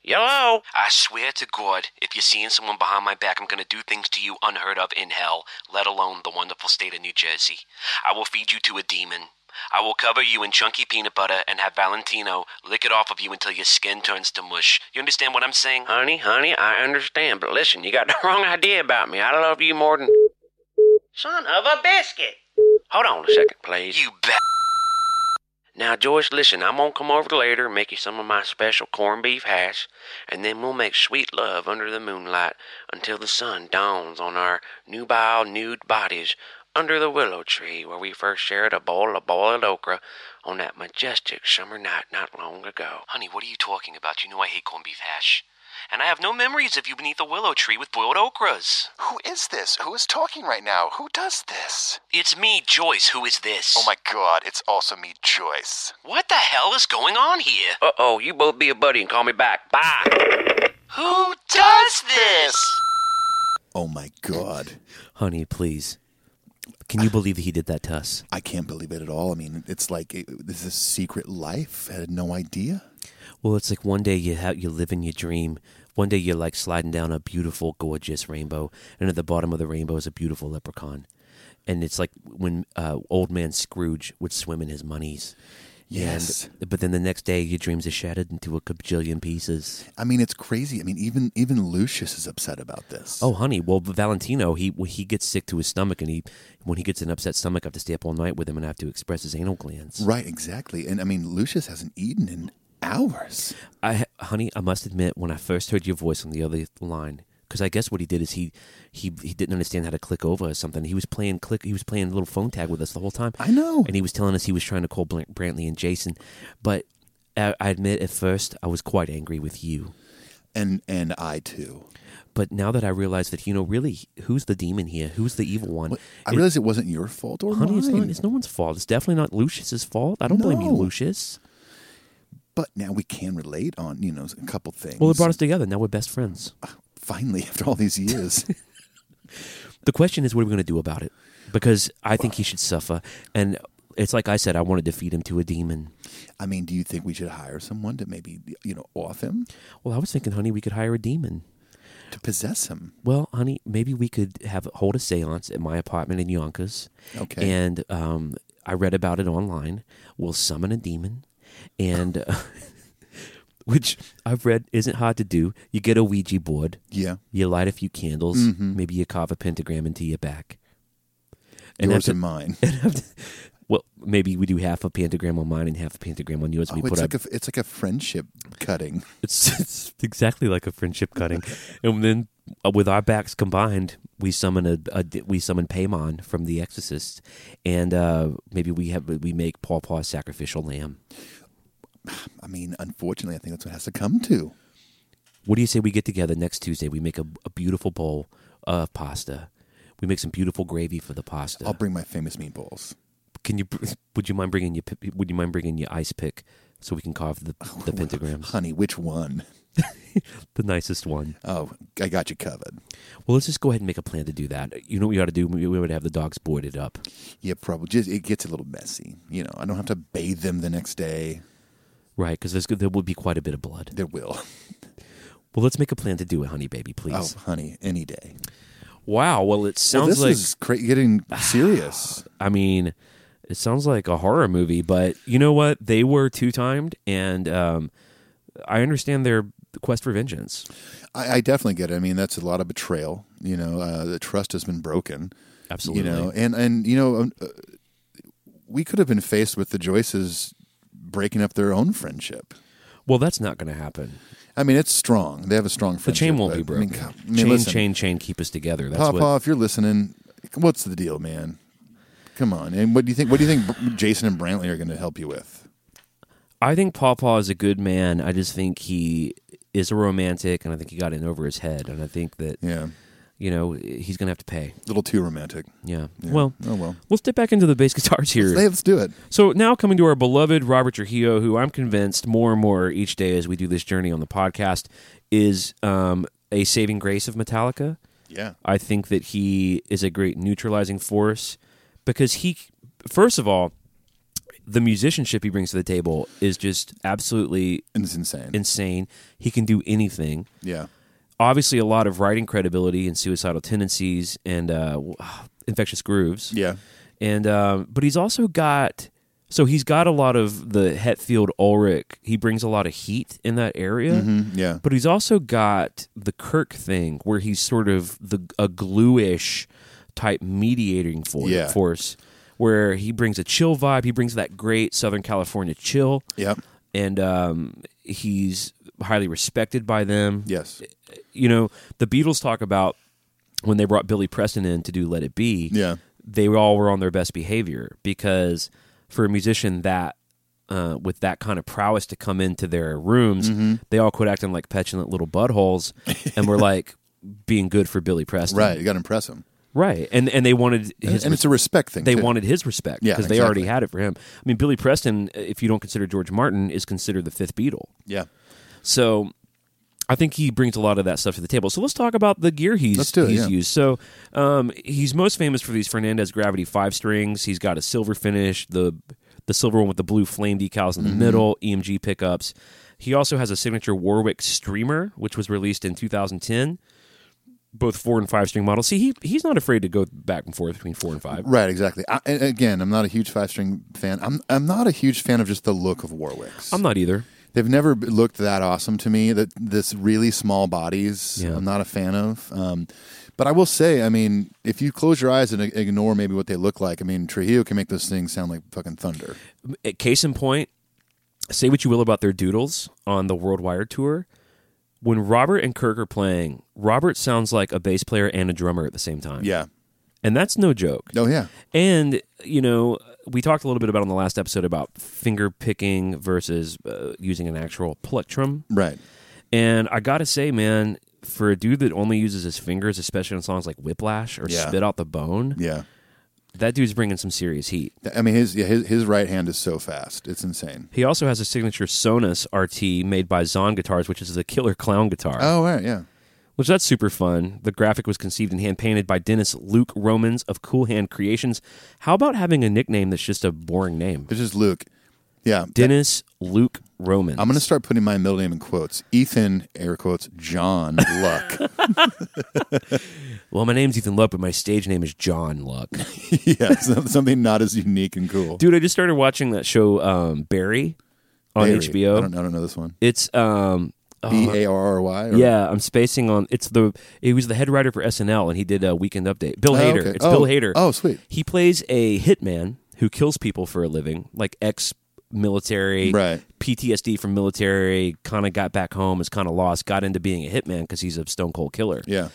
Hello? I swear to God, if you're seeing someone behind my back, I'm going to do things to you unheard of in hell, let alone the wonderful state of New Jersey. I will feed you to a demon. I will cover you in chunky peanut butter and have Valentino lick it off of you until your skin turns to mush. You understand what I'm saying? Honey, honey, I understand, but listen, you got the wrong idea about me. I love you more than. Son of a biscuit! Hold on a second, please. You bet. Now, Joyce, listen, I'm gonna come over later and make you some of my special corned beef hash, and then we'll make sweet love under the moonlight until the sun dawns on our nubile nude bodies under the willow tree where we first shared a bowl of boiled okra on that majestic summer night not long ago. Honey, what are you talking about? You know I hate corned beef hash. And I have no memories of you beneath a willow tree with boiled okras. Who is this? Who is talking right now? Who does this? It's me, Joyce. Who is this? Oh my god, it's also me, Joyce. What the hell is going on here? Uh oh, you both be a buddy and call me back. Bye! Who does this? Oh my god, Honey, please. Can you believe he did that to us? I can't believe it at all. I mean, it's like it, this is a secret life. I had no idea. Well, it's like one day you have, you live in your dream. One day you're like sliding down a beautiful, gorgeous rainbow, and at the bottom of the rainbow is a beautiful leprechaun. And it's like when uh, old man Scrooge would swim in his monies. Yes. And, but then the next day, your dreams are shattered into a gajillion pieces. I mean, it's crazy. I mean, even even Lucius is upset about this. Oh, honey. Well, Valentino, he when he gets sick to his stomach, and he when he gets an upset stomach, I have to stay up all night with him and I have to express his anal glands. right, exactly. And I mean, Lucius hasn't eaten in hours. I, honey, I must admit, when I first heard your voice on the other line, because I guess what he did is he, he he didn't understand how to click over or something. He was playing click. He was playing little phone tag with us the whole time. I know. And he was telling us he was trying to call Blan- uh, Brantley and Jason, but I, I admit at first I was quite angry with you. and and I too. But now that I realize that, you know, really, who's the demon here? Who's the evil one? I realize it wasn't your fault or Honey, mine. it's, not, it's no one's fault. It's definitely not Lucius's fault. I don't blame you, No. Lucius. but now we can relate on you know a couple things. Well, it brought us together. Now we're best friends. finally after all these years. The question is, what are we going to do about it? Because I think he should suffer. And it's like I said, I want to defeat him to a demon. I mean, do you think we should hire someone to maybe you know off him Well, I was thinking, honey, we could hire a demon. to possess him? Well, honey, maybe we could have hold a séance at my apartment in Yonkers. Okay. And um, I read about it online. We'll summon a demon, and uh, which I've read isn't hard to do. You get a Ouija board. Yeah, You light a few candles. Maybe you carve a pentagram into your back. And yours after- and mine. Well, maybe we do half a pentagram on mine and half a pentagram on yours. and Oh, we put it's our like a it's like a friendship cutting. It's, it's exactly like a friendship cutting, and then uh, with our backs combined, we summon a, a di- we summon Paimon from The Exorcist, and uh, maybe we have we make Paw Paw sacrificial lamb. I mean, unfortunately, I think that's what it has to come to. What do you say we get together next Tuesday? We make a, a beautiful bowl of pasta. We make some beautiful gravy for the pasta. I'll bring my famous meatballs. can you? br- Would you mind bringing your pi- Would you mind bringing your ice pick so we can carve the Oh, the pentagrams, honey. Which one? the nicest one? Oh, I got you covered. Well, let's just go ahead and make a plan to do that. You know what we ought to do? We we ought to have the dogs boarded up. Yeah, probably. Just it gets a little messy. You know, I don't have to bathe them the next day. Right, because there's there would be quite a bit of blood. There will. Well, let's make a plan to do it, honey baby, Oh, please. honey, any day. Wow. Well, Oh. it Well, sounds this like is cra- getting serious. I mean, it sounds like a horror movie, but you know what? They were two timed, and um, I understand their quest for vengeance. I, I definitely get it. I mean, that's a lot of betrayal. You know, uh, the trust has been broken. Absolutely. You know, and and you know, um, uh, we could have been faced with the Joyces breaking up their own friendship. Well, that's not going to happen. I mean, it's strong. They have a strong The friendship. chain won't but, be broken. I mean, God, I mean, chain, listen, chain, chain. Keep us together. That's Papa, what. if you're listening, what's the deal, man? Come on. And what do you think? What do you think Jason and Brantley are going to help you with? I think Pawpaw is a good man. I just think he is a romantic, and I think he got in over his head, and I think that Yeah, you know he's going to have to pay. a little too romantic. Yeah. Yeah. Well, oh well. we'll step back into the bass guitars here. Hey, let's do it. So now coming to our beloved Robert Trujillo, who I'm convinced more and more each day as we do this journey on the podcast is um, a saving grace of Metallica. Yeah. I think that he is a great neutralizing force because he, first of all, the musicianship he brings to the table is just absolutely And it's insane. insane. He can do anything yeah. obviously a lot of writing credibility and suicidal tendencies and uh, w- infectious grooves. Yeah. and um, but he's also got so he's got a lot of the Hetfield Ulrich. He brings a lot of heat in that area. Mm-hmm. Yeah. But he's also got the Kirk thing where he's sort of the a gluish type mediating for, Yeah. force where he brings a chill vibe. He brings that great Southern California chill. Yep. And um, he's highly respected by them Yes. you know, the Beatles talk about when they brought Billy Preston in to do Let It Be. Yeah. They all were on their best behavior because for a musician that uh, with that kind of prowess to come into their rooms, Mm-hmm. they all quit acting like petulant little buttholes and were like being good for Billy Preston. Right. You got to impress him. Right. And and they wanted And, his and it's a respect thing. they too. wanted his respect Yeah, because they already exactly. had it for him. I mean, Billy Preston, if you don't consider George Martin, is considered the fifth Beatle. Yeah. So I think he brings a lot of that stuff to the table. So let's talk about the gear he's, Let's do it, he's yeah. used. So um, he's most famous for these Fernandez Gravity five strings. He's got a silver finish, the the silver one with the blue flame decals in the Mm-hmm. middle, EMG pickups. He also has a signature Warwick Streamer, which was released in 2010. Both four and five string models. See, he he's not afraid to go back and forth between four and five. Right. Exactly. I, and again, I'm not a huge five string fan. I'm I'm not a huge fan of just the look of Warwick's. I'm not either. They've never b- looked that awesome to me. That this really small bodies, Yeah. I'm not a fan of. Um, but I will say, I mean, if you close your eyes and ig- ignore maybe what they look like, I mean, Trujillo can make those things sound like fucking thunder. Uh, case in point, say what you will about their doodles on the World Wire tour. When Robert and Kirk are playing, Robert sounds like a bass player and a drummer at the same time. Yeah. And that's no joke. Oh yeah. And, you know, we talked a little bit about on the last episode about finger picking versus uh, using an actual plectrum. Right. And I gotta say, man, for a dude that only uses his fingers, especially on songs like Whiplash or Yeah. Spit Out the Bone, Yeah. that dude's bringing some serious heat. I mean, his, yeah, his his right hand is so fast; it's insane. He also has a signature Sonus RT made by Zon Guitars, which is the killer clown guitar. Oh, right, yeah. which that's super fun. The graphic was conceived and hand painted by Dennis Luke Romans of Cool Hand Creations. How about having a nickname that's just a boring name? This is Luke. Yeah, Dennis Luke Romans. I'm gonna start putting my middle name in quotes. Ethan, air quotes, John Luck. Well, my name's Ethan Luck, but my stage name is John Luck. yeah, so- something not as unique and cool. Dude, I just started watching that show um, Barry on Barry. HBO. I don't, I don't know this one. It's um B oh, a r r y. or- yeah, I'm spacing on. It's the he was the head writer for SNL and he did a Weekend Update. Bill Oh, Hader. okay. It's Oh, Bill Hader. oh, sweet. He plays a hitman who kills people for a living, like ex military, Right. PTSD from military. Kind of got back home, is kind of lost. Got into being a hitman because he's a stone cold killer. Yeah.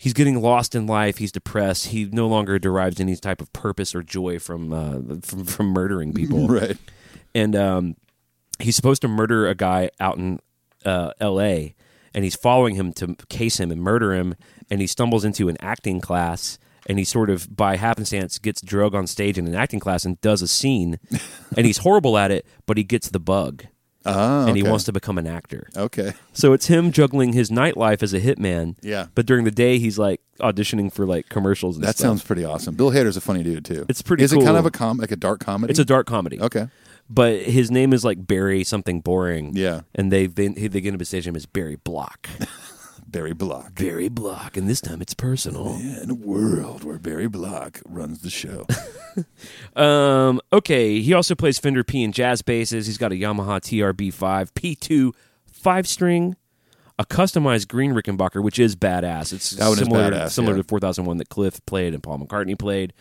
He's getting lost in life. He's depressed. He no longer derives any type of purpose or joy from uh, from, from murdering people Right. and um, he's supposed to murder a guy out in uh, L.A. and he's following him to case him and murder him, and he stumbles into an acting class. And he sort of, by happenstance, gets drug on stage in an acting class and does a scene, and he's horrible at it, but he gets the bug, Oh, and he okay. wants to become an actor. Okay. So it's him juggling his nightlife as a hitman, Yeah. But during the day, he's like auditioning for like commercials. And That stuff. sounds pretty awesome. Bill Hader's a funny dude too. It's pretty Is it kind cool. of a com like a dark comedy? It's a dark comedy. Okay. but his name is like Barry something boring. Yeah. and they they they get him beside him as Barry Block. Barry Block. Barry Block, and this time it's personal. In a world where Barry Block runs the show. Um, okay. He also plays Fender P and jazz basses. He's got a Yamaha TRB5 P2 five string, a customized green Rickenbacker, which is badass. It's That one is similar badass, similar yeah. to 4001 that Cliff played and Paul McCartney played.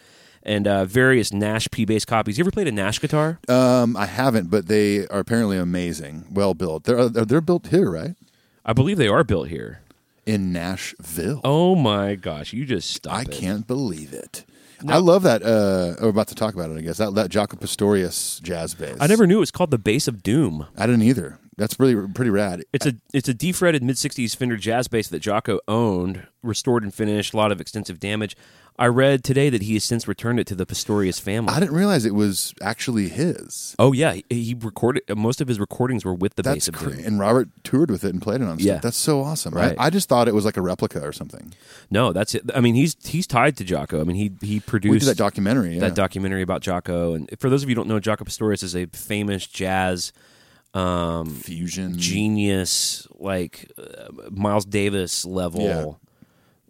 And uh, various Nash P bass copies. You ever played a Nash guitar? um, I haven't, but they are apparently amazing. Well built. They're uh, they're built here, right? I believe they are built here. In Nashville. Oh my gosh! You just stop. I it. can't believe it. I love that. Uh, we're about to talk about it, I guess. That, that Jaco Pastorius jazz bass. I never knew it was called the Bass of Doom. I didn't either. That's really pretty rad. It's a it's a defretted mid '60s Fender jazz bass that Jocko owned, restored and finished. A lot of extensive damage. I read today that he has since returned it to the Pistorius family. I didn't realize it was actually his. oh yeah, he, he recorded most of his recordings were with the That's bass of cra- Doom. and Robert toured with it and played it on stuff. Yeah. That's so awesome. Right. I, I just thought it was like a replica or something. No, that's it. I mean, he's he's tied to Jocko. I mean, he he produced We did that documentary. yeah. that documentary about Jocko. And for those of you who don't know, Jocko Pistorius is a famous jazz fusion. genius, like uh, Miles Davis level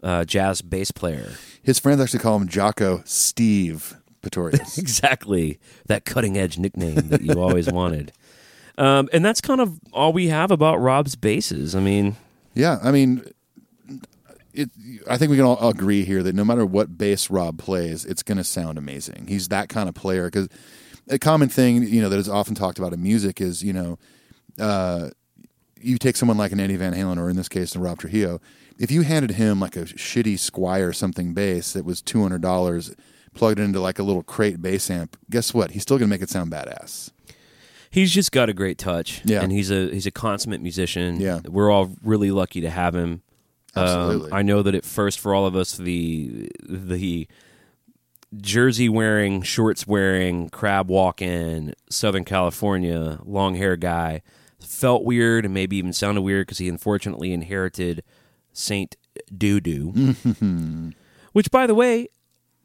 uh, jazz bass player. His friends actually call him Jocko Steve Pretorius. exactly that cutting edge nickname that you always wanted. Um, and that's kind of all we have about Rob's bases. I mean, yeah, I mean, it, I think we can all agree here that no matter what bass Rob plays, it's going to sound amazing. He's that kind of player because a common thing you know that is often talked about in music is you know you take someone like an Eddie Van Halen or in this case, a Rob Trujillo, if you handed him like a shitty Squire something bass that was two hundred dollars, plugged into like a little crate bass amp, guess what? He's still gonna make it sound badass. he's just got a great touch, Yeah. and he's a he's a consummate musician. Yeah. we're all really lucky to have him. Um, Absolutely. I know that at first, for all of us, the the jersey wearing, shorts wearing, crab walking, Southern California, long hair guy felt weird and maybe even sounded weird because he unfortunately inherited Saint Doo Doo. Which, by the way,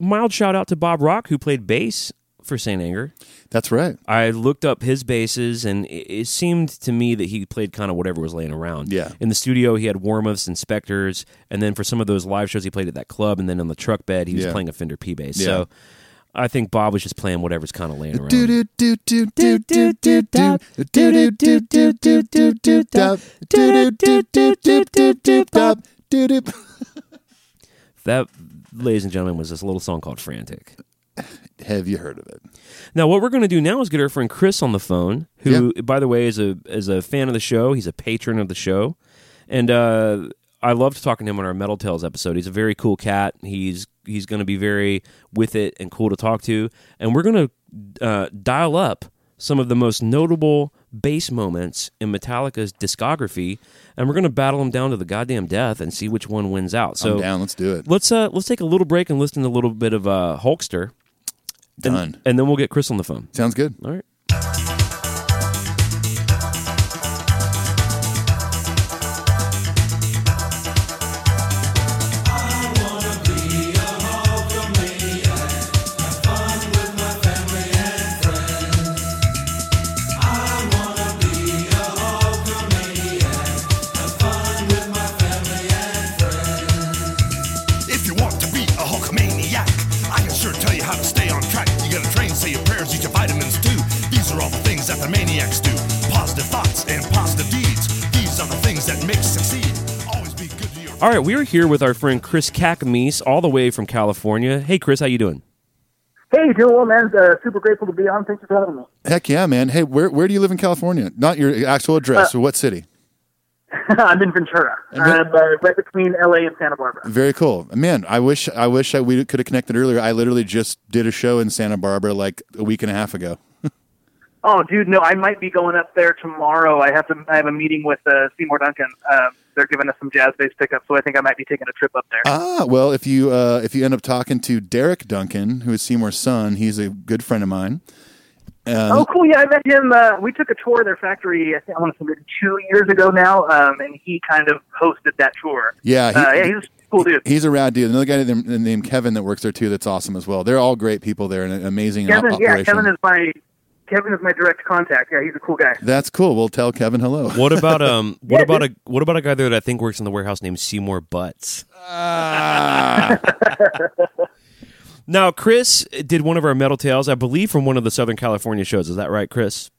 mild shout out to Bob Rock who played bass for Saint Anger. That's right. I looked up his bases, and it, it seemed to me that he played kind of whatever was laying around. Yeah. In the studio, he had warm ups, inspectors, and then for some of those live shows, he played at that club, and then on the truck bed, he was Yeah. playing a Fender P bass. Yeah. So I think Bob was just playing whatever's kind of laying around. Do do do do do do do do do do do do do do do do do do do do do do do do That, ladies and gentlemen, was this little song called Frantic. Have you heard of it? Now, what we're going to do now is get our friend Chris on the phone, who, by the way, is a is a fan of the show. He's a patron of the show, and uh, I loved talking to him on our Metal Tales episode. He's a very cool cat. He's he's going to be very with it and cool to talk to, and we're going to uh, dial up some of the most notable bass moments in Metallica's discography, and we're going to battle them down to the goddamn death and see which one wins out. So I'm down. Let's do it. let's uh, let's take a little break and listen to a little bit of uh, Hulkster, Done. and then we'll get Chris on the phone. Sounds good. All right. If you want to be a Hulkamaniac, I can sure tell you how to stay on track. You gotta train, say your prayers, eat your vitamins too. These are all the things that the maniacs do. Positive thoughts and positive deeds. These are the things that make succeed. Always be good to your All right, we are here with our friend Chris Kakamise, all the way from California. Hey, Chris, how you doing? Hey, doing well, man. Uh, super grateful to be on. Thanks for having me. Heck yeah, man. Hey, where where do you live in California? Not your actual address. so what city? I'm in Ventura. I'm uh, right between LA and Santa Barbara. Very cool, man. I wish I wish I, we could have connected earlier. I literally just did a show in Santa Barbara like a week and a half ago. Oh, dude, no, I might be going up there tomorrow. I have to. I have a meeting with uh, Seymour Duncan. Um, they're giving us some jazz bass pickup, so I think I might be taking a trip up there. Ah, well, if you uh, if you end up talking to Derek Duncan, who is Seymour's son, he's a good friend of mine. oh, cool. Yeah, I met him. Uh, we took a tour of their factory. I think I want to say maybe two years ago now, um, and he kind of hosted that tour. Yeah, he- uh, yeah, he's a cool dude. He's a rad dude. Another guy named, named Kevin that works there too. That's awesome as well. They're all great people there and an amazing o- Kevin, operation. yeah, Kevin is my Kevin is my direct contact. Yeah, he's a cool guy. That's cool. We'll tell Kevin hello. What about um? What about a what about a guy there that I think works in the warehouse named Seymour Butts? Ah. now, Chris did one of our metal tales, I believe, from one of the Southern California shows. Is that right, Chris?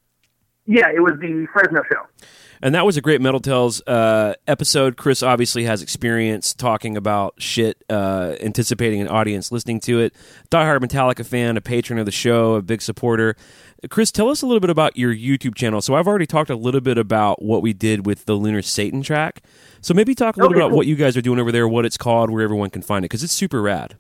Yeah, it was the Fresno show. And that was a great Metal Tales uh, episode. Chris obviously has experience talking about shit, uh, anticipating an audience listening to it. Diehard Metallica fan, a patron of the show, a big supporter. Chris, tell us a little bit about your YouTube channel. So I've already talked a little bit about what we did with the Lunar Satan track. So maybe talk a little Okay, about cool. what you guys are doing over there, what it's called, where everyone can find it, because it's super rad.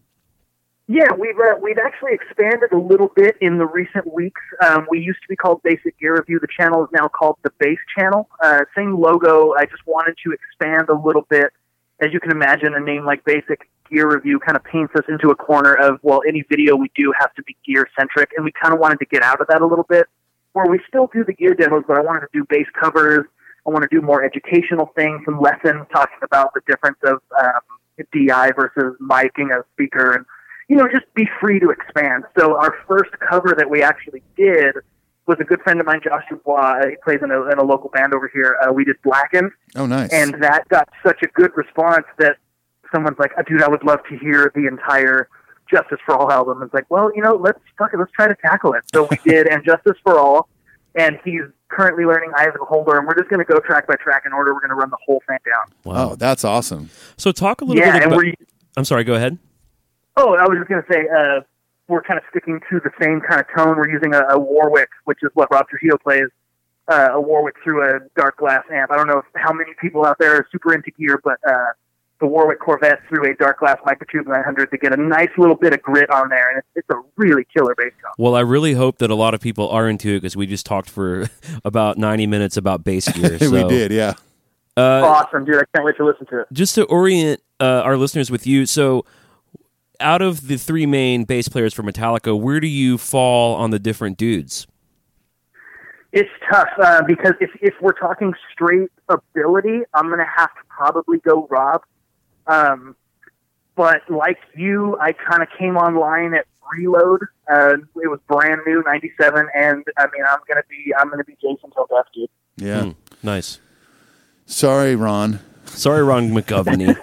Yeah, we've uh, we've actually expanded a little bit in the recent weeks. Um, we used to be called Basic Gear Review. The channel is now called the Base Channel. Uh, same logo. I just wanted to expand a little bit. As you can imagine, a name like Basic Gear Review kind of paints us into a corner of well, any video we do has to be gear centric, and we kind of wanted to get out of that a little bit. Where we still do the gear demos, but I wanted to do base covers. I want to do more educational things, some lessons talking about the difference of um, DI versus miking a speaker and you know, just be free to expand. So our first cover that we actually did was a good friend of mine, Josh Dubois. He plays in a, in a local band over here. Uh, we did Blackened, oh, nice. and that got such a good response that someone's like, "Oh, "Dude, I would love to hear the entire Justice for All album." It's like, well, you know, let's fuck it, let's try to tackle it. So we did, and Justice for All, and he's currently learning Eye of the Holder, and we're just going to go track by track in order. We're going to run the whole thing down. oh, that's awesome. So talk a little Yeah, bit and about. we're I'm sorry, go ahead. Oh, I was just going to say, uh, we're kind of sticking to the same kind of tone. We're using a, a Warwick, which is what Rob Trujillo plays, uh, a Warwick through a dark glass amp. I don't know if, how many people out there are super into gear, but uh, the Warwick Corvette through a dark glass Microtube 900 to get a nice little bit of grit on there, and it's, it's a really killer bass tone. Well, I really hope that a lot of people are into it because we just talked for about 90 minutes about bass gear. we so- did, yeah. awesome, dude! I can't wait to listen to it. just to orient uh, our listeners with you so out of the three main bass players for metallica where do you fall on the different dudes It's tough uh, because if if we're talking straight ability, I'm gonna have to probably go Rob. Um, but like you, I kind of came online at Reload. Uh, it was brand new, '97, and I mean, I'm gonna be I'm gonna be Jason till death, dude. Yeah. Hmm. nice Sorry, Ron. sorry ron mcgovney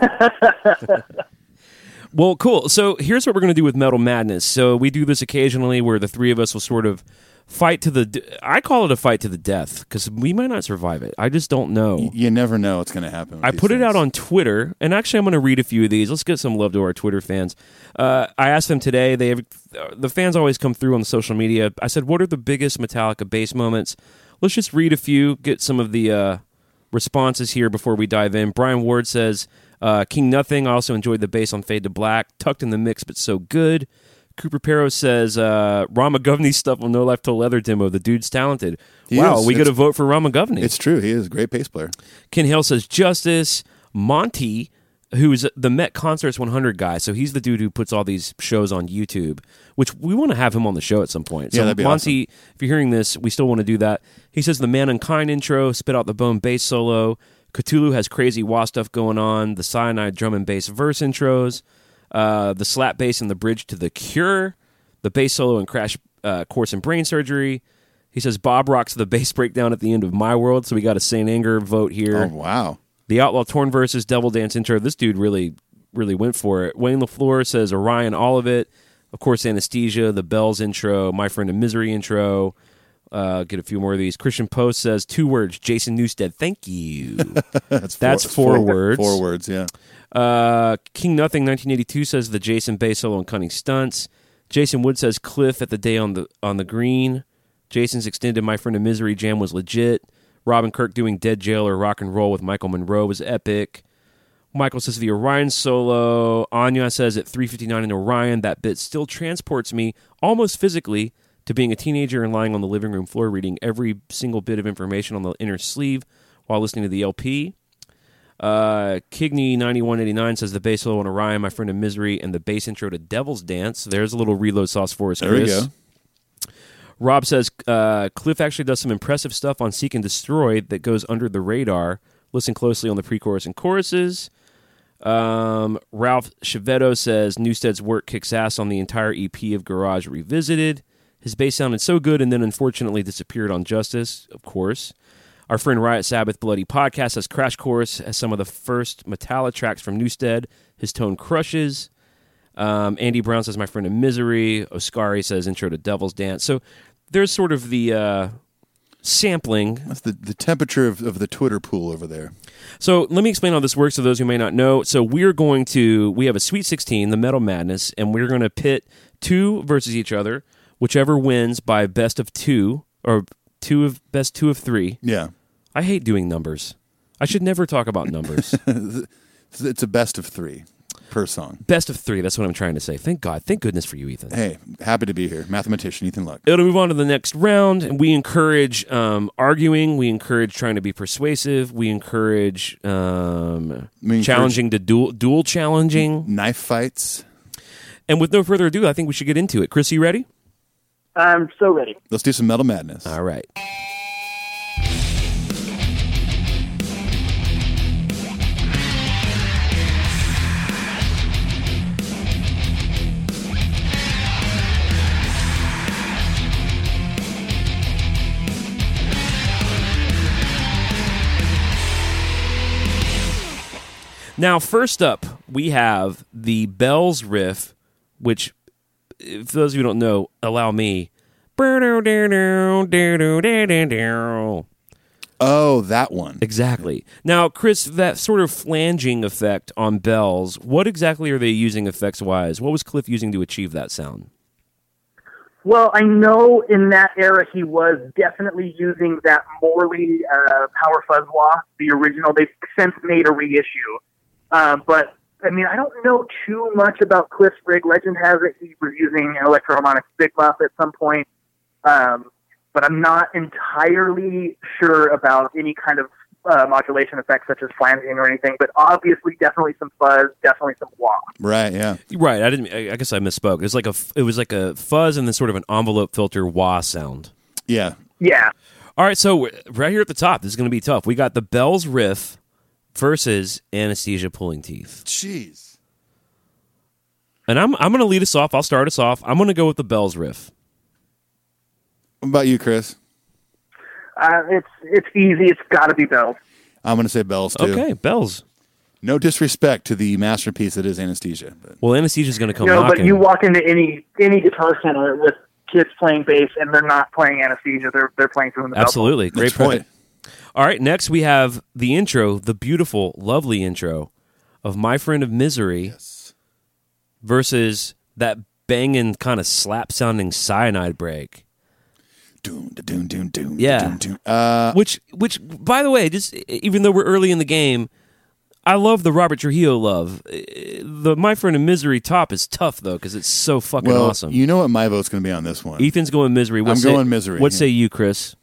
well cool so here's what we're going to do with metal madness so we do this occasionally where the three of us will sort of fight to the d- i call it a fight to the death because we might not survive it i just don't know You never know what's going to happen. with I these put it things. out on Twitter, and actually, I'm going to read a few of these. Let's get some love to our Twitter fans. Uh, I asked them today. They have, uh, the fans always come through on social media. I said, "What are the biggest Metallica bass moments?" Let's just read a few. Get some of the uh, responses here before we dive in. Brian Ward says, uh, "King Nothing." I also enjoyed the bass on Fade to Black, tucked in the mix, but so good. Cooper Perro says uh, Ron McGovney's stuff on No Life Till Leather demo. The dude's talented. wow, is. we got to It's- vote for Ron McGovney. It's true. He is a great bass player. Ken Hale says Justice Monty, who is the Met Concerts 100 guy. So he's the dude who puts all these shows on YouTube, which we want to have him on the show at some point. So Yeah, that'd be Monty, if you're hearing this, we still want to do that. He says the Man Unkind intro, spit out the bone bass solo. Cthulhu has crazy wah stuff going on. The cyanide drum and bass verse intros, uh, the slap bass and the bridge to the Cure, the bass solo and crash uh, course in brain surgery. He says Bob rocks the bass breakdown at the end of My World, so we got a Saint Anger vote here. Oh wow. The Outlaw Torn versus Devil Dance intro. This dude really, really went for it. Wayne LaFleur says Orion Olivet. Of course, Anesthesia, the Bells intro, My Friend in Misery intro. Uh, get a few more of these. Christian Post says two words Jason Newstead, thank you. That's That's four words. Four words. Yeah. uh, King Nothing 1982 says the Jason Bay solo and Cunning Stunts. Jason Wood says Cliff at the day on the on the green. Jason's extended My Friend in Misery jam was legit. Robin Kirk doing Dead Jail or Rock and Roll with Michael Monroe was epic. Michael says the Orion solo. Anya says at 3:59 in Orion, that bit still transports me almost physically to being a teenager and lying on the living room floor reading every single bit of information on the inner sleeve while listening to the LP. Uh, Kigney 9189 says the bass solo on Orion, My Friend in Misery, and the bass intro to Devil's Dance. There's a little reload sauce for us, There we Chris. go. Rob says uh, Cliff actually does some impressive stuff on Seek and Destroy that goes under the radar. Listen closely on the pre-chorus and choruses. Um, Ralph Chevetto says Newstead's work kicks ass on the entire EP of Garage Revisited. His bass sounded so good and then unfortunately disappeared on Justice, of course. Our friend Riot Sabbath Bloody Podcast says Crash Course has some of the first Metallic tracks from Newstead. His tone crushes. Um, Andy Brown says, "My friend in misery." Oscari says, "Intro to Devil's Dance." So there's sort of the uh, sampling. That's the the temperature of, of the Twitter pool over there. So let me explain how this works to those who may not know. So we're going to we have a Sweet 16, the Metal Madness, and we're going to pit two versus each other. Whichever wins by best of two or two of best two of three. Yeah. I hate doing numbers. I should never talk about numbers. It's, it's a best of three per song. best of three. That's what I'm trying to say. Thank God. Thank goodness for you, Ethan. Hey, happy to be here. Mathematician Ethan Luck. it'll move on to the next round and we encourage um, arguing we encourage trying to be persuasive we encourage um, We encourage- challenging to dual, dual challenging Knife fights. and with no further ado i think we should get into it chris you ready I'm so ready. Let's do some metal madness. all right Now, first up, we have the Bells riff, which, if those of you who don't know, allow me. Oh, that one. Exactly. Now, Chris, that sort of flanging effect on bells, what exactly are they using effects wise? What was Cliff using to achieve that sound? Well, I know in that era he was definitely using that Morley uh, Power Fuzz Law, the original. They've since made a reissue. Uh, but, I mean, I don't know too much about Cliff's rig. Legend has it he was using an electroharmonic stick muff at some point. Um, but I'm not entirely sure about any kind of uh, modulation effects such as flanging or anything. But obviously, definitely some fuzz, definitely some wah. Right. Yeah. Right, I didn't. I I guess I misspoke. It was like a, f- it was like a fuzz and then sort of an envelope filter wah sound. Yeah. Yeah. All right, so we're- right here at the top, this is going to be tough. We got the bells riff versus anesthesia pulling teeth, Jeez. and I'm I'm going to lead us off. I'll start us off. I'm going to go with the bells riff. What about you, Chris? Uh, it's, it's easy. It's got to be bells. I'm going to say bells too. Okay, bells. No disrespect to the masterpiece that is anesthesia, but Well, anesthesia's going to come no, knocking. but you walk into any any guitar center with kids playing bass and they're not playing anesthesia; they're they're playing through the bell. Absolutely, great That's point. right. All right, next we have the intro, the beautiful, lovely intro of My Friend of Misery versus that banging kind of slap sounding cyanide break. Doom, da, doom, doom, doom. da, Yeah. Doom, doom. Uh, Which which by the way, just even though we're early in the game, I love the Robert Trujillo love. Uh, the my friend in misery top is tough though because it's so fucking well, awesome. you know what my vote's going to be on this one. Ethan's going misery. What I'm say- going Misery, What yeah. say you, Chris?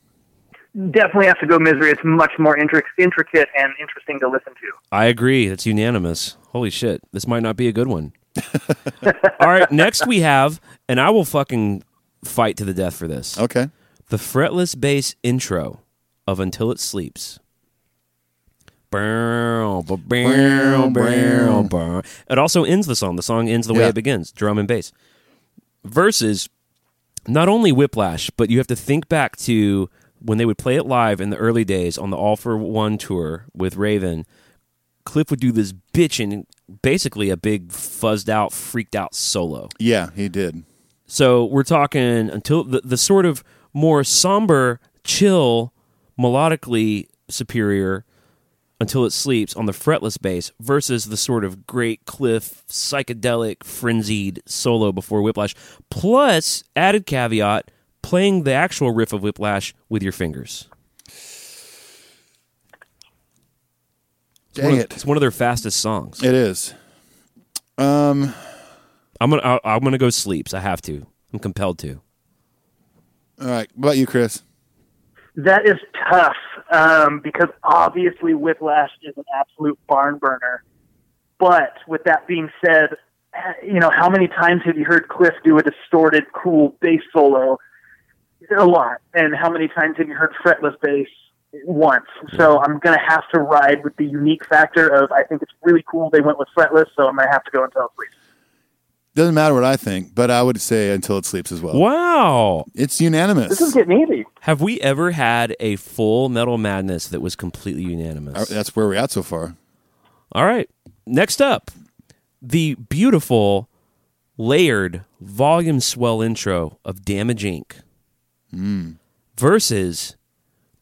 Definitely have to go misery. It's much more intric- intricate and interesting to listen to. I agree. That's unanimous. Holy shit. This might not be a good one. All right. Next we have, and I will fucking fight to the death for this Okay. the fretless bass intro of Until It Sleeps. Bow, ba- bow, bow, bow. It also ends the song. The song ends the way Yeah. it begins drum and bass. Versus not only Whiplash, but you have to think back to when they would play it live in the early days on the All for One tour with Raven. Cliff would do this bitchin', basically a big fuzzed out, freaked out solo. Yeah, he did. So we're talking until the, the sort of more somber, chill, melodically superior until it sleeps on the fretless bass versus the sort of great cliff, psychedelic, frenzied solo before Whiplash. Plus, added caveat, playing the actual riff of Whiplash with your fingers. It's one Dang of- it. It's one of their fastest songs. It is. Um, I'm gonna I- I'm gonna go sleeps. I have to. I'm compelled to. all right. What about you, Chris? That is tough um, because obviously Whiplash is an absolute barn burner. But with that being said, eh, you know, how many times have you heard Cliff do a distorted, cool bass solo? A lot. And how many times have you heard fretless bass? Once. So I'm going to have to ride with the unique factor of I think it's really cool they went with fretless, so I'm going to have to go until it sleeps. Doesn't matter what I think, but I would say until it sleeps as well. Wow. It's unanimous. This is getting easy. Have we ever had a full Metal Madness that was completely All right, unanimous? That's where we're at so far. All right. Next up, the beautiful layered volume swell intro of Damage Inc. versus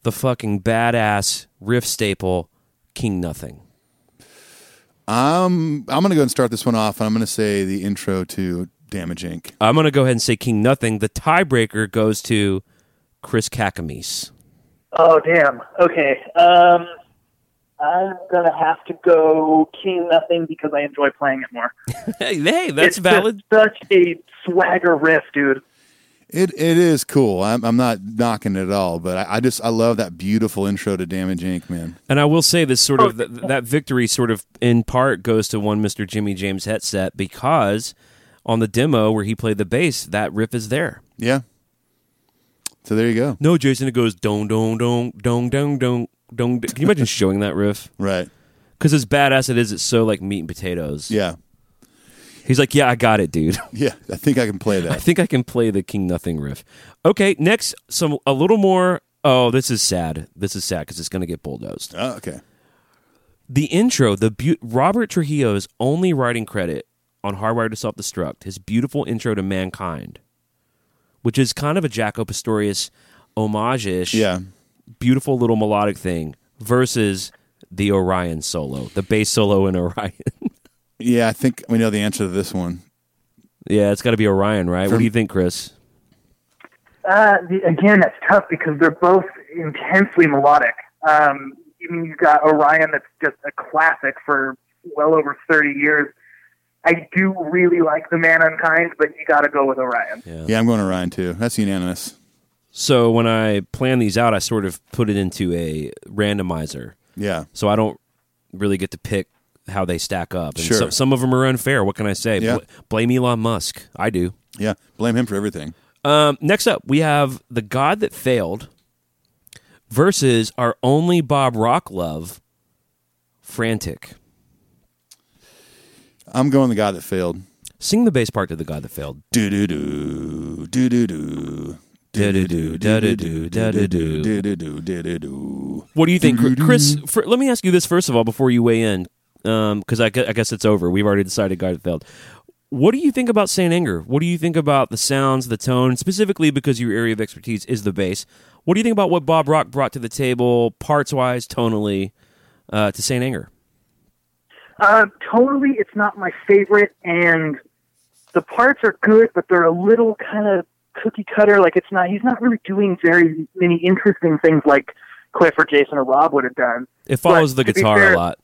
the fucking badass riff staple King Nothing. Um, I'm going to go and start this one off, and I'm going to say the intro to Damage Inc. I'm going to go ahead and say King Nothing. The tiebreaker goes to Chris Kakamis. Oh damn. Okay. Um, I'm gonna have to go King Nothing because I enjoy playing it more. Hey, hey, that's It's valid. just Such a swagger riff, dude. It it is cool. I'm I'm not knocking it at all, but I, I just I love that beautiful intro to Damage Inc. Man, And I will say this sort of th- that victory sort of in part goes to one Mr. Jimmy James Hetset because on the demo where he played the bass, that riff is there. yeah. So there you go. No, Jason, it goes dong dong dong dong dong dong dong. Can you imagine showing that riff? Right. Because as badass it is, it's so like meat and potatoes. Yeah. He's like, yeah, I got it, dude. Yeah. I think I can play I that. think I can play the King Nothing riff. Okay, next some a little more. Oh, this is sad. This is sad because it's going to get bulldozed. Oh, okay. The intro, the be- Robert Trujillo's only writing credit on Hardwired to Self Destruct, his beautiful intro to Mankind, which is kind of a Jaco Pastorius homage ish, Yeah. beautiful little melodic thing, versus the Orion solo, the bass solo in Orion. Yeah. I think we know the answer to this one. yeah, it's got to be Orion, right? what From- do you think, Chris? Uh, the, again, that's tough because they're both intensely melodic. Um, I mean, you've got Orion that's just a classic for well over 30 years. I do really like The Man Unkind, but you got to go with Orion. Yeah, I'm going to Ryan too. That's unanimous. So when I plan these out, I sort of put it into a randomizer. Yeah. so I don't really get to pick how they stack up. And Sure. so- some of them are unfair. What can I say? Yeah. Bl- blame Elon Musk. I do. Yeah. Blame him for everything. Um, next up, we have the God that failed versus our only Bob Rock love, Frantic. I'm going the guy that failed. Sing the bass part to the God that failed. Do do do do do do. Da-da-doo, da-da-doo, da-da-doo. Do-do-doo, do-do-doo. What do you think, Chr- Chris? For, let me ask you this first of all before you weigh in, because I, gu- I guess it's over. We've already decided God failed. What do you think about Saint Anger? What do you think about the sounds, the tone, specifically because your area of expertise is the bass? What do you think about what Bob Rock brought to the table, parts wise, tonally, uh, to Saint Anger? Uh, totally, it's not my favorite, and the parts are good, but they're a little kind of cookie cutter. Like it's not—he's not really doing very many interesting things like Cliff or Jason or Rob would have done. It follows But the to be guitar fair- a lot.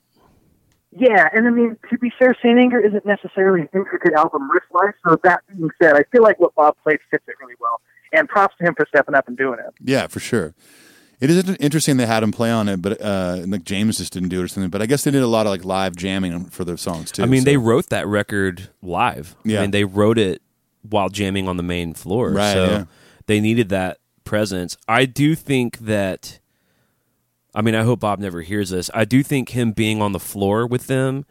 Yeah, and I mean, to be fair, Saint Anger isn't necessarily an intricate album riff wise. So that being said, I feel like what Bob played fits it really well. And props to him for stepping up and doing it. Yeah, for sure. It is interesting they had him play on it, but uh, and, like James just didn't do it or something. But I guess they did a lot of like live jamming for their songs too. I mean, so- they wrote that record live. Yeah. I mean, they wrote it while jamming on the main floor. Right, So yeah. they needed that presence. I do think that, I mean, I hope Bob never hears this. I do think him being on the floor with them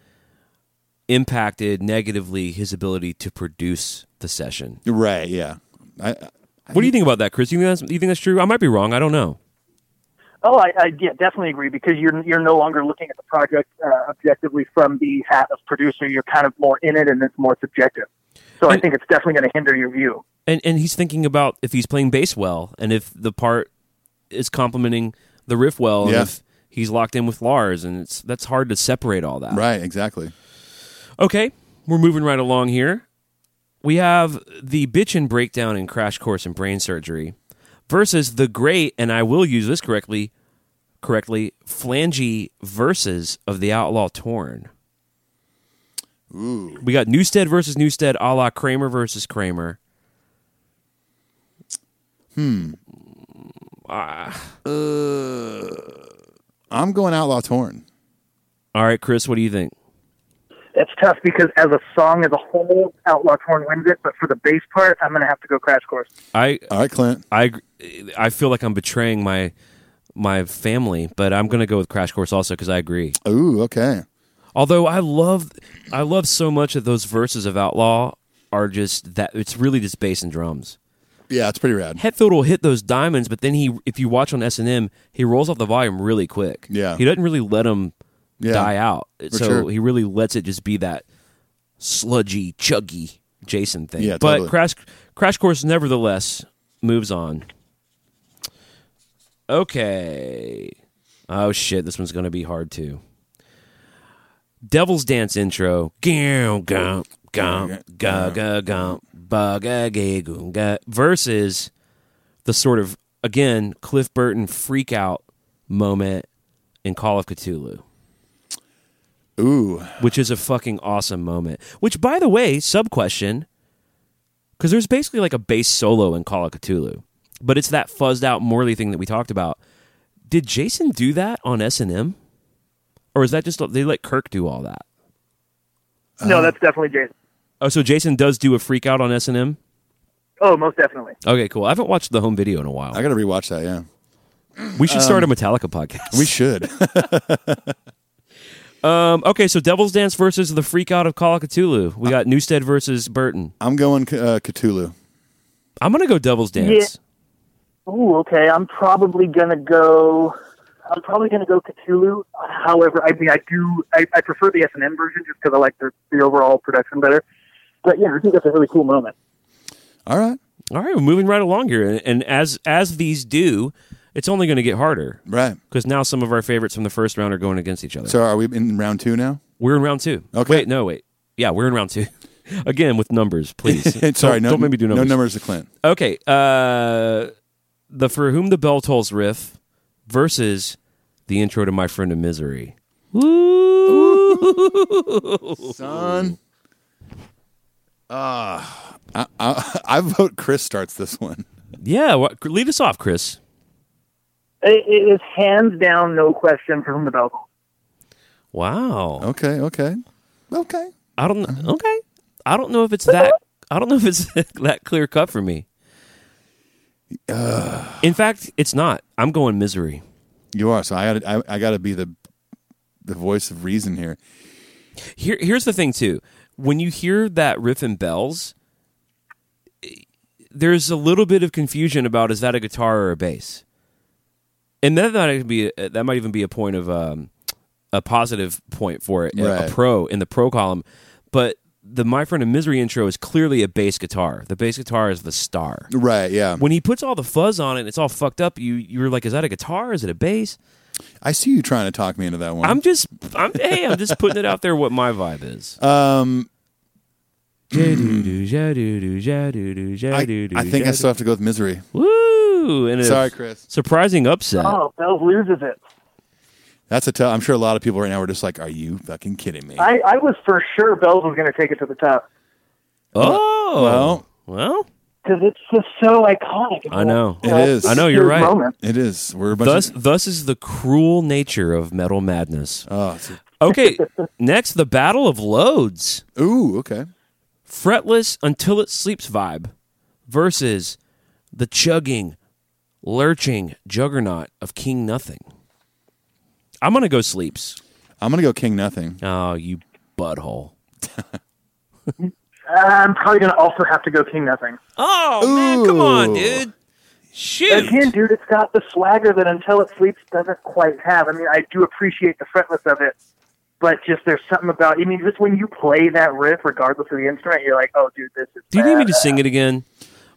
impacted negatively his ability to produce the session. right? Yeah, I, What do you think about that, Chris? You think that's, you think that's true? I might be wrong. I don't know. Oh, I, I yeah, definitely agree because you're you're no longer looking at the project uh, objectively from the hat of producer. You're kind of more in it, and it's more subjective. So I And- think it's definitely going to hinder your view. and and he's thinking about if he's playing bass well and if the part is complementing the riff well Yeah. and if he's locked in with Lars and it's that's hard to separate all that. right, exactly. Okay, we're moving right along here. We have the bitchin' breakdown in Crash Course in Brain Surgery versus the great and I will use this correctly correctly Flangy versus of the Outlaw Torn. Ooh. We got Newstead versus Newstead, a la Kramer versus Kramer. Ah. I'm going Outlaw Torn. All right, Chris, what do you think? It's tough because as a song as a whole, Outlaw Torn wins it, but for the bass part, I'm going to have to go Crash Course. I All right, Clint. I gr- I feel like I'm betraying my my family, but I'm gonna go with Crash Course also because I agree. Ooh, okay. Although I love I love so much that those verses of Outlaw are just that it's really just bass and drums. Yeah, it's pretty rad. Hetfield will hit those diamonds, but then he if you watch on S and M, he rolls off the volume really quick. Yeah. he doesn't really let him Yeah. die out. so sure. he really lets it just be that sludgy, chuggy Jason thing. Yeah, but totally. crash crash course nevertheless moves on. Okay. Oh shit, this one's gonna be hard too. Devil's Dance intro. Gum gum gum gum gum gum gum versus the sort of again Cliff Burton freak out moment in Call of Cthulhu, Ooh, which is a fucking awesome moment. Which, by the way, sub question, because there's basically like a bass solo in Call of Cthulhu, but it's that fuzzed out Morley thing that we talked about. Did Jason do that on S and M, or is that just they let Kirk do all that? no, that's definitely Jason. Oh, so Jason does do a freak out on S and M. Oh, most definitely. Okay, cool. I haven't watched the home video in a while. I gotta rewatch that. Yeah, we should start a Metallica podcast. we should. Um, okay, so Devil's Dance versus the Freak Out of Call of Cthulhu. We got Newstead versus Burton. I'm going uh, Cthulhu. I'm gonna go Devil's Dance. Ooh, okay. I'm probably gonna go. I'm probably gonna go Cthulhu. However, I mean, I do. I, I prefer the S and M version just because I like the, the overall production better. But yeah, I think that's a really cool moment. All right, All right, we're moving right along here, and, and as as these do, it's only going to get harder right. because now some of our favorites from the first round are going against each other. So are we in round two now? we're in round two. Okay. Wait, no, wait. Yeah, we're in round two. Again with numbers, please. Sorry, don't, no, don't make me do numbers. No numbers to Clint. Okay, uh, the for whom the bell tolls riff versus the intro to my friend of misery. Son. Ah, I, I, I vote Chris starts this one. Yeah, wha- lead us off, Chris. It, it is hands down, no question, from the belt. Wow. Okay, okay, okay. I don't know. Okay. I don't know if it's that. I don't know if it's that clear cut for me. In fact, it's not. I'm going misery. You are. So I got. I, I got to be the the voice of reason here. Here, here's the thing too. When you hear that riff and bells, there's a little bit of confusion about is that a guitar or a bass, and that might even be that might even be a point of um, a positive point for it, a- Right. a pro in the pro column. But the my friend of misery intro is clearly a bass guitar. The bass guitar is the star. Right. Yeah. when he puts all the fuzz on it and it's all fucked up you you're like is that a guitar is it a bass I see you trying to talk me into that one. i'm just i'm hey i'm just putting it out there what my vibe is um. Ja-do-do, ja-do-do, ja-do-do, I, ja-do-do, Mm. I think I ja-do-do. still have to go with misery. woo and a Sorry, Chris. Oh. surprising upset Oh, Bells loses it. That's a tough. I'm sure a lot of people right now are just like, "Are you fucking kidding me?" I, I was for sure Bells was going to take it to the top Oh, Well, well, because it's just so iconic. I know. It is. I know you're Huge right. Moment. it is. We're a bunch Thus, of- thus is the cruel nature of metal madness. oh, it's a- Okay, next the Battle of Loads. ooh, okay. fretless until it sleeps vibe versus the chugging, lurching juggernaut of King Nothing. I'm gonna go sleeps. I'm gonna go King Nothing. Oh, you butthole. I'm probably going to also have to go King Nothing. Oh man, come on, Ooh. dude. Again, Shoot. dude, it's got the swagger that Until It Sleeps doesn't quite have. I mean, I do appreciate the fretless of it, but just there's something about. I mean, just when you play that riff, regardless of the instrument, you're like, oh, dude, this is. Do you need me to badass. sing it again?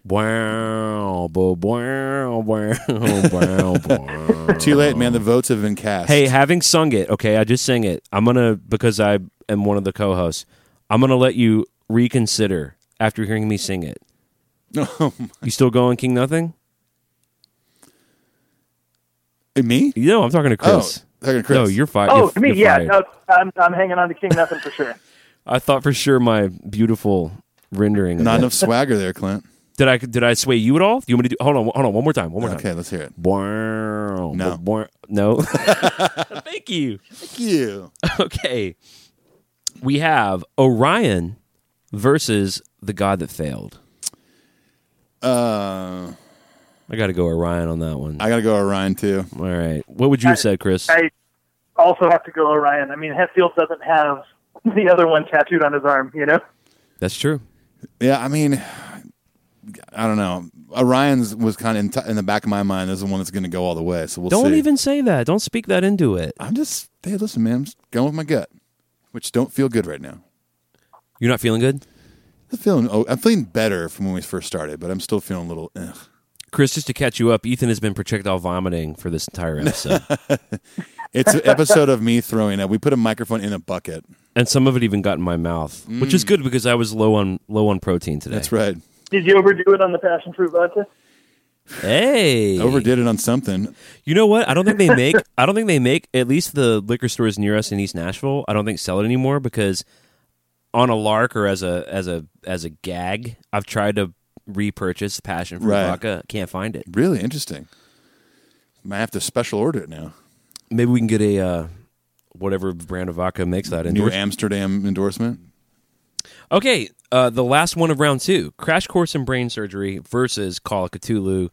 Wow, bo- wow, wow, wow, wow. Too late, man. The votes have been cast. Oh. Hey, having sung it, okay, I just sang it. I'm gonna because I am one of the co-hosts. I'm gonna let you reconsider after hearing me sing it. You still going King Nothing? me? No, I'm talking to Chris. Oh, talking to Chris. No, you're fired. Oh, you're, to me, you're yeah. fired. No, I'm, I'm hanging on to King Nothing for sure. I thought for sure my beautiful rendering. Of Not that. enough swagger there, Clint. Did I did I sway you at all? You want me to do? Hold on, hold on, one more time, one more Okay, time. let's hear it. Wow, No. wow, no. Thank you. Thank you. Okay, we have Orion versus the God that failed. Uh, I got to go Orion on that one. I gotta go Orion too. All right. What would you have said, Chris? I also have to go Orion. I mean, Hetfield doesn't have the other one tattooed on his arm, you know? That's true. Yeah, I mean, I don't know. Orion's was kind of in, t- in the back of my mind as the one that's going to go all the way. So we'll Don't see. even say that. Don't speak that into it. I'm just hey, listen, man. I'm just going with my gut, which don't feel good right now. You're not feeling good? I'm feeling oh, I'm feeling better from when we first started, but I'm still feeling a little. Ugh. Chris, just to catch you up, Ethan has been projectile vomiting for this entire episode. It's an episode of me throwing up. We put a microphone in a bucket. and some of it even got in my mouth, which is good because I was low on low on protein today. Mm. That's right. Did you overdo it on the passion fruit vodka? Hey. Overdid it on something. You know what? I don't think they make I don't think they make at least the liquor stores near us in East Nashville, I don't think sell it anymore because on a lark or as a as a as a gag, I've tried to repurchase passion fruit Right. vodka. Can't find it. Really interesting. Might have to special order it now. Maybe we can get a uh, whatever brand of vodka makes that. New Endorse- Amsterdam endorsement. okay, uh, the last one of round two: Crash Course in Brain Surgery versus Call of Cthulhu.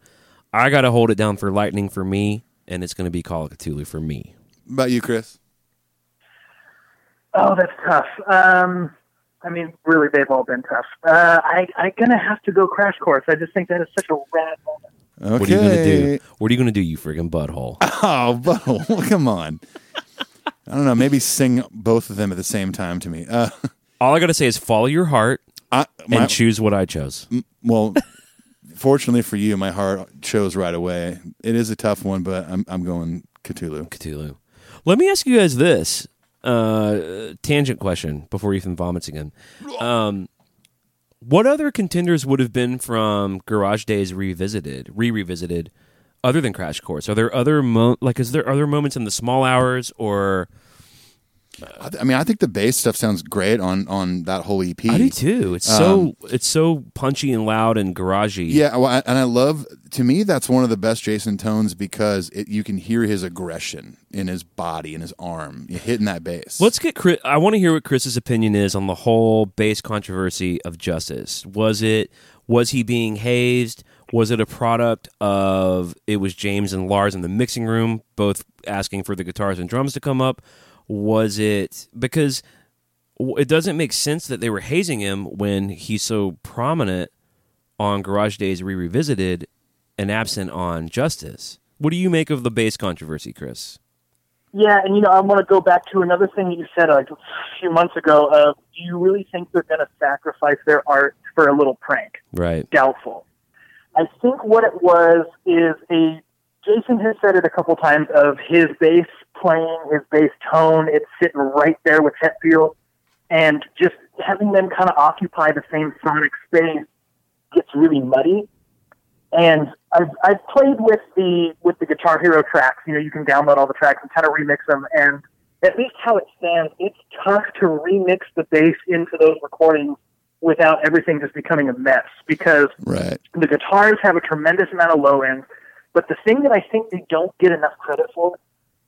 I gotta hold it down for Lightning for me, and it's gonna be Call of Cthulhu for me. What about you, Chris? Oh, that's tough. Um, I mean, really, they've all been tough. Uh, I, I'm going to have to go Crash Course. I just think that is such a rad moment. Okay. What are you gonna do? What are you gonna do, you friggin' butthole? Oh, but come on. I don't know. Maybe sing both of them at the same time to me. Uh, All I gotta say is follow your heart I, and my- choose what I chose. well, fortunately for you, my heart chose right away. It is a tough one, but I'm I'm going Cthulhu. Cthulhu. Let me ask you guys this uh, tangent question before Ethan vomits again. Um, what other contenders would have been from Garage Days revisited, re revisited, other than Crash Course? Are there other mo- like is there other moments in the small hours or I, th- I mean, I think the bass stuff sounds great on on that whole E EP. I do too. It's so it's so punchy and loud and garagey. Yeah, well, I, and I love to me that's one of the best Jason tones because it, you can hear his aggression in his body and his arm hitting that bass. Let's get Chris. I want to hear what Chris's opinion is on the whole base controversy of justice. Was it was he being hazed? Was it a product of it was James and Lars in the mixing room, both asking for the guitars and drums to come up? Was it because w- it doesn't make sense that they were hazing him when he's so prominent on Garage Days Re Revisited and absent on Justice? What do you make of the base controversy, Chris? Yeah, and you know, I want to go back to another thing that you said like a few months ago. Of do you really think they're going to sacrifice their art for a little prank? Right. doubtful. I think what it was is a Jason has said it a couple times of his bass playing, his bass tone, it's sitting right there with Hetfield, and just having them kind of occupy the same sonic space gets really muddy. And I've, I've played with the with the Guitar Hero tracks. You know, you can download all the tracks and kind of remix them. And at least how it stands, it's tough to remix the bass into those recordings without everything just becoming a mess because Right. the guitars have a tremendous amount of low end, but the thing that I think they don't get enough credit for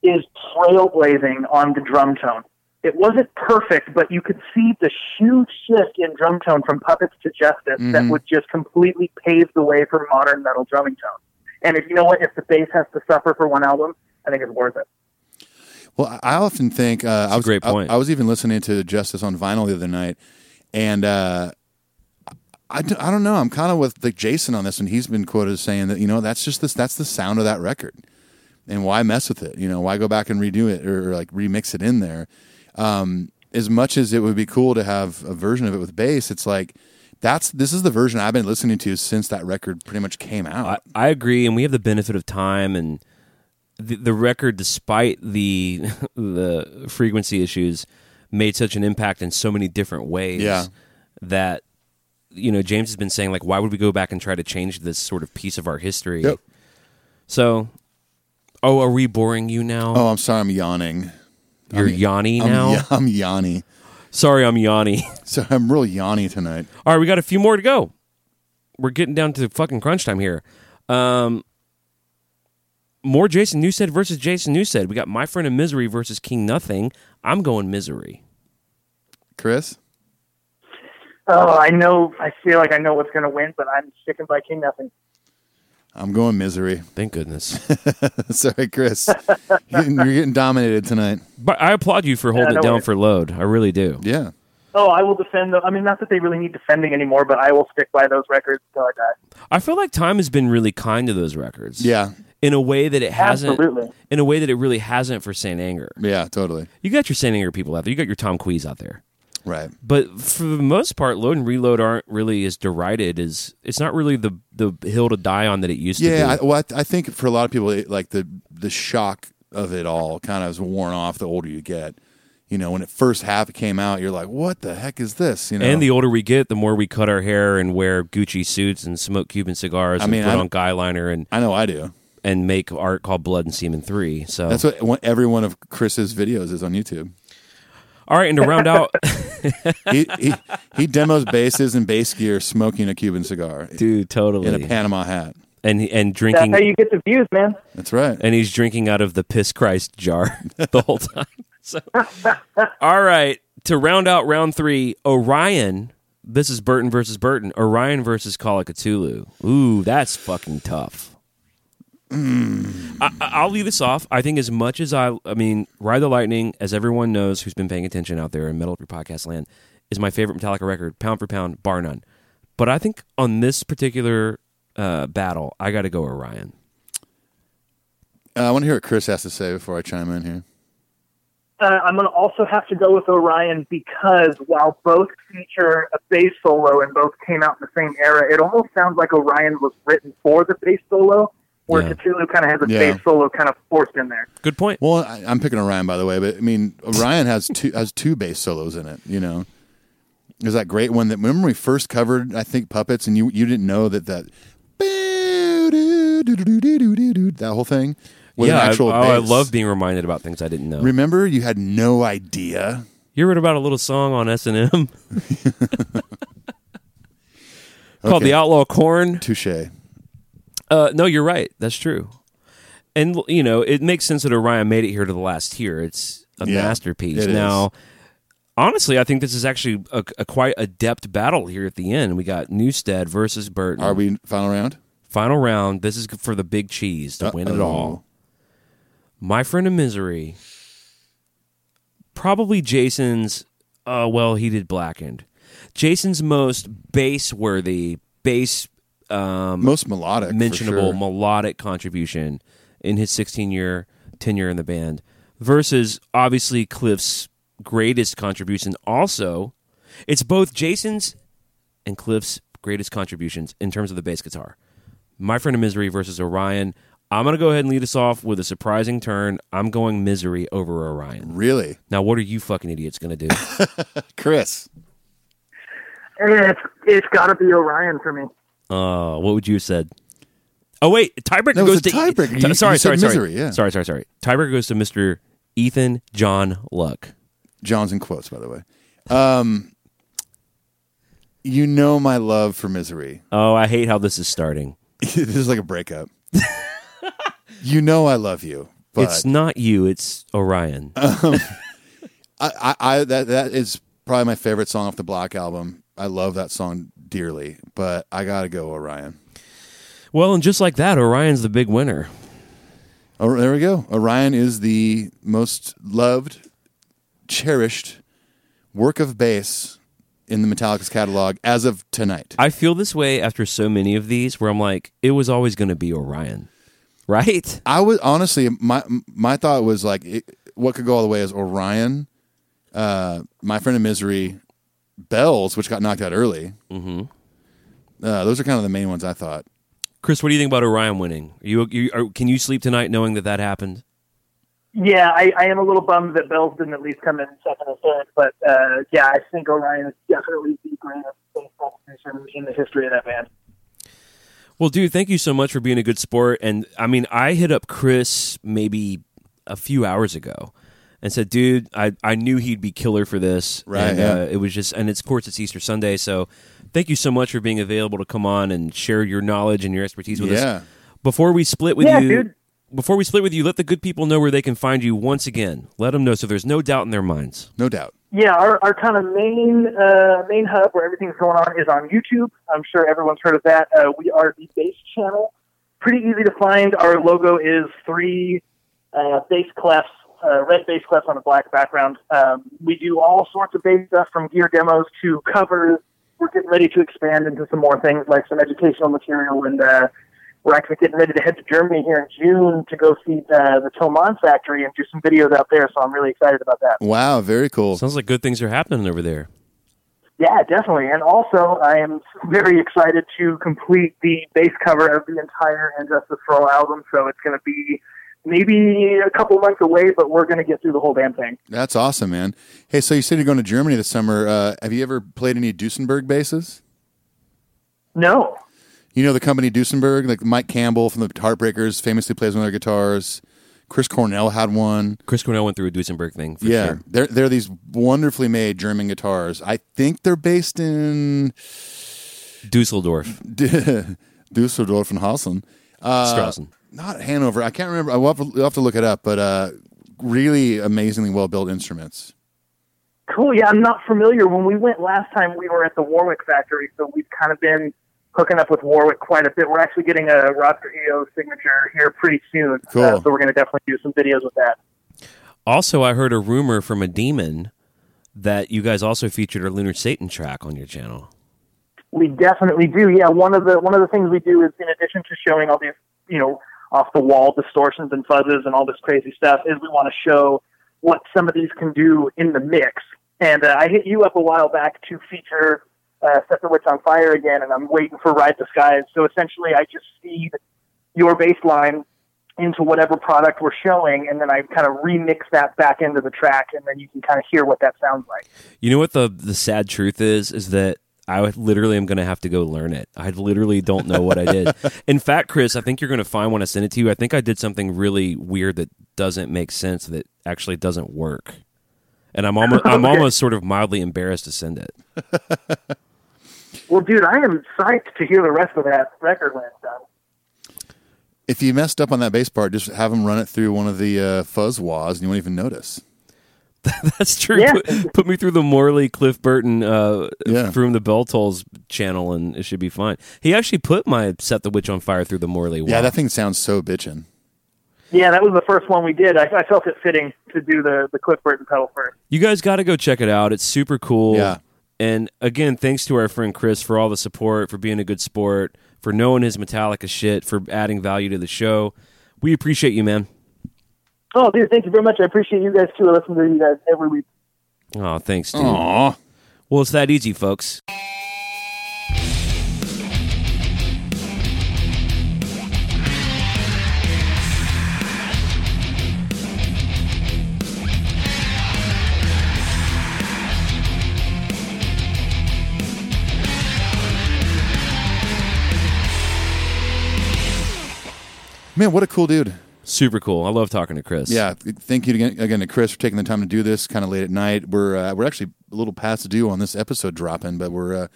is trailblazing on the drum tone. It wasn't perfect, but you could see the huge shift in drum tone from puppets to justice that would just completely pave the way for modern metal drumming tone. And if you know what, if the bass has to suffer for one album, I think it's worth it. Well, I I often think uh, I was great point. I, I was even listening to Justice on vinyl the other night, and uh, I, d- I don't know. I'm kind of with like Jason on this, and he's been quoted as saying that you know that's just this that's the sound of that record, and why mess with it? You know, why go back and redo it or, like remix it in there? Um, as much as it would be cool to have a version of it with bass, it's like that's this is the version I've been listening to since that record pretty much came out. I, I agree, and we have the benefit of time and the, the record, despite the the frequency issues, made such an impact in so many different ways. Yeah. that you know James has been saying like, why would we go back and try to change this sort of piece of our history? Yep. So, oh, are we boring you now? oh, I'm sorry, I'm yawning. You're Yanni I'm, now. ya- I'm yawny. Sorry, I'm Yanni. So I'm real yawny tonight. All right, we got a few more to go. We're getting down to fucking crunch time here. Um, more Jason Newsted versus Jason Newsted. We got my friend in misery versus King Nothing. I'm going misery. Chris? Oh, I know. I feel like I know what's going to win, but I'm sticking by King Nothing. I'm going misery. Thank goodness. Sorry, Chris. you're, getting, you're getting dominated tonight. but I applaud you for holding no it down worries. for load. I really do. Yeah. Oh, I will defend. The, I mean, not that they really need defending anymore, but I will stick by those records until I die. I feel like time has been really kind to those records. Yeah. In a way that it hasn't. Absolutely. In a way that it really hasn't for Saint Anger. Yeah, totally. You got your Saint Anger people out there. You got your Tom Quees out there. Right. but for the most part, load and reload aren't really as derided as it's not really the the hill to die on that it used to be. Yeah. I, well, I, th- I think for a lot of people, it, like the the shock of it all kind of is worn off the older you get. You know, when it first half came out, you're like, "What the heck is this?" You know, and the older we get, the more we cut our hair and wear Gucci suits and smoke Cuban cigars I mean, and put I'm- on guy liner and I know I do. and make art called Blood and Semen Three. So That's what one- every one of Chris's videos is on YouTube. all right, and to round out, He he, he demos basses and bass gear, smoking a Cuban cigar dude, in a totally, Panama hat. and and That's drinking, how you get the views, man. That's right. and he's drinking out of the piss Christ jar the whole time. So, all right, to round out round three, Orion. This is Burton versus Burton. Orion versus Call of Cthulhu. Ooh, that's fucking tough. I, I- I'll leave this off. I think as much as I, I mean, Ride the Lightning, as everyone knows who's been paying attention out there in Metal Up Your Podcast land, is my favorite Metallica record, pound for pound, bar none. But I think on this particular uh, battle, I got to go Orion. Uh, I want to hear what Chris has to say before I chime in here. uh, I'm going to also have to go with Orion because while both feature a bass solo and both came out in the same era, it almost sounds like Orion was written for the bass solo, where Yeah. Cthulhu kind of has a Yeah. bass solo kind of forced in there. Good point. Well, I, I'm picking Orion by the way, but I mean Orion has two has two bass solos in it. You know, there's that great one that remember we first covered. I think puppets, and you you didn't know that that that whole thing was yeah, an I- actual. oh, bass. I love being reminded about things I didn't know. Remember, you had no idea. you heard about a little song on S and M called Okay. "The Outlaw Corn." Touche. Uh, no, you're right. That's true. And l- you know, it makes sense that Orion made it here to the last tier. It's a Yeah, masterpiece. it is. now, honestly, I think this is actually a, a quite adept battle here at the end. We got Newstead versus Burton. Are we final round? final round? This is for the big cheese to win it Uh-oh. all. My Friend of Misery, probably Jason's, uh, well, he did Blackened. Jason's most bass worthy, bass um, Most melodic, for mentionable, sure. melodic contribution in his 16 year tenure in the band versus obviously Cliff's greatest contribution. Also, it's both Jason's and Cliff's greatest contributions in terms of the bass guitar. My Friend of Misery versus Orion. I'm going to go ahead and lead us off with a surprising turn. I'm going Misery over Orion. Really, Now, what are you fucking idiots going to do? Chris? And it's, it's got to be Orion for me. uh, what would you have said? Oh wait, tiebreaker No, goes it's a to E- tiebreaker. Ti- You- sorry, you said sorry, sorry, misery, yeah. sorry, sorry, sorry. Tiebreaker goes to Mister Ethan John Luck. Johnson quotes, by the way. Um, you know my love for misery. Oh, I hate how this is starting. this is like a breakup. you know I love you, but it's not you. It's Orion. I, I, I that that is probably my favorite song off the Block album. I love that song dearly, but I gotta go Orion. well, and just like that, Orion's the big winner. Oh, there we go. Orion is the most loved, cherished work of bass in the Metallica's catalog as of tonight. I feel this way after so many of these, where I'm like, it was always going to be Orion, right? I was honestly my my thought was like it, what could go all the way is Orion, uh, my friend of misery, Bells, which got knocked out early. Mm-hmm. Uh, those are kind of the main ones I thought. Chris, what do you think about Orion winning? Are you, you are, can you sleep tonight knowing that that happened? Yeah, I, I am a little bummed that Bells didn't at least come in second or third, but uh, yeah, I think Orion is definitely the greatest baseball producer in the history of that band. Well, dude, thank you so much for being a good sport. And I mean, I hit up Chris maybe a few hours ago and said, dude, I, I knew he'd be killer for this. Right, And, yeah. uh, it was just, and it's, of course, it's Easter Sunday. So thank you so much for being available to come on and share your knowledge and your expertise with Yeah. us. Before we split with Yeah, you, dude. before we split with you, let the good people know where they can find you once again. Let them know so there's no doubt in their minds. No doubt. Yeah, our, our kind of main uh, main hub where everything's going on is on YouTube. I'm sure everyone's heard of that. Uh, we are the bass channel. Pretty easy to find. Our logo is three uh, bass clefs, uh, red bass clefs on a black background. Um, we do all sorts of bass stuff from gear demos to covers. We're getting ready to expand into some more things like some educational material, and uh, we're actually getting ready to head to Germany here in June to go see the, the Toman factory and do some videos out there. So I'm really excited about that. Wow, very cool. Sounds like good things are happening over there. Yeah, definitely. And also, I am very excited to complete the bass cover of the entire And Justice for All album. So it's going to be maybe a couple months away, but we're going to get through the whole damn thing. That's awesome, man. Hey, so you said you're going to Germany this summer. Uh, have you ever played any Duesenberg basses? No. You know the company Duesenberg, like Mike Campbell from the Heartbreakers, famously plays one of their guitars. Chris Cornell had one. Chris Cornell went through a Duesenberg thing for yeah, sure. they're they're these wonderfully made German guitars. I think they're based in Dusseldorf, Dusseldorf and Hassan. Uh, Straussen. Not Hanover. I can't remember. I will have to, we'll have to look it up, but uh, really amazingly well built instruments. Cool. Yeah, I'm not familiar. When we went last time, we were at the Warwick factory, so we've kind of been hooking up with Warwick quite a bit. We're actually getting a Roger EO signature here pretty soon. Cool. Uh, so we're going to definitely do some videos with that. Also, I heard a rumor from a demon that you guys also featured a Lunar Satan track on your channel. We definitely do. Yeah, one of the one of the things we do is in addition to showing all these, you know, off the wall distortions and fuzzes and all this crazy stuff, is we want to show what some of these can do in the mix. And uh, I hit you up a while back to feature uh, Set the Witch on Fire again, and I'm waiting for Ride the Skies. So essentially, I just feed your baseline into whatever product we're showing, and then I kind of remix that back into the track, and then you can kind of hear what that sounds like. You know what the the sad truth is is that I would- literally am going to have to go learn it. I literally don't know what I did. In fact, Chris, I think you're going to find when I send it to you. I think I did something really weird that doesn't make sense that actually doesn't work. And I'm almost I'm almost sort of mildly embarrassed to send it. Well, dude, I am psyched to hear the rest of that record when it's done. If you messed up on that bass part, just have them run it through one of the uh, fuzz wahs, and you won't even notice. That's true. Yeah. Put, put me through the Morley Cliff Burton uh Yeah. from the Bell Tolls channel and it should be fine. He actually put my Set the Witch on Fire through the Morley wall. Yeah, that thing sounds so bitchin'. Yeah, that was the first one we did. I, I felt it fitting to do the the Cliff Burton pedal first. You guys got to go check it out. It's super cool. Yeah. And again, thanks to our friend Chris for all the support, for being a good sport, for knowing his Metallica shit, for adding value to the show. We appreciate you, man. Oh, dude, thank you very much. I appreciate you guys too. I listen to you guys every week. Oh, thanks, dude. Aw. Well, it's that easy, folks. Man, what a cool dude. Super cool. I love talking to Chris. Yeah, thank you again, again to Chris for taking the time to do this kind of late at night. We're uh, we're actually a little past due on this episode dropping, but we're uh,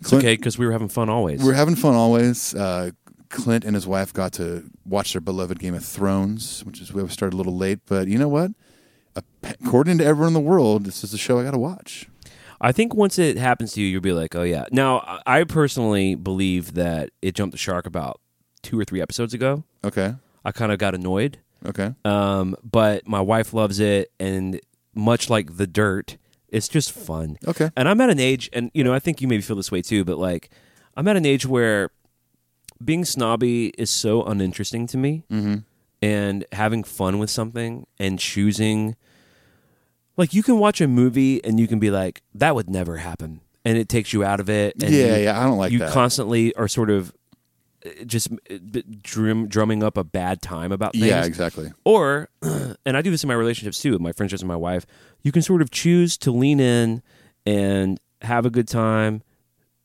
It's okay because we were having fun always. we're having fun always. Uh, Clint and his wife got to watch their beloved Game of Thrones, which is we started a little late, but you know what? Ap- According to everyone in the world, this is a show I got to watch. I think once it happens to you, you'll be like, oh, yeah. Now, I- I personally believe that it jumped the shark about two or three episodes ago. Okay, I kind of got annoyed. okay. Um, but my wife loves it, and much like the dirt, it's just fun. Okay. And I'm at an age, and you know, I think you maybe feel this way too, but like, I'm at an age where being snobby is so uninteresting to me, mm-hmm. and having fun with something and choosing, like, you can watch a movie and you can be like, that would never happen, and it takes you out of it. And Yeah, you- yeah, I don't like you that. constantly are sort of uh, just uh, b- drum, drumming up a bad time about things Yeah, exactly. or and i do this in my relationships too with my friendships and my wife you can sort of choose to lean in and have a good time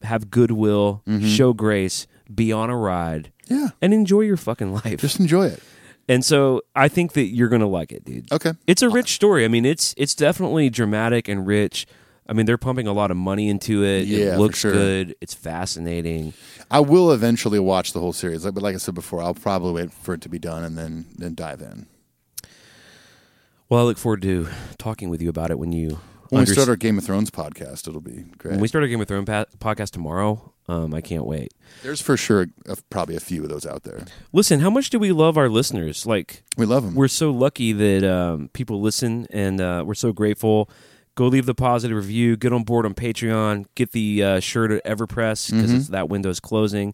have goodwill Mm-hmm. show grace be on a ride Yeah. and enjoy your fucking life Just enjoy it. and so i think that you're gonna like it dude Okay. it's a rich story i mean it's it's definitely dramatic and rich i mean they're pumping a lot of money into it Yeah, it for looks sure. good it's fascinating I will eventually watch the whole series, like- but like I said before, I'll probably wait for it to be done and then then dive in. well i look forward to talking with you about it when you When we understand- start our Game of Thrones podcast, it'll be great. when we start our game of thrones pa- podcast tomorrow um, i can't wait There's for sure a, probably a few of those out there. Listen, how much do we love our listeners? Like, We love them. we're so lucky that um, people listen, and uh, we're so grateful. Go leave the positive review. Get on board on Patreon. Get the uh, shirt at EverPress Mm-hmm. because it's that window's closing.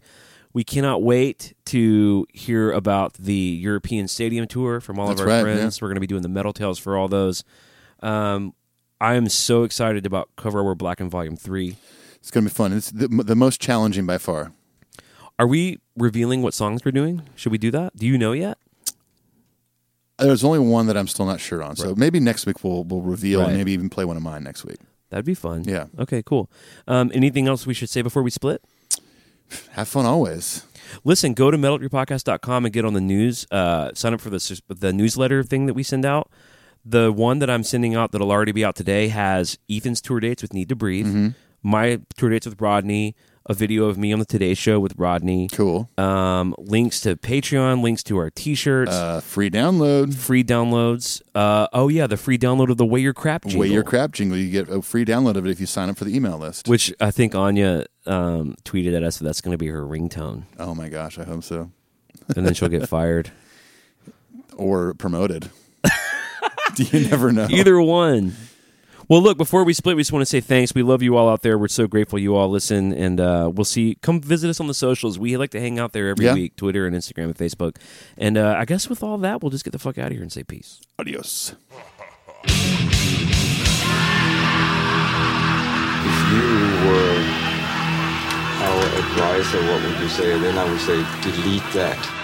We cannot wait to hear about the European Stadium tour from all That's of our right, friends. We're going to be doing the Metal Tales for all those. Um, I am so excited about Cover Our Black and Volume Three. it's going to be fun. It's the, the most challenging by far. Are we revealing what songs we're doing? Should we do that? Do you know yet? There's only one that I'm still not sure on, so maybe next week we'll we'll reveal Right. and maybe even play one of mine next week. That'd be fun. Yeah. Okay, cool. Um, anything else we should say before we split? Have fun always. Listen, go to metalyourpodcast.com and get on the news. Uh, sign up for the, sus- the newsletter thing that we send out. The one that I'm sending out that'll already be out today has Ethan's tour dates with Need to Breathe, Mm-hmm. my tour dates with Rodney, a video of me on the Today Show with Rodney, Cool. um, links to Patreon, links to our t shirts, Uh, free download. free downloads. Uh, oh, yeah, the free download of the Way Your Crap jingle. Weigh your crap jingle. You get a free download of it if you sign up for the email list. Which I think Anya um, tweeted at us that that's going to be her ringtone. Oh my gosh, I hope so. and then she'll get fired. Or promoted. Do you never know? Either one. Well, look, before we split, we just want to say thanks. We love you all out there. We're so grateful you all listen, and uh, we'll see. Come visit us on the socials. We like to hang out there every Yeah. week Twitter and Instagram and Facebook. And uh, I guess with all that, we'll just get the fuck out of here and say peace. Adios. If you were our advisor, what would you say? And then I would say, delete that.